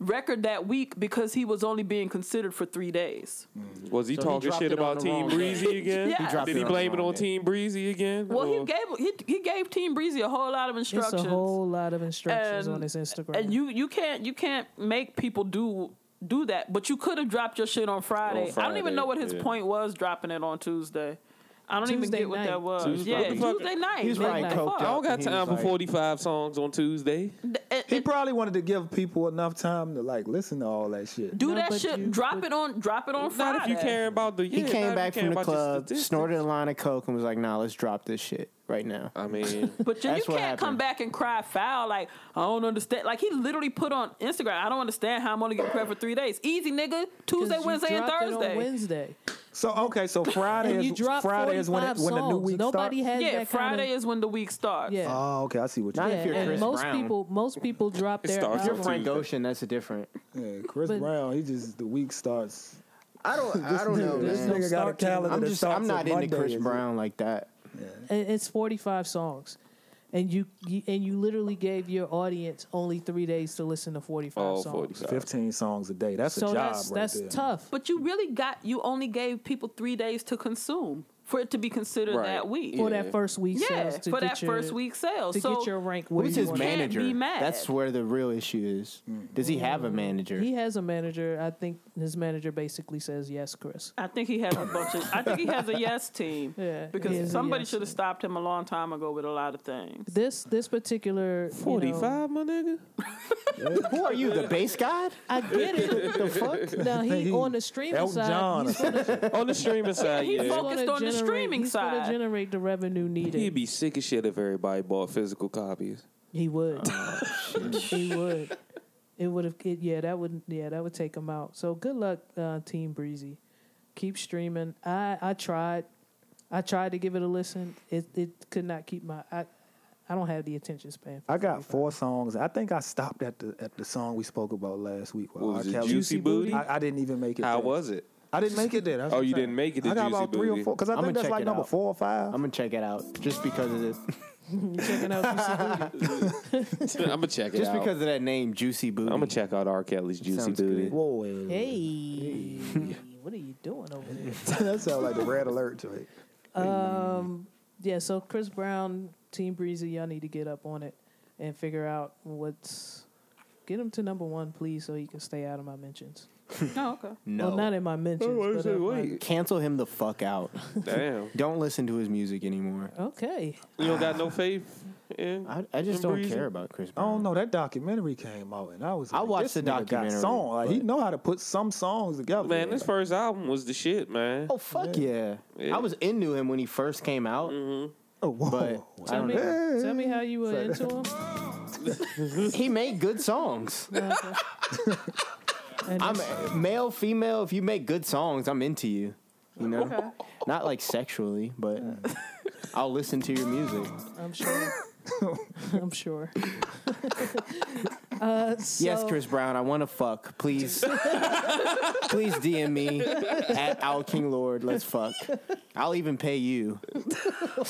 Speaker 1: record that week because he was only being considered for three days.
Speaker 4: Was he
Speaker 5: So he
Speaker 4: talking
Speaker 5: dropped
Speaker 4: shit
Speaker 5: it on
Speaker 4: about
Speaker 5: the
Speaker 4: Team
Speaker 5: wrong day.
Speaker 4: Breezy again?
Speaker 1: Yeah. He dropped
Speaker 4: Did
Speaker 5: it
Speaker 4: he
Speaker 5: on the
Speaker 4: blame it
Speaker 5: wrong
Speaker 4: on
Speaker 5: day.
Speaker 4: Team Breezy again?
Speaker 1: Well,
Speaker 4: Or-
Speaker 1: he gave he, he gave Team Breezy a whole lot of
Speaker 3: it's
Speaker 1: instructions,
Speaker 3: a whole lot of instructions
Speaker 1: And-
Speaker 3: on his Instagram.
Speaker 1: and you you can't you can't make people do do that. But you could have dropped your shit on Friday. I don't even
Speaker 4: Friday,
Speaker 1: know what his
Speaker 4: yeah.
Speaker 1: point was dropping it on Tuesday. I don't even
Speaker 3: Tuesday
Speaker 1: get what
Speaker 3: night.
Speaker 1: that was.
Speaker 4: Tuesday
Speaker 1: yeah,
Speaker 4: night.
Speaker 1: Tuesday night.
Speaker 5: He was probably
Speaker 1: Like,
Speaker 5: coked
Speaker 1: fuck.
Speaker 4: I don't got
Speaker 5: He was
Speaker 4: time for
Speaker 5: like-
Speaker 4: 45 songs on Tuesday.
Speaker 1: And-
Speaker 2: he
Speaker 1: and-
Speaker 2: probably wanted to give people enough time to like listen to all that shit.
Speaker 1: Do
Speaker 3: No,
Speaker 1: that
Speaker 3: but
Speaker 1: shit.
Speaker 3: you-
Speaker 1: drop
Speaker 3: but-
Speaker 1: it on. Drop it on Friday.
Speaker 4: Not if you care about the.
Speaker 5: He
Speaker 4: yeah, not if
Speaker 5: came
Speaker 4: you
Speaker 5: back
Speaker 4: care
Speaker 5: from the
Speaker 4: about your
Speaker 5: club,
Speaker 4: statistics.
Speaker 5: snorted a line of coke, and was like, "Nah, let's drop this shit right now."
Speaker 4: I mean,
Speaker 1: But you, you
Speaker 5: That's what
Speaker 1: can't come
Speaker 5: happened.
Speaker 1: back and cry foul. Like I don't understand. Like he literally put on Instagram. I don't understand how I'm only getting credit for three days. Easy nigga.
Speaker 3: 'Cause
Speaker 1: Tuesday,
Speaker 3: you
Speaker 1: Wednesday, and
Speaker 3: dropped it on
Speaker 1: Thursday.
Speaker 3: Wednesday.
Speaker 2: So okay, so Friday
Speaker 3: And you
Speaker 2: is
Speaker 3: dropped
Speaker 2: Friday is when it,
Speaker 3: 45
Speaker 2: when the new
Speaker 3: songs.
Speaker 2: week
Speaker 3: Nobody
Speaker 2: starts.
Speaker 3: has
Speaker 1: Yeah,
Speaker 3: that kind
Speaker 1: Friday
Speaker 3: of,
Speaker 1: is when the week starts.
Speaker 3: Yeah.
Speaker 2: Oh, okay, I see what you.
Speaker 5: Not
Speaker 3: yeah.
Speaker 5: if you're
Speaker 3: and
Speaker 5: Chris
Speaker 3: most
Speaker 5: Brown.
Speaker 3: people most people drop their
Speaker 4: starts
Speaker 5: If you're
Speaker 4: on
Speaker 3: album.
Speaker 5: Frank
Speaker 4: Tuesday.
Speaker 5: Ocean, that's a different.
Speaker 2: Yeah, Chris
Speaker 3: But-
Speaker 2: Brown, he just the week starts.
Speaker 5: I don't. I don't
Speaker 2: nigga-
Speaker 5: know.
Speaker 2: This
Speaker 5: man.
Speaker 2: nigga got a calendar.
Speaker 5: I'm
Speaker 2: that
Speaker 5: just.
Speaker 2: starts
Speaker 5: I'm not
Speaker 2: on
Speaker 5: into
Speaker 2: Monday,
Speaker 5: Chris
Speaker 2: is it?
Speaker 5: Brown like that.
Speaker 3: And it's 45 songs. And you, you and you literally gave your audience only 3 days to listen to 45
Speaker 4: all
Speaker 3: songs.
Speaker 4: 45.
Speaker 2: Fifteen songs a day. That's
Speaker 3: so
Speaker 2: a job
Speaker 3: that's
Speaker 2: right
Speaker 3: that's
Speaker 2: there.
Speaker 3: tough.
Speaker 1: But you really got. You only gave people three days to consume for it to be considered
Speaker 4: Right.
Speaker 1: that week.
Speaker 3: for
Speaker 4: Yeah.
Speaker 3: that first week
Speaker 1: Yeah,
Speaker 3: sales to
Speaker 1: for
Speaker 3: get
Speaker 1: that
Speaker 3: your,
Speaker 1: first week sales.
Speaker 3: to
Speaker 1: so
Speaker 3: get your rank where
Speaker 5: Who's
Speaker 3: you
Speaker 5: his
Speaker 3: want it.
Speaker 1: can't
Speaker 5: manager?
Speaker 1: be mad.
Speaker 5: That's where the real issue is. Does he have a manager?
Speaker 3: He has a manager. I think his manager basically says yes, Chris.
Speaker 1: I think he has a bunch of. I think he has a yes team.
Speaker 3: Yeah,
Speaker 1: Because
Speaker 3: he has a
Speaker 1: somebody
Speaker 3: yes
Speaker 1: should have
Speaker 3: team.
Speaker 1: stopped him a long time ago with a lot of things.
Speaker 3: This this particular you know-
Speaker 4: 45, my nigga?
Speaker 5: Who are you, the bass god?
Speaker 3: I get it. the fuck? Now he
Speaker 2: He-
Speaker 3: on the streaming
Speaker 2: Elton
Speaker 3: side.
Speaker 2: John.
Speaker 3: He's gonna,
Speaker 4: On the streaming side,
Speaker 1: He
Speaker 4: yeah.
Speaker 1: fuck- Focused
Speaker 3: gonna
Speaker 1: on the
Speaker 3: generate-
Speaker 1: streaming
Speaker 3: he's
Speaker 1: side.
Speaker 3: gonna generate the revenue
Speaker 4: He'd
Speaker 3: needed.
Speaker 4: be sick as shit if everybody bought physical copies.
Speaker 3: He would.
Speaker 4: Oh,
Speaker 3: he would. It would have. It, yeah, that would. Yeah, that would take him out. So good luck, uh, Team Breezy. Keep streaming. I I tried. I tried to give it a listen. It it could not keep my. I I don't have the attention span. for
Speaker 2: I got
Speaker 3: 45.
Speaker 2: four songs. I think I stopped at the at the song we spoke about last week.
Speaker 4: What was
Speaker 2: R.
Speaker 4: it,
Speaker 2: Kelly-
Speaker 4: Juicy Booty?
Speaker 2: I, I didn't even make it.
Speaker 4: How
Speaker 2: there.
Speaker 4: was it?
Speaker 2: I didn't make it there. that's
Speaker 4: Oh,
Speaker 2: what
Speaker 4: you
Speaker 2: I'm saying.
Speaker 4: didn't make it to
Speaker 2: I got
Speaker 4: Juicy
Speaker 2: about three
Speaker 4: Booty.
Speaker 2: or four because I
Speaker 5: I'ma
Speaker 2: think that's
Speaker 5: check
Speaker 2: like
Speaker 5: it
Speaker 2: number
Speaker 5: out.
Speaker 2: four or five.
Speaker 5: I'm gonna check it out just because of this.
Speaker 3: You checking out UC Booty?
Speaker 4: I'm going to check it
Speaker 5: Just
Speaker 4: out.
Speaker 5: because of that name, Juicy Booty.
Speaker 4: I'm going to check out R. Kelly's Juicy
Speaker 5: Sounds
Speaker 4: Booty.
Speaker 5: good.
Speaker 2: Whoa, wait, wait, wait.
Speaker 3: Hey, what are you doing over there?
Speaker 2: that sounds like the red alert to it.
Speaker 3: Um, Yeah, so Chris Brown, Team Breezy, y'all need to get up on it and figure out what's Get him to number one, please, so he can stay out of my mentions.
Speaker 1: Oh, okay.
Speaker 5: No.
Speaker 3: Well, not in my mentions.
Speaker 4: Oh, I
Speaker 3: but
Speaker 4: said
Speaker 3: of my-
Speaker 4: wait.
Speaker 5: Cancel him the fuck out.
Speaker 4: Damn.
Speaker 5: Don't listen to his music anymore.
Speaker 3: okay.
Speaker 4: You don't got no faith in.
Speaker 5: I, I just
Speaker 4: in
Speaker 5: don't
Speaker 4: Breezy?
Speaker 5: care about Chris
Speaker 2: I
Speaker 5: Brown.
Speaker 2: don't know. That documentary came out, and I was.
Speaker 5: I
Speaker 2: Like,
Speaker 5: watched
Speaker 2: this
Speaker 5: the
Speaker 2: nigga got
Speaker 5: documentary,
Speaker 2: Song like he
Speaker 5: but-
Speaker 2: know how to put some songs together.
Speaker 4: Man, this first album was the shit, man.
Speaker 5: Oh fuck yeah.
Speaker 4: Yeah.
Speaker 5: I was into him when he first came out,
Speaker 2: Oh, whoa.
Speaker 5: but I
Speaker 3: Tell
Speaker 5: don't
Speaker 3: me,
Speaker 5: know.
Speaker 3: tell me how you were into him.
Speaker 5: he made good songs.
Speaker 3: And
Speaker 5: I'm male, female. If you make good songs, I'm into you. You know,
Speaker 1: Okay.
Speaker 5: not like sexually, but I'll listen to your music.
Speaker 3: I'm sure. I'm sure. uh, so,
Speaker 5: yes, Chris Brown, I want to fuck. Please, please DM me at Owl King Lord. Let's fuck. I'll even pay you.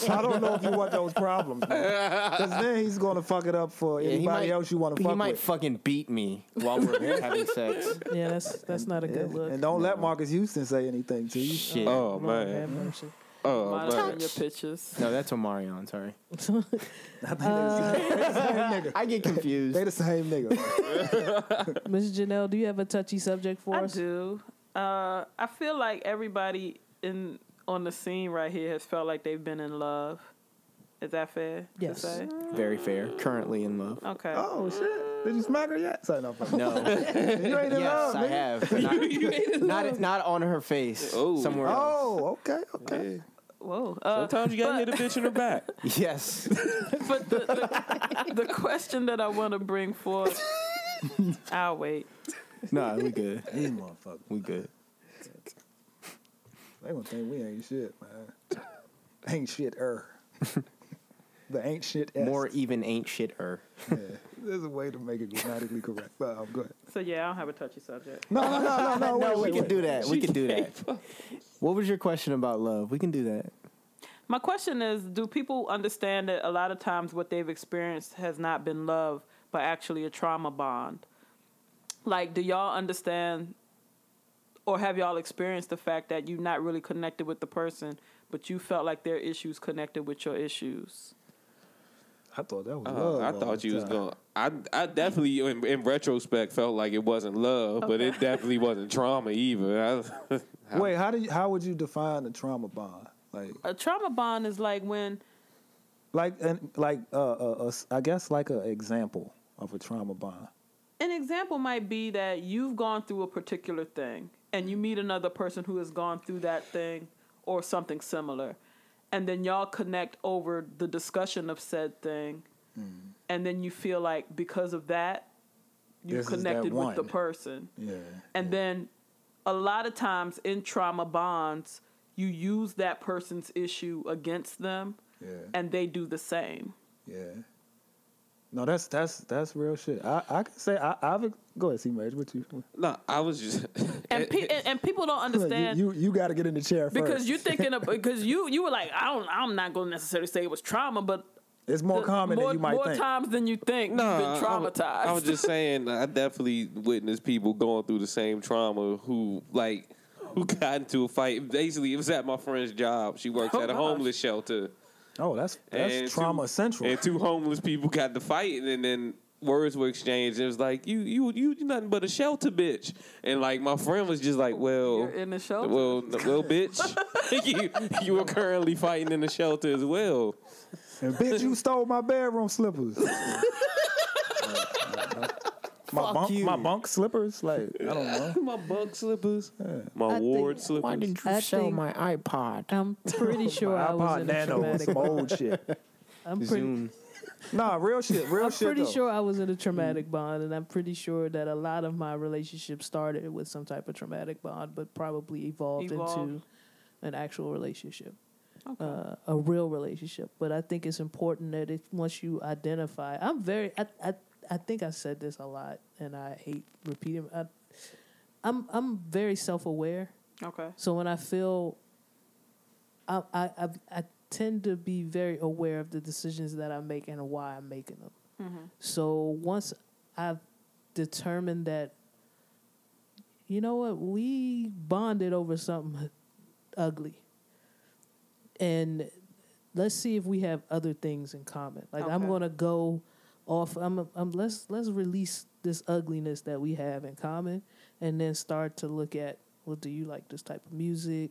Speaker 2: I don't know if you want those problems. Because then he's gonna fuck it up for
Speaker 5: Yeah,
Speaker 2: anybody else you want to
Speaker 5: He
Speaker 2: fuck
Speaker 5: might
Speaker 2: with.
Speaker 5: fucking beat me while we're having sex.
Speaker 3: Yeah, that's that's not a good look.
Speaker 2: and don't let Marcus Houston say anything to you.
Speaker 5: Shit.
Speaker 4: Oh
Speaker 3: Lord,
Speaker 4: man.
Speaker 3: have mercy.
Speaker 4: Oh
Speaker 1: Monitoring
Speaker 4: man.
Speaker 1: your pictures.
Speaker 5: No, that's Omarion. Sorry, Uh,
Speaker 2: Same nigga.
Speaker 5: I get
Speaker 2: They
Speaker 5: confused.
Speaker 2: the same nigga.
Speaker 3: Miss Janelle, do you have a touchy subject for
Speaker 1: I
Speaker 3: us?
Speaker 1: do. Uh, I feel like everybody in on the scene right here has felt like they've been in love. Is that fair? to
Speaker 3: Yes.
Speaker 1: say?
Speaker 5: Very fair. Currently in love.
Speaker 1: Okay.
Speaker 2: oh shit! Did you smack her yet? Sorry, no, fuck.
Speaker 5: No.
Speaker 2: you ain't in
Speaker 5: Yes,
Speaker 2: love,
Speaker 5: I
Speaker 2: nigga.
Speaker 5: have. but Not, not, not on her face.
Speaker 4: Oh.
Speaker 5: Somewhere else.
Speaker 2: Oh, okay, okay.
Speaker 1: Whoa. Uh,
Speaker 4: Sometimes you gotta hit a bitch in the back.
Speaker 5: Yes.
Speaker 1: but the, the, the question that I want to bring forth, I'll wait.
Speaker 5: Nah, we good.
Speaker 2: These motherfuckers,
Speaker 5: We good.
Speaker 2: they gonna think we ain't shit, man. ain't shit er. the ain't shit
Speaker 5: More even ain't shit her.
Speaker 2: There's a way to make it grammatically correct. But I'm good.
Speaker 1: So yeah, I don't have a touchy subject.
Speaker 2: No, no, no, no, no. wait,
Speaker 5: we
Speaker 2: wait,
Speaker 5: can
Speaker 2: wait.
Speaker 5: do that. We can do that. What was your question about love? We can do that.
Speaker 1: My question is, do people understand that a lot of times what they've experienced has not been love, but actually a trauma bond? Like, do y'all understand or have y'all experienced the fact that you're not really connected with the person, but you felt like their issues connected with your issues?
Speaker 2: I thought that was
Speaker 4: Uh,
Speaker 2: love.
Speaker 4: I
Speaker 2: all
Speaker 4: thought
Speaker 2: the
Speaker 4: you was
Speaker 2: time.
Speaker 4: going. I I definitely in, in retrospect felt like it wasn't love, but it definitely wasn't trauma either. I,
Speaker 2: Wait, how do you, how would you define the trauma bond? Like,
Speaker 1: A trauma bond is like when
Speaker 2: like, and like, uh, uh, uh, s- I guess like an example of a trauma bond.
Speaker 1: an example might be that you've gone through a particular thing and you meet another person who has gone through that thing or something similar and then y'all connect over the discussion of said thing
Speaker 2: Hmm.
Speaker 1: and then you feel like because of that you
Speaker 2: This is that
Speaker 1: connected with the
Speaker 2: one.
Speaker 1: person
Speaker 2: Yeah.
Speaker 1: and then a lot of times in trauma bonds you use that person's issue against them
Speaker 2: Yeah.
Speaker 1: and they do the same
Speaker 2: yeah. No, that's that's that's real shit. I, I can say I I've go ahead, see Mage, what you
Speaker 4: no, I was just.
Speaker 1: and, pe- and, and people don't understand
Speaker 2: you you, you got to get in the chair first
Speaker 1: because you're thinking of because you you were like I don't I'm not going to necessarily say it was trauma, but
Speaker 2: it's more
Speaker 1: the-
Speaker 2: common
Speaker 1: more,
Speaker 2: than you might
Speaker 1: more
Speaker 2: think.
Speaker 1: times than you think
Speaker 4: Nah,
Speaker 1: you've been
Speaker 4: I wa-
Speaker 1: traumatized.
Speaker 4: I was just saying, I definitely witnessed people going through the same trauma who like who got into a fight. Basically, it was at my friend's job. She works
Speaker 1: Oh,
Speaker 4: at a
Speaker 1: gosh.
Speaker 4: homeless shelter.
Speaker 2: Oh, that's that's
Speaker 4: And
Speaker 2: trauma
Speaker 4: two-
Speaker 2: central.
Speaker 4: And two homeless people got to fight, and then words were exchanged. It was like you, you, you, you nothing but a shelter bitch. And like my friend was just like, well,
Speaker 1: You're in the shelter.
Speaker 4: well, n- well, bitch, you you are currently fighting in the shelter as well.
Speaker 2: and bitch, you stole my bedroom slippers. my
Speaker 5: Fuck
Speaker 2: bunk,
Speaker 5: you.
Speaker 2: my bunk slippers. Like I don't know.
Speaker 4: My bug slippers, my
Speaker 3: I
Speaker 4: ward
Speaker 3: think-
Speaker 4: slippers.
Speaker 3: you I sell think- my
Speaker 5: iPod?
Speaker 3: I'm pretty sure I was
Speaker 2: iPod
Speaker 3: in a
Speaker 2: Nano was
Speaker 3: traumatic.
Speaker 2: some old shit.
Speaker 3: I'm pretty,
Speaker 5: Zoom.
Speaker 2: Nah, real shit. Real
Speaker 3: I'm
Speaker 2: shit.
Speaker 3: pretty
Speaker 2: though. Mm.
Speaker 3: sure I was in a traumatic bond, and I'm pretty sure that a lot of my relationships started with some type of traumatic bond, but probably evolved,
Speaker 1: Evolved.
Speaker 3: into an actual relationship, uh, a real relationship. But I think it's important that it, once you identify, I'm very, I, I, I think I said this a lot, and I hate repeating. I, I'm, I'm very self aware.
Speaker 1: okay,
Speaker 3: So when I feel, I, I I I tend to be very aware of the decisions that I make and why I'm making them.
Speaker 1: Mm-hmm.
Speaker 3: So once I've determined that, you know what, we bonded over something ugly, and let's see if we have other things in common. Like I'm
Speaker 1: Okay.
Speaker 3: gonna go off. I'm, I'm let's let's release this ugliness that we have in common, and then start to look at well, do you like this type of music?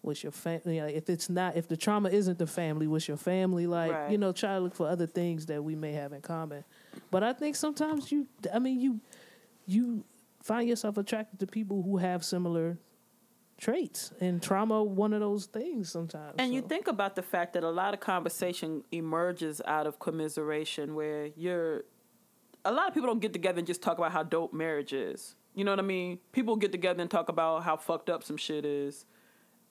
Speaker 3: What's your family? Like, if it's not, if the trauma isn't the family, what's your family like?
Speaker 1: Right.
Speaker 3: You know, try to look for other things that we may have in common. But I think sometimes you, I mean, you, you find yourself attracted to people who have similar traits and trauma one of those things sometimes
Speaker 1: And you
Speaker 3: so.
Speaker 1: think about the fact that a lot of conversation emerges out of commiseration, where you're. A lot of people don't get together and just talk about how dope marriage is. You know what I mean? People get together and talk about how fucked up some shit is.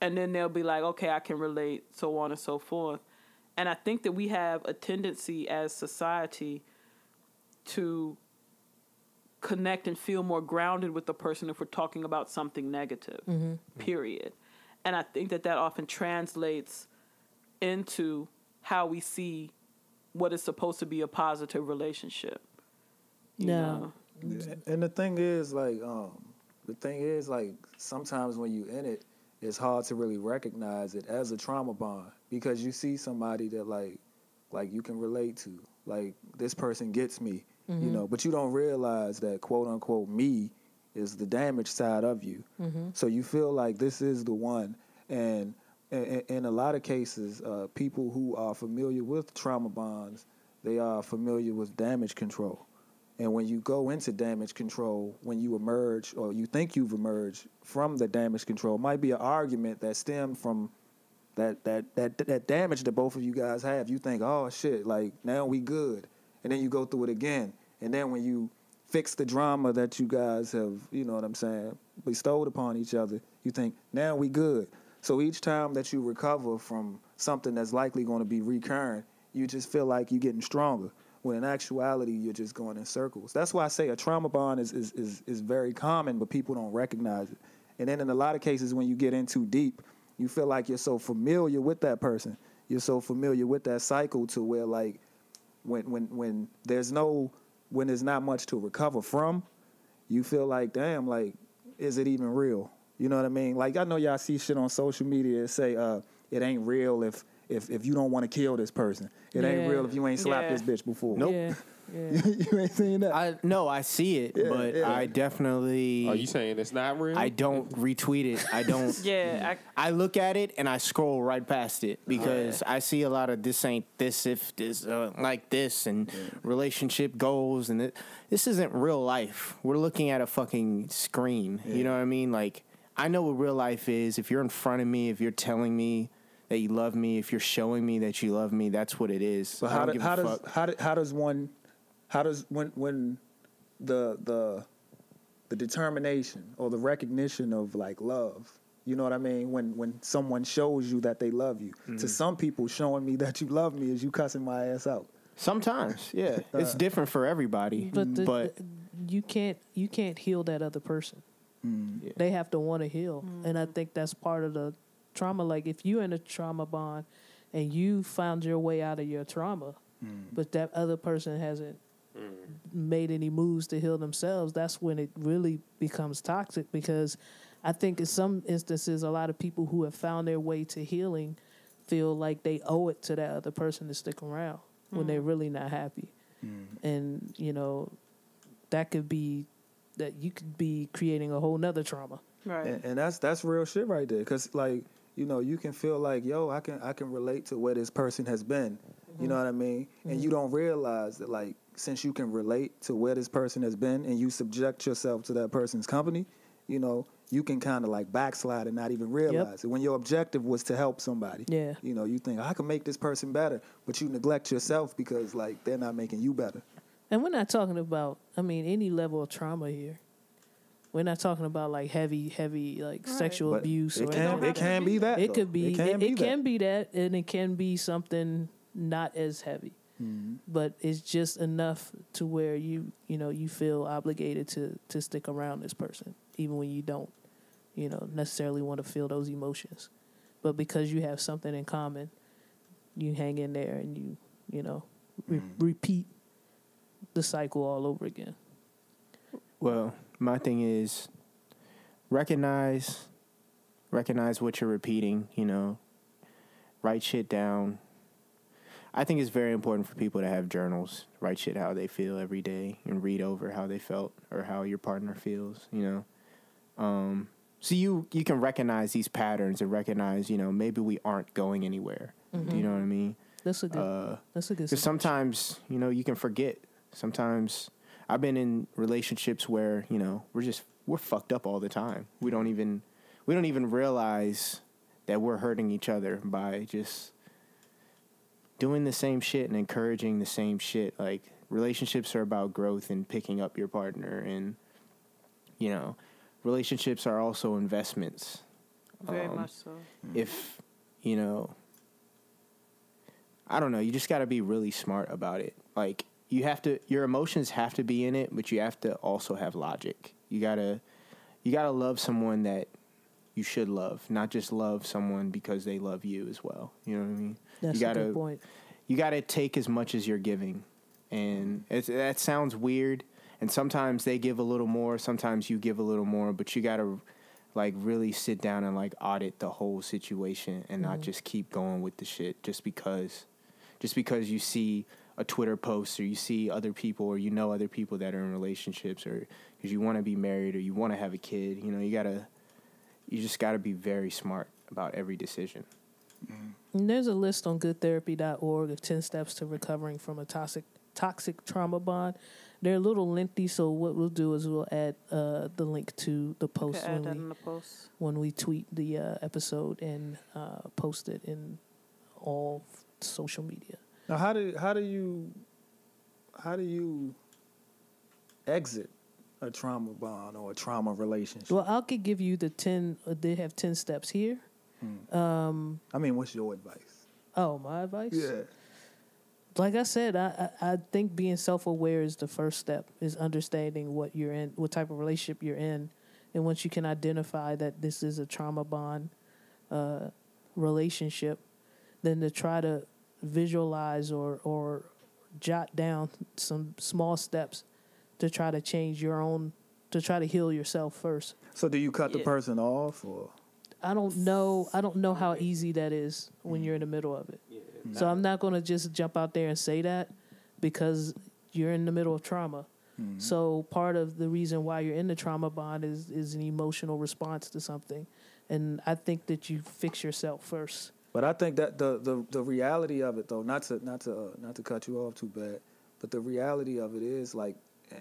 Speaker 1: And then they'll be like, okay, I can relate, so on and so forth. And I think that we have a tendency as society to connect and feel more grounded with the person if we're talking about something negative, period. And I think that that often translates into how we see what is supposed to be a positive relationship. you
Speaker 3: No.
Speaker 1: know?
Speaker 2: And the thing is, like, um, the thing is, like, sometimes when you in it, it's hard to really recognize it as a trauma bond because you see somebody that, like, like you can relate to, like, this person gets me, you know, but you don't realize that quote unquote me is the damaged side of you. So you feel like this is the one, and in, in a lot of cases, uh, people who are familiar with trauma bonds, they are familiar with damage control. And when you go into damage control, when you emerge or you think you've emerged from the damage control, it might be an argument that stemmed from that that that that damage that both of you guys have. You think, oh shit, like now we good, and then you go through it again, and then when you fix the drama that you guys have, you know what I'm saying, bestowed upon each other, you think now we good. So each time that you recover from something that's likely going to be recurrent, you just feel like you're getting stronger. When in actuality, you're just going in circles. That's why I say a trauma bond is is is, is very common, but people don't recognize it. And then in a lot of cases, when you get in too deep, you feel like you're so familiar with that person. You're so familiar with that cycle to where like when when when there's no when there's not much to recover from, you feel like, damn, like, is it even real? You know what I mean? Like I know y'all see shit on social media that say, uh, it ain't real if if if you don't want to kill this person. It
Speaker 3: Yeah.
Speaker 2: ain't real if you ain't slapped
Speaker 1: Yeah.
Speaker 2: this bitch before.
Speaker 3: yeah, yeah.
Speaker 2: you ain't seen that.
Speaker 5: I no, I see it,
Speaker 2: Yeah,
Speaker 5: but
Speaker 2: yeah.
Speaker 5: I definitely
Speaker 4: Are Oh, you saying it's not real?
Speaker 5: I don't retweet it. I don't.
Speaker 1: Yeah,
Speaker 5: I look at it and I scroll right past
Speaker 3: Oh,
Speaker 5: it because I see a lot of this ain't this if this uh, like this and relationship goals and it, this isn't real life. We're looking at a fucking screen. You know what I mean? Like I know what real life is. If you're in front of me, if you're telling me that you love me, if you're showing me that you love me, that's what it is.
Speaker 2: But
Speaker 5: I
Speaker 2: how,
Speaker 5: don't
Speaker 2: do,
Speaker 5: give
Speaker 2: how
Speaker 5: a
Speaker 2: does
Speaker 5: fuck.
Speaker 2: how, do, how does one how does when when the the the determination or the recognition of like love you know what I mean when when someone shows you that they love you
Speaker 5: Mm.
Speaker 2: to some people showing me that you love me is you cussing my ass out
Speaker 5: Sometimes, yeah, it's different for everybody.
Speaker 3: but, the,
Speaker 5: but
Speaker 3: the- you can't you can't heal that other person they have to want to heal and i think that's part of the trauma like if you're in a trauma bond and you found your way out of your trauma but that other person hasn't made any moves to heal themselves that's when it really becomes toxic because i think in some instances a lot of people who have found their way to healing feel like they owe it to that other person to stick around when they're really not happy and you know that could be that you could be creating a whole nother trauma
Speaker 1: right.
Speaker 2: and, and that's that's real shit right there because like you know you can feel like yo I can I can relate to where this person has been you
Speaker 3: Mm-hmm.
Speaker 2: know what I mean and you don't realize that like since you can relate to where this person has been and you subject yourself to that person's company you know you can kind of like backslide and not even realize it when your objective was to help somebody
Speaker 3: Yeah.
Speaker 2: you know you think I can make this person better but you neglect yourself because like they're not making you better
Speaker 3: and we're not talking about i mean any level of trauma here we're not talking about like heavy heavy like
Speaker 1: Right.
Speaker 3: sexual
Speaker 2: But
Speaker 3: abuse
Speaker 2: it
Speaker 3: or
Speaker 2: can
Speaker 3: anything.
Speaker 2: it can be that
Speaker 3: it
Speaker 2: though.
Speaker 3: could be it, it
Speaker 2: that.
Speaker 3: can be that and it can be something not as heavy but it's just enough to where you you know you feel obligated to to stick around this person even when you don't you know necessarily want to feel those emotions but because you have something in common you hang in there and you you know re- repeat the cycle all over again
Speaker 5: Well, my thing is recognize recognize what you're repeating, you know. Write shit down. I think it's very important for people to have journals, write shit how they feel every day, and read over how they felt or how your partner feels. You know, um, so you you can recognize these patterns and recognize you know maybe we aren't going anywhere. Do you know what I mean?
Speaker 3: That's a good.
Speaker 5: Uh,
Speaker 3: that's a good.
Speaker 5: Because sometimes, you know, you can forget. Sometimes I've been in relationships where, you know, we're just we're fucked up all the time. We don't even we don't even realize that we're hurting each other by just doing the same shit and encouraging the same shit. Like relationships are about growth and picking up your partner and you know, relationships are also investments
Speaker 1: Very
Speaker 5: Um,
Speaker 1: much so.
Speaker 3: Mm-hmm.
Speaker 5: if you know i don't know you just got to be really smart about it like you have to your emotions have to be in it but you have to also have logic you got to you got to love someone that you should love not just love someone because they love you as well you know what i mean
Speaker 3: that's
Speaker 5: you got
Speaker 3: a
Speaker 5: to
Speaker 3: good point.
Speaker 5: you got to take as much as you're giving and it's, that sounds weird and sometimes they give a little more sometimes you give a little more but you got to like really sit down and like audit the whole situation and not just keep going with the shit just because just because you see a twitter post or you see other people or you know other people that are in relationships or because you want to be married or you want to have a kid you know you gotta you just gotta be very smart about every decision
Speaker 3: And there's a list on goodtherapy.org of 10 steps to recovering from a toxic toxic trauma bond. They're a little lengthy, so what we'll do is we'll add uh, the link to the
Speaker 1: Could
Speaker 3: post
Speaker 1: add that
Speaker 3: when
Speaker 1: in
Speaker 3: we,
Speaker 1: the post.
Speaker 3: when we tweet the uh, episode and uh, post it in all f- social media.
Speaker 2: Now, how do how do you how do you exit a trauma bond or a trauma relationship?
Speaker 3: Well, I could give you the 10, uh, they have 10 steps here.
Speaker 2: I mean, what's your advice?
Speaker 3: Oh, my advice? like I said, I, I I think being self aware is the first step. Is understanding what you're in, what type of relationship you're in, and once you can identify that this is a trauma bond uh, relationship, then to try to visualize or or jot down some small steps to try to change your own to try to heal yourself first.
Speaker 2: So, do you cut the
Speaker 1: Yeah.
Speaker 2: person off, or
Speaker 3: I don't know. I don't know how easy that is when you're in the middle of it. So I'm not going to just jump out there and say that because you're in the middle of trauma. So part of the reason why you're in the trauma bond is is an emotional response to something, and I think that you fix yourself first.
Speaker 2: But I think that the, the, the reality of it, though, not to not to uh, not to cut you off too bad, but the reality of it is like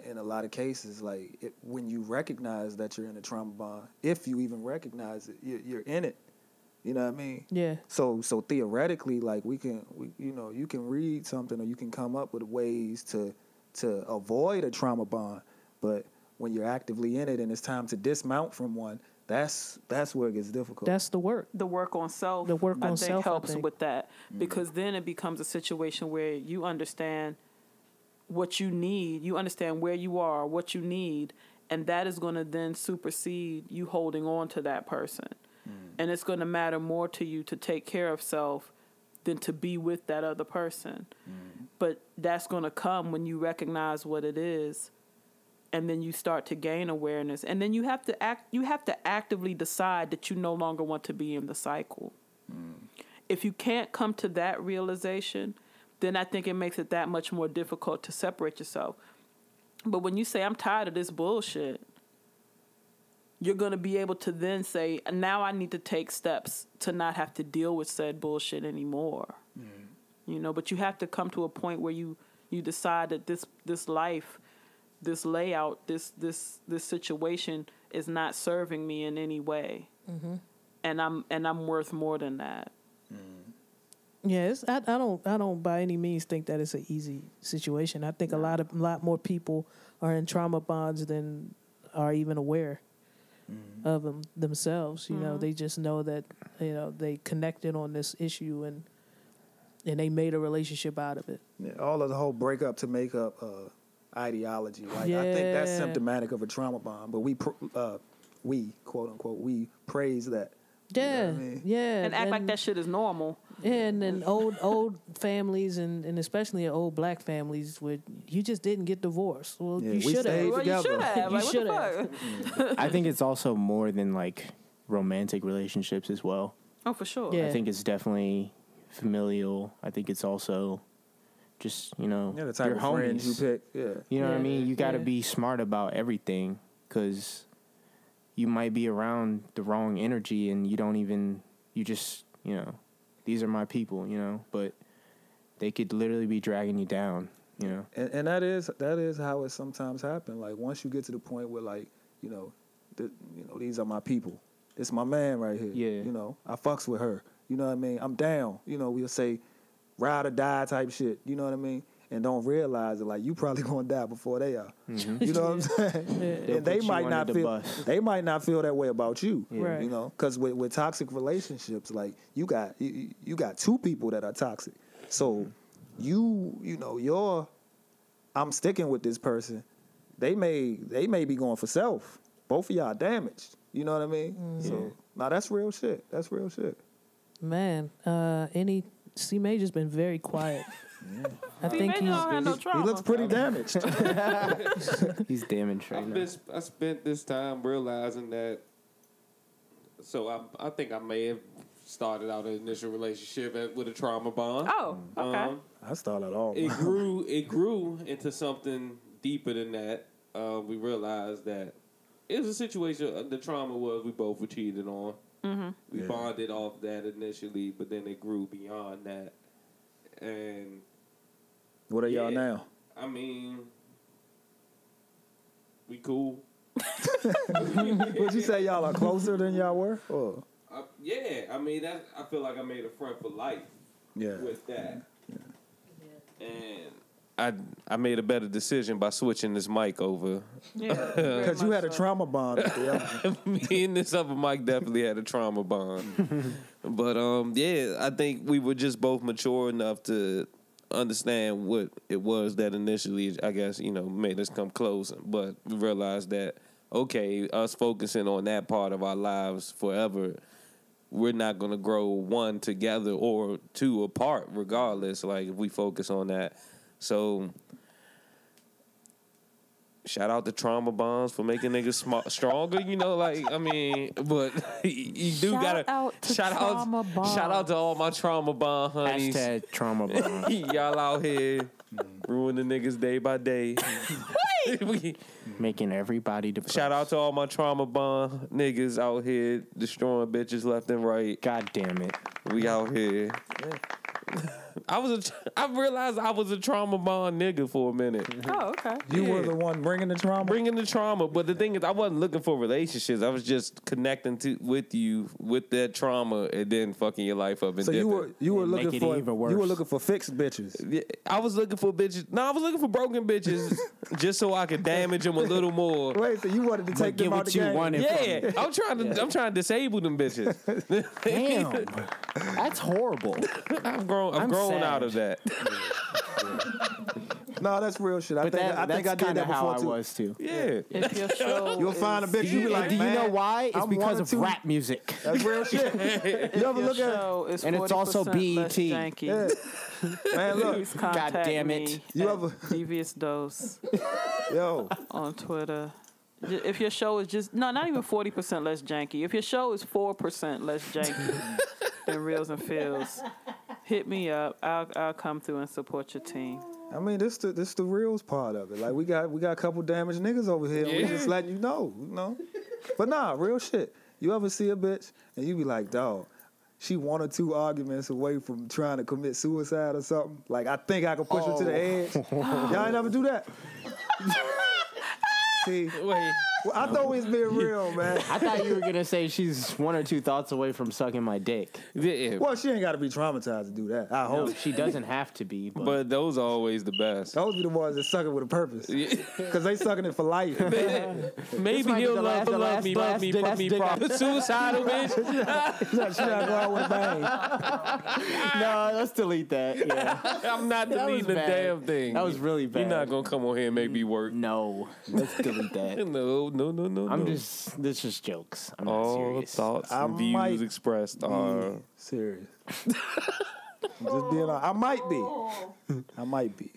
Speaker 2: in a lot of cases, like it, when you recognize that you're in a trauma bond, if you even recognize it, you're, you're in it. You know what I mean?
Speaker 3: Yeah,
Speaker 2: So so theoretically, like we can, we, you know, you can read something or you can come up with ways to to avoid a trauma bond. But when you're actively in it and it's time to dismount from one, that's that's where it gets difficult.
Speaker 3: that's the work.
Speaker 1: the work on self
Speaker 3: The work
Speaker 1: I
Speaker 3: on
Speaker 1: think
Speaker 3: self, I
Speaker 1: helps
Speaker 3: think.
Speaker 1: with that because then it becomes a situation where you understand what you need you understand where you are what you need and that is going to then supersede you holding on to that person and it's going to matter more to you to take care of self than to be with that other person but that's going to come when you recognize what it is and then you start to gain awareness and then you have to act you have to actively decide that you no longer want to be in the cycle if you can't come to that realization then i think it makes it that much more difficult to separate yourself but when you say i'm tired of this bullshit you're going to be able to then say now i need to take steps to not have to deal with said bullshit anymore you know but you have to come to a point where you you decide that this this life this layout this this this situation is not serving me in any way and i'm and i'm worth more than that
Speaker 3: Yes, I, I don't I don't by any means think that it's an easy situation. I think a lot of lot more people are in trauma bonds than are even aware
Speaker 2: Mm-hmm.
Speaker 3: of them themselves. You know, they just know that you know they connected on this issue and and they made a relationship out of it.
Speaker 2: Yeah, all of the whole breakup to make up uh, ideology. Like I think that's
Speaker 3: Yeah.
Speaker 2: symptomatic of a trauma bond. But we, pr- uh, we quote unquote, we praise that.
Speaker 3: Yeah,
Speaker 2: what I mean?
Speaker 3: yeah,
Speaker 1: and act like that shit is normal
Speaker 3: Yeah, and then old old families and, and especially in old black families where you just didn't get divorced. Well,
Speaker 2: Yeah,
Speaker 3: you
Speaker 2: we
Speaker 3: should
Speaker 2: stayed
Speaker 3: have.
Speaker 1: well,
Speaker 2: together.
Speaker 1: you should have
Speaker 3: You
Speaker 1: like, what the
Speaker 3: should have.
Speaker 1: fuck?
Speaker 5: I think it's also more than like romantic relationships as well.
Speaker 1: oh for sure
Speaker 3: Yeah.
Speaker 5: I think it's definitely familial. I think it's also just you know
Speaker 2: Yeah, the type
Speaker 5: your
Speaker 2: of friends you
Speaker 5: homies.
Speaker 2: pick. Yeah.
Speaker 5: You know what I
Speaker 3: Yeah,
Speaker 5: mean? You got to
Speaker 3: yeah.
Speaker 5: be smart about everything because you might be around the wrong energy and you don't even, you just, you know, these are my people, you know, but they could literally be dragging you down, you know?
Speaker 2: and, and that is that is how it sometimes happens. Like once you get to the point where like you know, the, you know these are my people. It's my man right here.
Speaker 5: Yeah.
Speaker 2: You know, I fucks with her. You know what I mean? I'm down. You know, we'll say ride or die type shit. You know what I mean? And don't realize it. Like you probably gonna die before they are. You know what I'm saying?
Speaker 5: Mm-hmm. They'll
Speaker 2: And they
Speaker 5: put you
Speaker 2: might
Speaker 5: under
Speaker 2: not
Speaker 5: the
Speaker 2: feel.
Speaker 5: bus.
Speaker 2: They might not feel that way about you.
Speaker 5: Yeah.
Speaker 3: Right.
Speaker 2: You know, because with, with toxic relationships, like you got you- you, you got two people that are toxic. So you you know your I'm sticking with this person. They may they may be going for self. Both of y'all damaged. You know what I mean? So now that's real shit. That's real shit.
Speaker 3: Man, uh, any C Major's been very quiet. I
Speaker 1: See,
Speaker 3: think
Speaker 1: Major
Speaker 3: he's.
Speaker 1: don't have no trauma.
Speaker 2: He looks pretty damaged.
Speaker 5: He's damaged right
Speaker 4: I've
Speaker 5: now.
Speaker 4: been, I spent this time realizing that. So I, I think I may have started out an initial relationship at, with a trauma bond.
Speaker 1: Oh, okay.
Speaker 5: Uh-huh.
Speaker 4: Um,
Speaker 2: I started all.
Speaker 4: it grew. It grew into something deeper than that. Uh, we realized that it was a situation. uh, The trauma was we both were cheated on.
Speaker 1: Mm-hmm.
Speaker 4: We
Speaker 2: Yeah.
Speaker 4: bonded off that initially, but then it grew beyond that. And
Speaker 2: What are y'all
Speaker 4: Yeah.
Speaker 2: now?
Speaker 4: I mean, we cool.
Speaker 2: Would you say y'all are closer than y'all were? Or
Speaker 4: I, yeah, I mean that. I feel like I made a friend for life
Speaker 2: yeah,
Speaker 4: with that. And I I made a better decision by switching this mic over.
Speaker 1: Yeah, very
Speaker 2: because you
Speaker 1: much
Speaker 2: had a
Speaker 1: so.
Speaker 2: trauma bond. with the other.
Speaker 4: Me and this other mic definitely had a trauma bond. but um, yeah, I think we were just both mature enough to understand what it was that initially, I guess, you know, made us come close. But we realized that, okay, us focusing on that part of our lives forever, we're not going to grow one together or two apart, regardless. Like, if we focus on that. So, shout out to trauma bonds for making niggas smart, stronger. You know, like I mean, but you do
Speaker 1: Shout
Speaker 4: gotta
Speaker 1: out to
Speaker 4: shout
Speaker 1: trauma
Speaker 4: out, shout out to all my trauma bond honeys.
Speaker 5: Hashtag trauma bond.
Speaker 4: Y'all out here ruining niggas day by day. We-
Speaker 5: Making everybody depressed.
Speaker 4: shout out to all my trauma bond niggas out here destroying bitches left and right.
Speaker 5: God damn it.
Speaker 4: We out here. I was a. tr- I realized I was a trauma bond nigga for a minute.
Speaker 1: Oh, okay.
Speaker 2: You were
Speaker 4: Yeah.
Speaker 2: the one bringing the trauma.
Speaker 4: bringing the trauma. But the thing is, I wasn't looking for relationships. I was just connecting to with you with that trauma, and then fucking your life up. And
Speaker 2: so you were
Speaker 4: dipping.
Speaker 2: you were
Speaker 5: And make
Speaker 2: looking
Speaker 5: it
Speaker 2: for
Speaker 5: even
Speaker 2: you were
Speaker 5: worse.
Speaker 2: looking for fixed bitches.
Speaker 4: Yeah, I was looking for bitches. No, I was looking for broken bitches just so I could damage them a little more.
Speaker 2: Wait, so you wanted to take
Speaker 5: get
Speaker 2: them out
Speaker 5: what
Speaker 2: the
Speaker 5: you
Speaker 2: game?
Speaker 5: wanted.
Speaker 4: Yeah, I'm trying to. I'm trying to disable them bitches.
Speaker 5: Damn. That's horrible.
Speaker 4: I've grown. I've
Speaker 5: I'm
Speaker 4: grown
Speaker 5: sad.
Speaker 4: out of that.
Speaker 2: No, that's real shit. I
Speaker 5: But
Speaker 2: think
Speaker 5: that,
Speaker 2: I think
Speaker 5: that's
Speaker 2: I did
Speaker 5: kinda
Speaker 2: that
Speaker 5: how
Speaker 2: before
Speaker 5: I
Speaker 2: too.
Speaker 5: was too.
Speaker 4: Yeah.
Speaker 1: If your show
Speaker 2: You'll find a bitch. You be
Speaker 5: and
Speaker 2: like,
Speaker 5: do you
Speaker 2: "Man,
Speaker 5: know why? It's
Speaker 2: I'm
Speaker 5: because
Speaker 2: one or
Speaker 5: of
Speaker 2: two."
Speaker 5: rap music.
Speaker 2: That's real shit. you ever
Speaker 1: your
Speaker 2: look at
Speaker 1: show is
Speaker 5: And it's also
Speaker 1: 40% less
Speaker 5: BET.
Speaker 1: janky,
Speaker 2: yeah. man? Look,
Speaker 1: Please contact
Speaker 5: damn it.
Speaker 1: me
Speaker 2: You
Speaker 1: at
Speaker 2: ever-
Speaker 1: devious dose
Speaker 2: yo,
Speaker 1: on Twitter. J- If your show is just no, not even forty percent less janky. If your show is four percent less janky than Reels and Fields, hit me up. I'll I'll come through and support your team.
Speaker 2: I mean, this the this the reals part of it. Like we got we got a couple damaged niggas over here. and We just letting you know, you know. But nah, real shit. You ever see a bitch and you be like, dog. She one or two arguments away from trying to commit suicide or something. Like I think I can push her to the edge. Y'all ain't never do that. See,
Speaker 4: Wait.
Speaker 2: well, I thought we was being real, man.
Speaker 5: I thought you were gonna say she's one or two thoughts away from sucking my dick.
Speaker 4: Yeah.
Speaker 2: Well, she ain't got to be traumatized to do that. I hope.
Speaker 5: No, she doesn't have to be, but,
Speaker 4: But those are always the best.
Speaker 5: Oh,
Speaker 2: Those be the ones that suck it with a purpose. Because they sucking it for life.
Speaker 4: Maybe
Speaker 5: might be
Speaker 4: he'll
Speaker 5: the
Speaker 4: love,
Speaker 5: last- the
Speaker 4: love
Speaker 5: last-
Speaker 4: me,
Speaker 5: the
Speaker 4: love
Speaker 5: last-
Speaker 4: me,
Speaker 5: the
Speaker 4: fuck
Speaker 5: last
Speaker 4: me,
Speaker 5: dick I-
Speaker 4: proper suicidal bitch.
Speaker 2: she not going with a bang.
Speaker 5: no, let's delete that. Yeah.
Speaker 4: I'm not
Speaker 5: That was
Speaker 4: deleting the
Speaker 5: bad.
Speaker 4: damn thing.
Speaker 5: That was really
Speaker 4: You're
Speaker 5: bad.
Speaker 4: not gonna come on here and make me work.
Speaker 5: No, let's delete that.
Speaker 4: No, no, no, no.
Speaker 5: I'm
Speaker 4: no.
Speaker 5: just this is jokes. I'm not
Speaker 4: all
Speaker 5: serious.
Speaker 4: thoughts
Speaker 2: I
Speaker 4: and views
Speaker 2: might
Speaker 4: expressed are.
Speaker 2: Serious. I'm just being honest. I might be.
Speaker 5: Oh.
Speaker 2: I might be.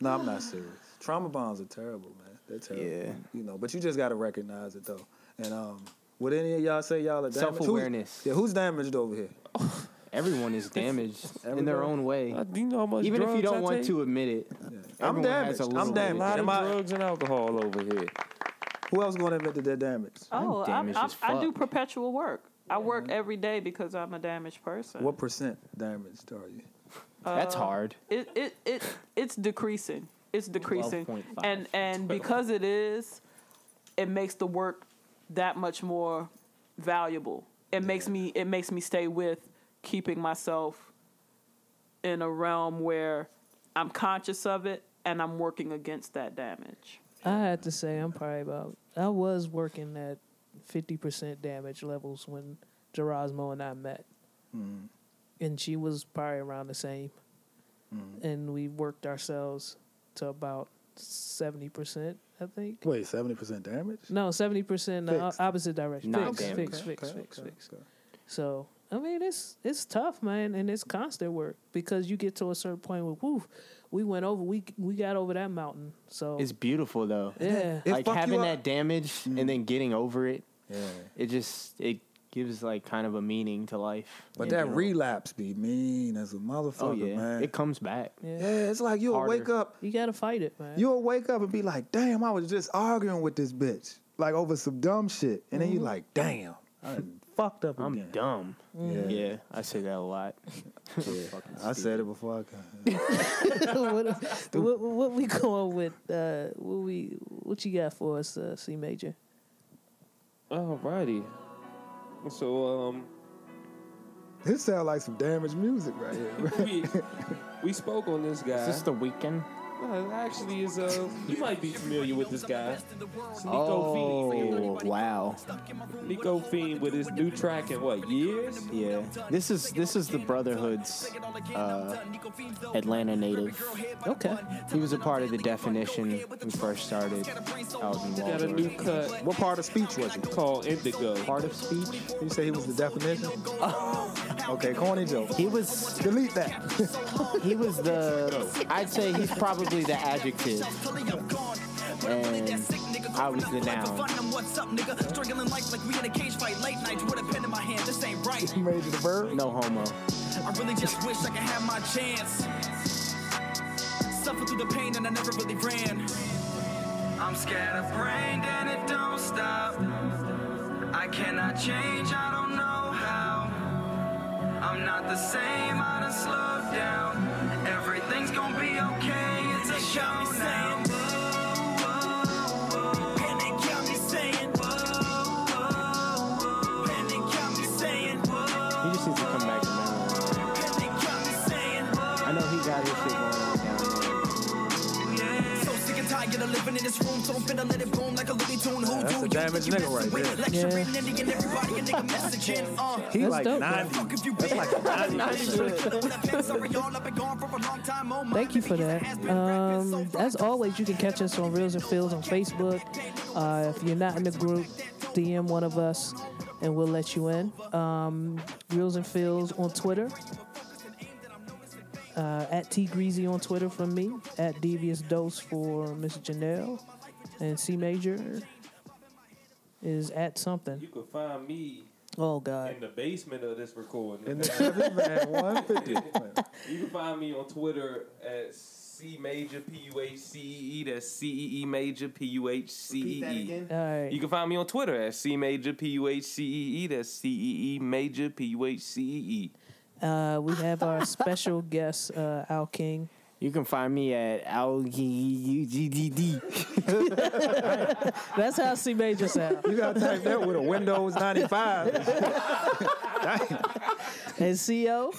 Speaker 2: No, I'm not serious. Trauma bonds are terrible, man. They're terrible.
Speaker 5: Yeah.
Speaker 2: You know, but you just got to recognize it, though. And um, would any of y'all say y'all are damaged? Who's-
Speaker 5: Self-awareness.
Speaker 2: yeah, who's damaged over here?
Speaker 5: Everyone is damaged in their
Speaker 4: Everyone.
Speaker 5: own way.
Speaker 4: I, you know how much
Speaker 5: Even if you
Speaker 4: drugs I
Speaker 5: don't want
Speaker 4: take?
Speaker 5: to admit it,
Speaker 2: I'm
Speaker 5: Everyone has
Speaker 2: damaged.
Speaker 5: a
Speaker 2: I'm
Speaker 5: little bit.
Speaker 4: A lot
Speaker 2: damaged.
Speaker 4: of
Speaker 2: Am I-
Speaker 4: drugs and alcohol over here.
Speaker 2: Who else gonna admit that they're damaged?
Speaker 1: Oh, I'm,
Speaker 5: damaged
Speaker 1: I'm,
Speaker 5: as
Speaker 1: I do
Speaker 5: fuck.
Speaker 1: perpetual work. I work every day because I'm a damaged person.
Speaker 2: What percent damaged are you?
Speaker 5: that's hard.
Speaker 1: it it it it's decreasing. It's decreasing,
Speaker 5: 12.5.
Speaker 1: and and because it is, it makes the work that much more valuable. It makes me it makes me stay with keeping myself in a realm where I'm conscious of it and I'm working against that damage.
Speaker 3: I had to say I'm probably about I was working at fifty percent damage levels when Gerasmo and I met. And she was probably around the same. And we worked ourselves to about seventy percent, I think.
Speaker 2: Wait, seventy percent damaged?
Speaker 3: No, seventy percent the
Speaker 2: Fixed.
Speaker 3: o- opposite direction.
Speaker 5: Not
Speaker 3: Fix,
Speaker 5: damaged.
Speaker 3: fix, fix, fix, fix. So I mean, it's it's tough, man, and it's constant work because you get to a certain point where, woof, we went over, we we got over that mountain. So
Speaker 5: It's beautiful though.
Speaker 3: yeah,
Speaker 2: It
Speaker 5: like
Speaker 2: fuck you
Speaker 5: having
Speaker 2: up.
Speaker 5: that damage and then getting over it.
Speaker 2: Yeah.
Speaker 5: It just it gives like kind of a meaning to life.
Speaker 2: But
Speaker 5: in
Speaker 2: that
Speaker 5: general.
Speaker 2: relapse be mean as a motherfucker,
Speaker 5: oh yeah,
Speaker 2: man.
Speaker 5: it comes back.
Speaker 3: yeah.
Speaker 2: yeah, it's like you'll
Speaker 5: Harder.
Speaker 2: wake up
Speaker 3: You gotta fight it, man.
Speaker 2: You'll wake up and be like, damn, I was just arguing with this bitch, like over some dumb shit. And then you're like, damn, I done fucked up
Speaker 5: I'm
Speaker 2: again.
Speaker 5: dumb. Yeah.
Speaker 2: Mm-hmm. Yeah.
Speaker 5: I say that a lot. Fucking
Speaker 2: I
Speaker 5: stupid.
Speaker 2: said it before I came.
Speaker 3: what, what, what we going with? Uh, what we what you got for us, uh, C Major?
Speaker 4: Alrighty. So um,
Speaker 2: this sound like some damaged music right here.
Speaker 4: we, we spoke on this guy.
Speaker 5: Is this the weekend?
Speaker 4: Uh, actually, is uh, you might be familiar with this guy. It's Nico
Speaker 5: Oh wow.
Speaker 4: Fiend. Nico Fiend with his new track in what years?
Speaker 5: Yeah. This is this is the Brotherhood's uh, Atlanta native.
Speaker 3: Okay,
Speaker 5: He was a part of the definition when he first started out in
Speaker 4: Got a new
Speaker 5: Walmart.
Speaker 4: cut
Speaker 2: what part of speech was it?
Speaker 4: called Indigo.
Speaker 5: Part of speech.
Speaker 2: You say he was the definition? Oh. okay, corny joke.
Speaker 5: He was
Speaker 2: Delete that.
Speaker 5: he was the I'd say he's probably the adjective. And I was the noun.
Speaker 2: Major the verb.
Speaker 5: No homo.
Speaker 9: I really just wish I could have my chance. Suffer through the pain and I never really ran. I'm scatterbrained and it don't stop. I cannot change, I don't know how. I'm not the same, I done slowed down. Everything's gonna be okay, it's a show now. And they got me saying, whoa, whoa. And they got me saying, whoa.
Speaker 5: He just needs to come back to Maryland.
Speaker 9: And they got me saying,
Speaker 5: I know he got his shit going on down there.
Speaker 9: So sick and tired of living in this room, so I'm finna let it boom like a Looney Tune. Who
Speaker 2: That's
Speaker 9: do
Speaker 2: a
Speaker 9: you
Speaker 2: damaged
Speaker 9: think you
Speaker 2: nigga
Speaker 9: messing
Speaker 2: right
Speaker 9: with?
Speaker 2: there.
Speaker 9: Lecturing and nigga, everybody a nigga messaging. Uh,
Speaker 2: He
Speaker 3: That's
Speaker 2: like
Speaker 3: dope,
Speaker 2: 90.
Speaker 9: fuck if you been like oh
Speaker 3: thank you for that. Um, as always, you can catch us on Reels and Fields on Facebook. Uh, if you're not in the group, DM one of us, and we'll let you in. Um, Reels and Fields on Twitter. Uh, at T Greasy on Twitter for me, at Devious Dose for Miss Janelle, and C Major is at something.
Speaker 4: You can find me
Speaker 3: Oh God,
Speaker 4: in the basement of this
Speaker 2: And
Speaker 4: recording.
Speaker 2: the seventh man, 150.
Speaker 4: You can find me on Twitter at C Major P U H C E E. That's C E E Major P U H C E E.
Speaker 3: all right.
Speaker 4: You can find me on Twitter at C Major P U H C E E. That's C E E Major P U H C E E.
Speaker 3: Uh, we have our special guest, uh, Al King.
Speaker 5: You can find me at LGUGDD.
Speaker 3: That's how C Major sound.
Speaker 2: You gotta type that with a Windows 95.
Speaker 3: And CO,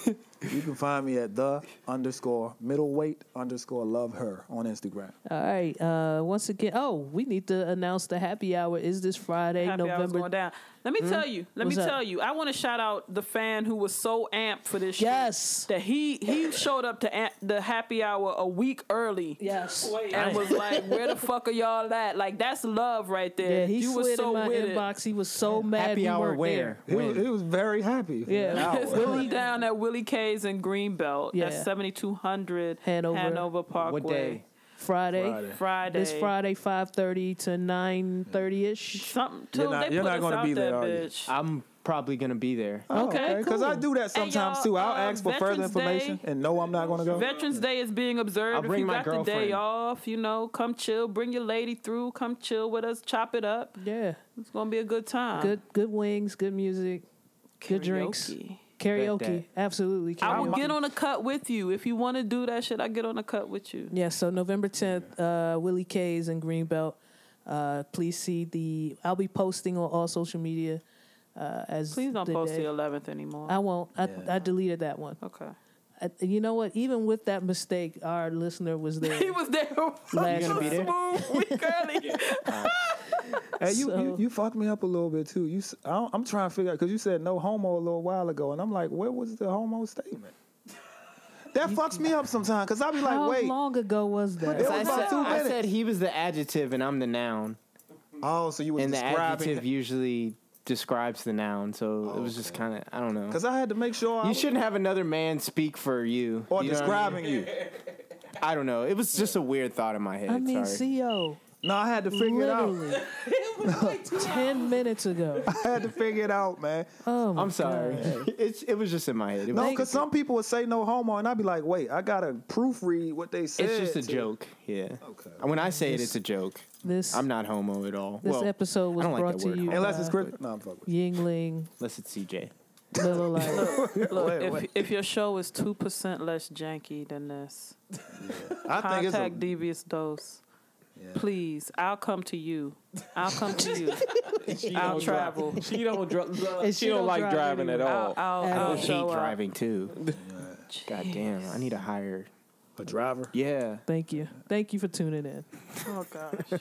Speaker 2: You can find me at the underscore middleweight underscore love her on Instagram.
Speaker 3: all right. Uh, once again, oh, we need to announce the happy hour is this Friday,
Speaker 1: Happy hour's
Speaker 3: November. Hmm?
Speaker 1: going down. Let me tell you. Let
Speaker 3: What's
Speaker 1: me
Speaker 3: up?
Speaker 1: tell you. I want to shout out the fan who was so amped for this. shit
Speaker 3: Yes.
Speaker 1: that he he showed up to amp, the happy hour a week early.
Speaker 3: Yes.
Speaker 1: And was like, where the fuck are y'all at? Like that's love right there.
Speaker 3: Yeah, he
Speaker 1: you
Speaker 3: slid
Speaker 1: was so
Speaker 3: in my
Speaker 1: with it.
Speaker 3: inbox. He was so mad.
Speaker 5: Happy
Speaker 3: we
Speaker 5: hour
Speaker 3: weren't
Speaker 5: where?
Speaker 2: He was, he
Speaker 5: When?
Speaker 2: was very happy. for
Speaker 3: Yeah.
Speaker 2: an hour.
Speaker 1: Willie down at Willie K's in Greenbelt.
Speaker 3: Yeah.
Speaker 1: That's seventy two hundred
Speaker 3: Hanover.
Speaker 1: Parkway.
Speaker 5: What day?
Speaker 3: there. Friday.
Speaker 2: Friday.
Speaker 1: Friday.
Speaker 3: This Friday, five thirty to nine thirty ish.
Speaker 1: Something.
Speaker 2: You're
Speaker 1: till
Speaker 2: not-
Speaker 1: they
Speaker 2: you're
Speaker 1: put
Speaker 2: not
Speaker 1: us
Speaker 2: gonna
Speaker 1: out
Speaker 2: be there,
Speaker 1: that
Speaker 2: are you?
Speaker 1: bitch.
Speaker 5: I'm probably gonna be there.
Speaker 2: Oh,
Speaker 1: Okay,
Speaker 2: Because I
Speaker 1: cool.
Speaker 2: do that
Speaker 1: Hey,
Speaker 2: sometimes
Speaker 1: y'all,
Speaker 2: too. I'll
Speaker 1: uh,
Speaker 2: ask for further
Speaker 1: Veterans Day-
Speaker 2: information and no, I'm not going to go.
Speaker 1: Veterans Day is being observed.
Speaker 5: I'll
Speaker 1: if
Speaker 5: bring
Speaker 1: you
Speaker 5: my
Speaker 1: got the day
Speaker 5: girlfriend.
Speaker 1: off, you know, come chill. Bring your lady through. Come chill with us. Chop it up.
Speaker 3: Yeah.
Speaker 1: It's gonna be a good time.
Speaker 3: Good good wings, good music, good drinks.
Speaker 1: Karaoke.
Speaker 3: Karaoke.
Speaker 5: that.
Speaker 3: Absolutely.
Speaker 1: I
Speaker 3: Karaoke.
Speaker 1: will get on a cut with you if you want to do that shit. I get on a cut with you.
Speaker 3: Yeah, so November 10th, uh, Willie K's in Greenbelt. Uh, please see the. I'll be posting on all social media uh, as.
Speaker 1: Please don't
Speaker 3: the
Speaker 1: post
Speaker 3: day.
Speaker 1: the eleventh anymore.
Speaker 3: I won't. I,
Speaker 4: Yeah.
Speaker 3: I deleted that one.
Speaker 1: okay.
Speaker 3: I, you know what? Even with that mistake, our listener was there.
Speaker 1: He was there.
Speaker 3: Last
Speaker 1: so
Speaker 5: be there?
Speaker 1: smooth. We curly.
Speaker 2: Hey, you,
Speaker 3: So-
Speaker 2: you you fucked me up a little bit too. You, s- I don't- I'm trying to figure out because you said no homo a little while ago, and I'm like, where was the homo statement? That fucks me up sometimes because I'll be like,
Speaker 3: How
Speaker 2: wait,
Speaker 3: long ago was that?
Speaker 2: It
Speaker 5: I
Speaker 2: was about
Speaker 5: said,
Speaker 2: two
Speaker 5: I
Speaker 2: minutes.
Speaker 5: said he was the adjective and I'm the noun,
Speaker 2: oh, so you were
Speaker 5: and the adjective
Speaker 2: describing
Speaker 5: usually describes the noun. So
Speaker 2: Oh,
Speaker 5: it was just kind of I don't know.
Speaker 2: because I had to make sure I
Speaker 5: You
Speaker 2: was-
Speaker 5: shouldn't have another man speak for you
Speaker 2: or
Speaker 5: You know what I mean?
Speaker 2: describing you.
Speaker 5: I don't know. It was just a weird thought in my head.
Speaker 3: I mean,
Speaker 5: Sorry.
Speaker 3: CO.
Speaker 2: No, I had to figure it
Speaker 3: Literally. 10 minutes ago.
Speaker 2: out. I had to figure it out, man.
Speaker 3: Oh, my
Speaker 5: I'm sorry.
Speaker 3: God.
Speaker 5: it's it was just in my head. It
Speaker 2: No,
Speaker 5: was,
Speaker 2: because some people would say no homo, and I'd be like, wait, I gotta proofread what they said.
Speaker 5: it's just a
Speaker 2: to-
Speaker 5: joke. Yeah.
Speaker 2: Okay.
Speaker 5: When I say it, it's a joke.
Speaker 3: This,
Speaker 5: I'm not homo at all.
Speaker 3: this
Speaker 5: well,
Speaker 3: episode was
Speaker 5: I don't like
Speaker 3: brought
Speaker 5: that
Speaker 3: to
Speaker 5: word,
Speaker 3: you.
Speaker 5: homo.
Speaker 2: Unless
Speaker 3: by
Speaker 2: it's Chris. No, I'm fucking. with
Speaker 3: Yingling,
Speaker 5: unless it's CJ.
Speaker 3: Little Light.
Speaker 1: Look,
Speaker 2: Wait,
Speaker 1: if,
Speaker 2: wait.
Speaker 1: if your show is two percent less janky than this,
Speaker 2: you. I think it's
Speaker 1: contact
Speaker 2: a,
Speaker 1: Devious Dose. Please, I'll come to you. I'll come to you.
Speaker 4: She
Speaker 1: I'll
Speaker 4: don't drive.
Speaker 1: travel.
Speaker 4: She don't dr- she,
Speaker 3: And she
Speaker 4: don't,
Speaker 3: don't
Speaker 4: like
Speaker 3: drive
Speaker 4: driving
Speaker 2: Oh.
Speaker 4: at
Speaker 3: anyway.
Speaker 4: all.
Speaker 1: I'll, I'll, I'll
Speaker 3: At
Speaker 5: I
Speaker 3: all.
Speaker 5: hate
Speaker 1: show up.
Speaker 5: driving too. God damn, I need a higher.
Speaker 2: a driver.
Speaker 5: Yeah.
Speaker 3: Thank you. Thank you for tuning in.
Speaker 1: Oh gosh.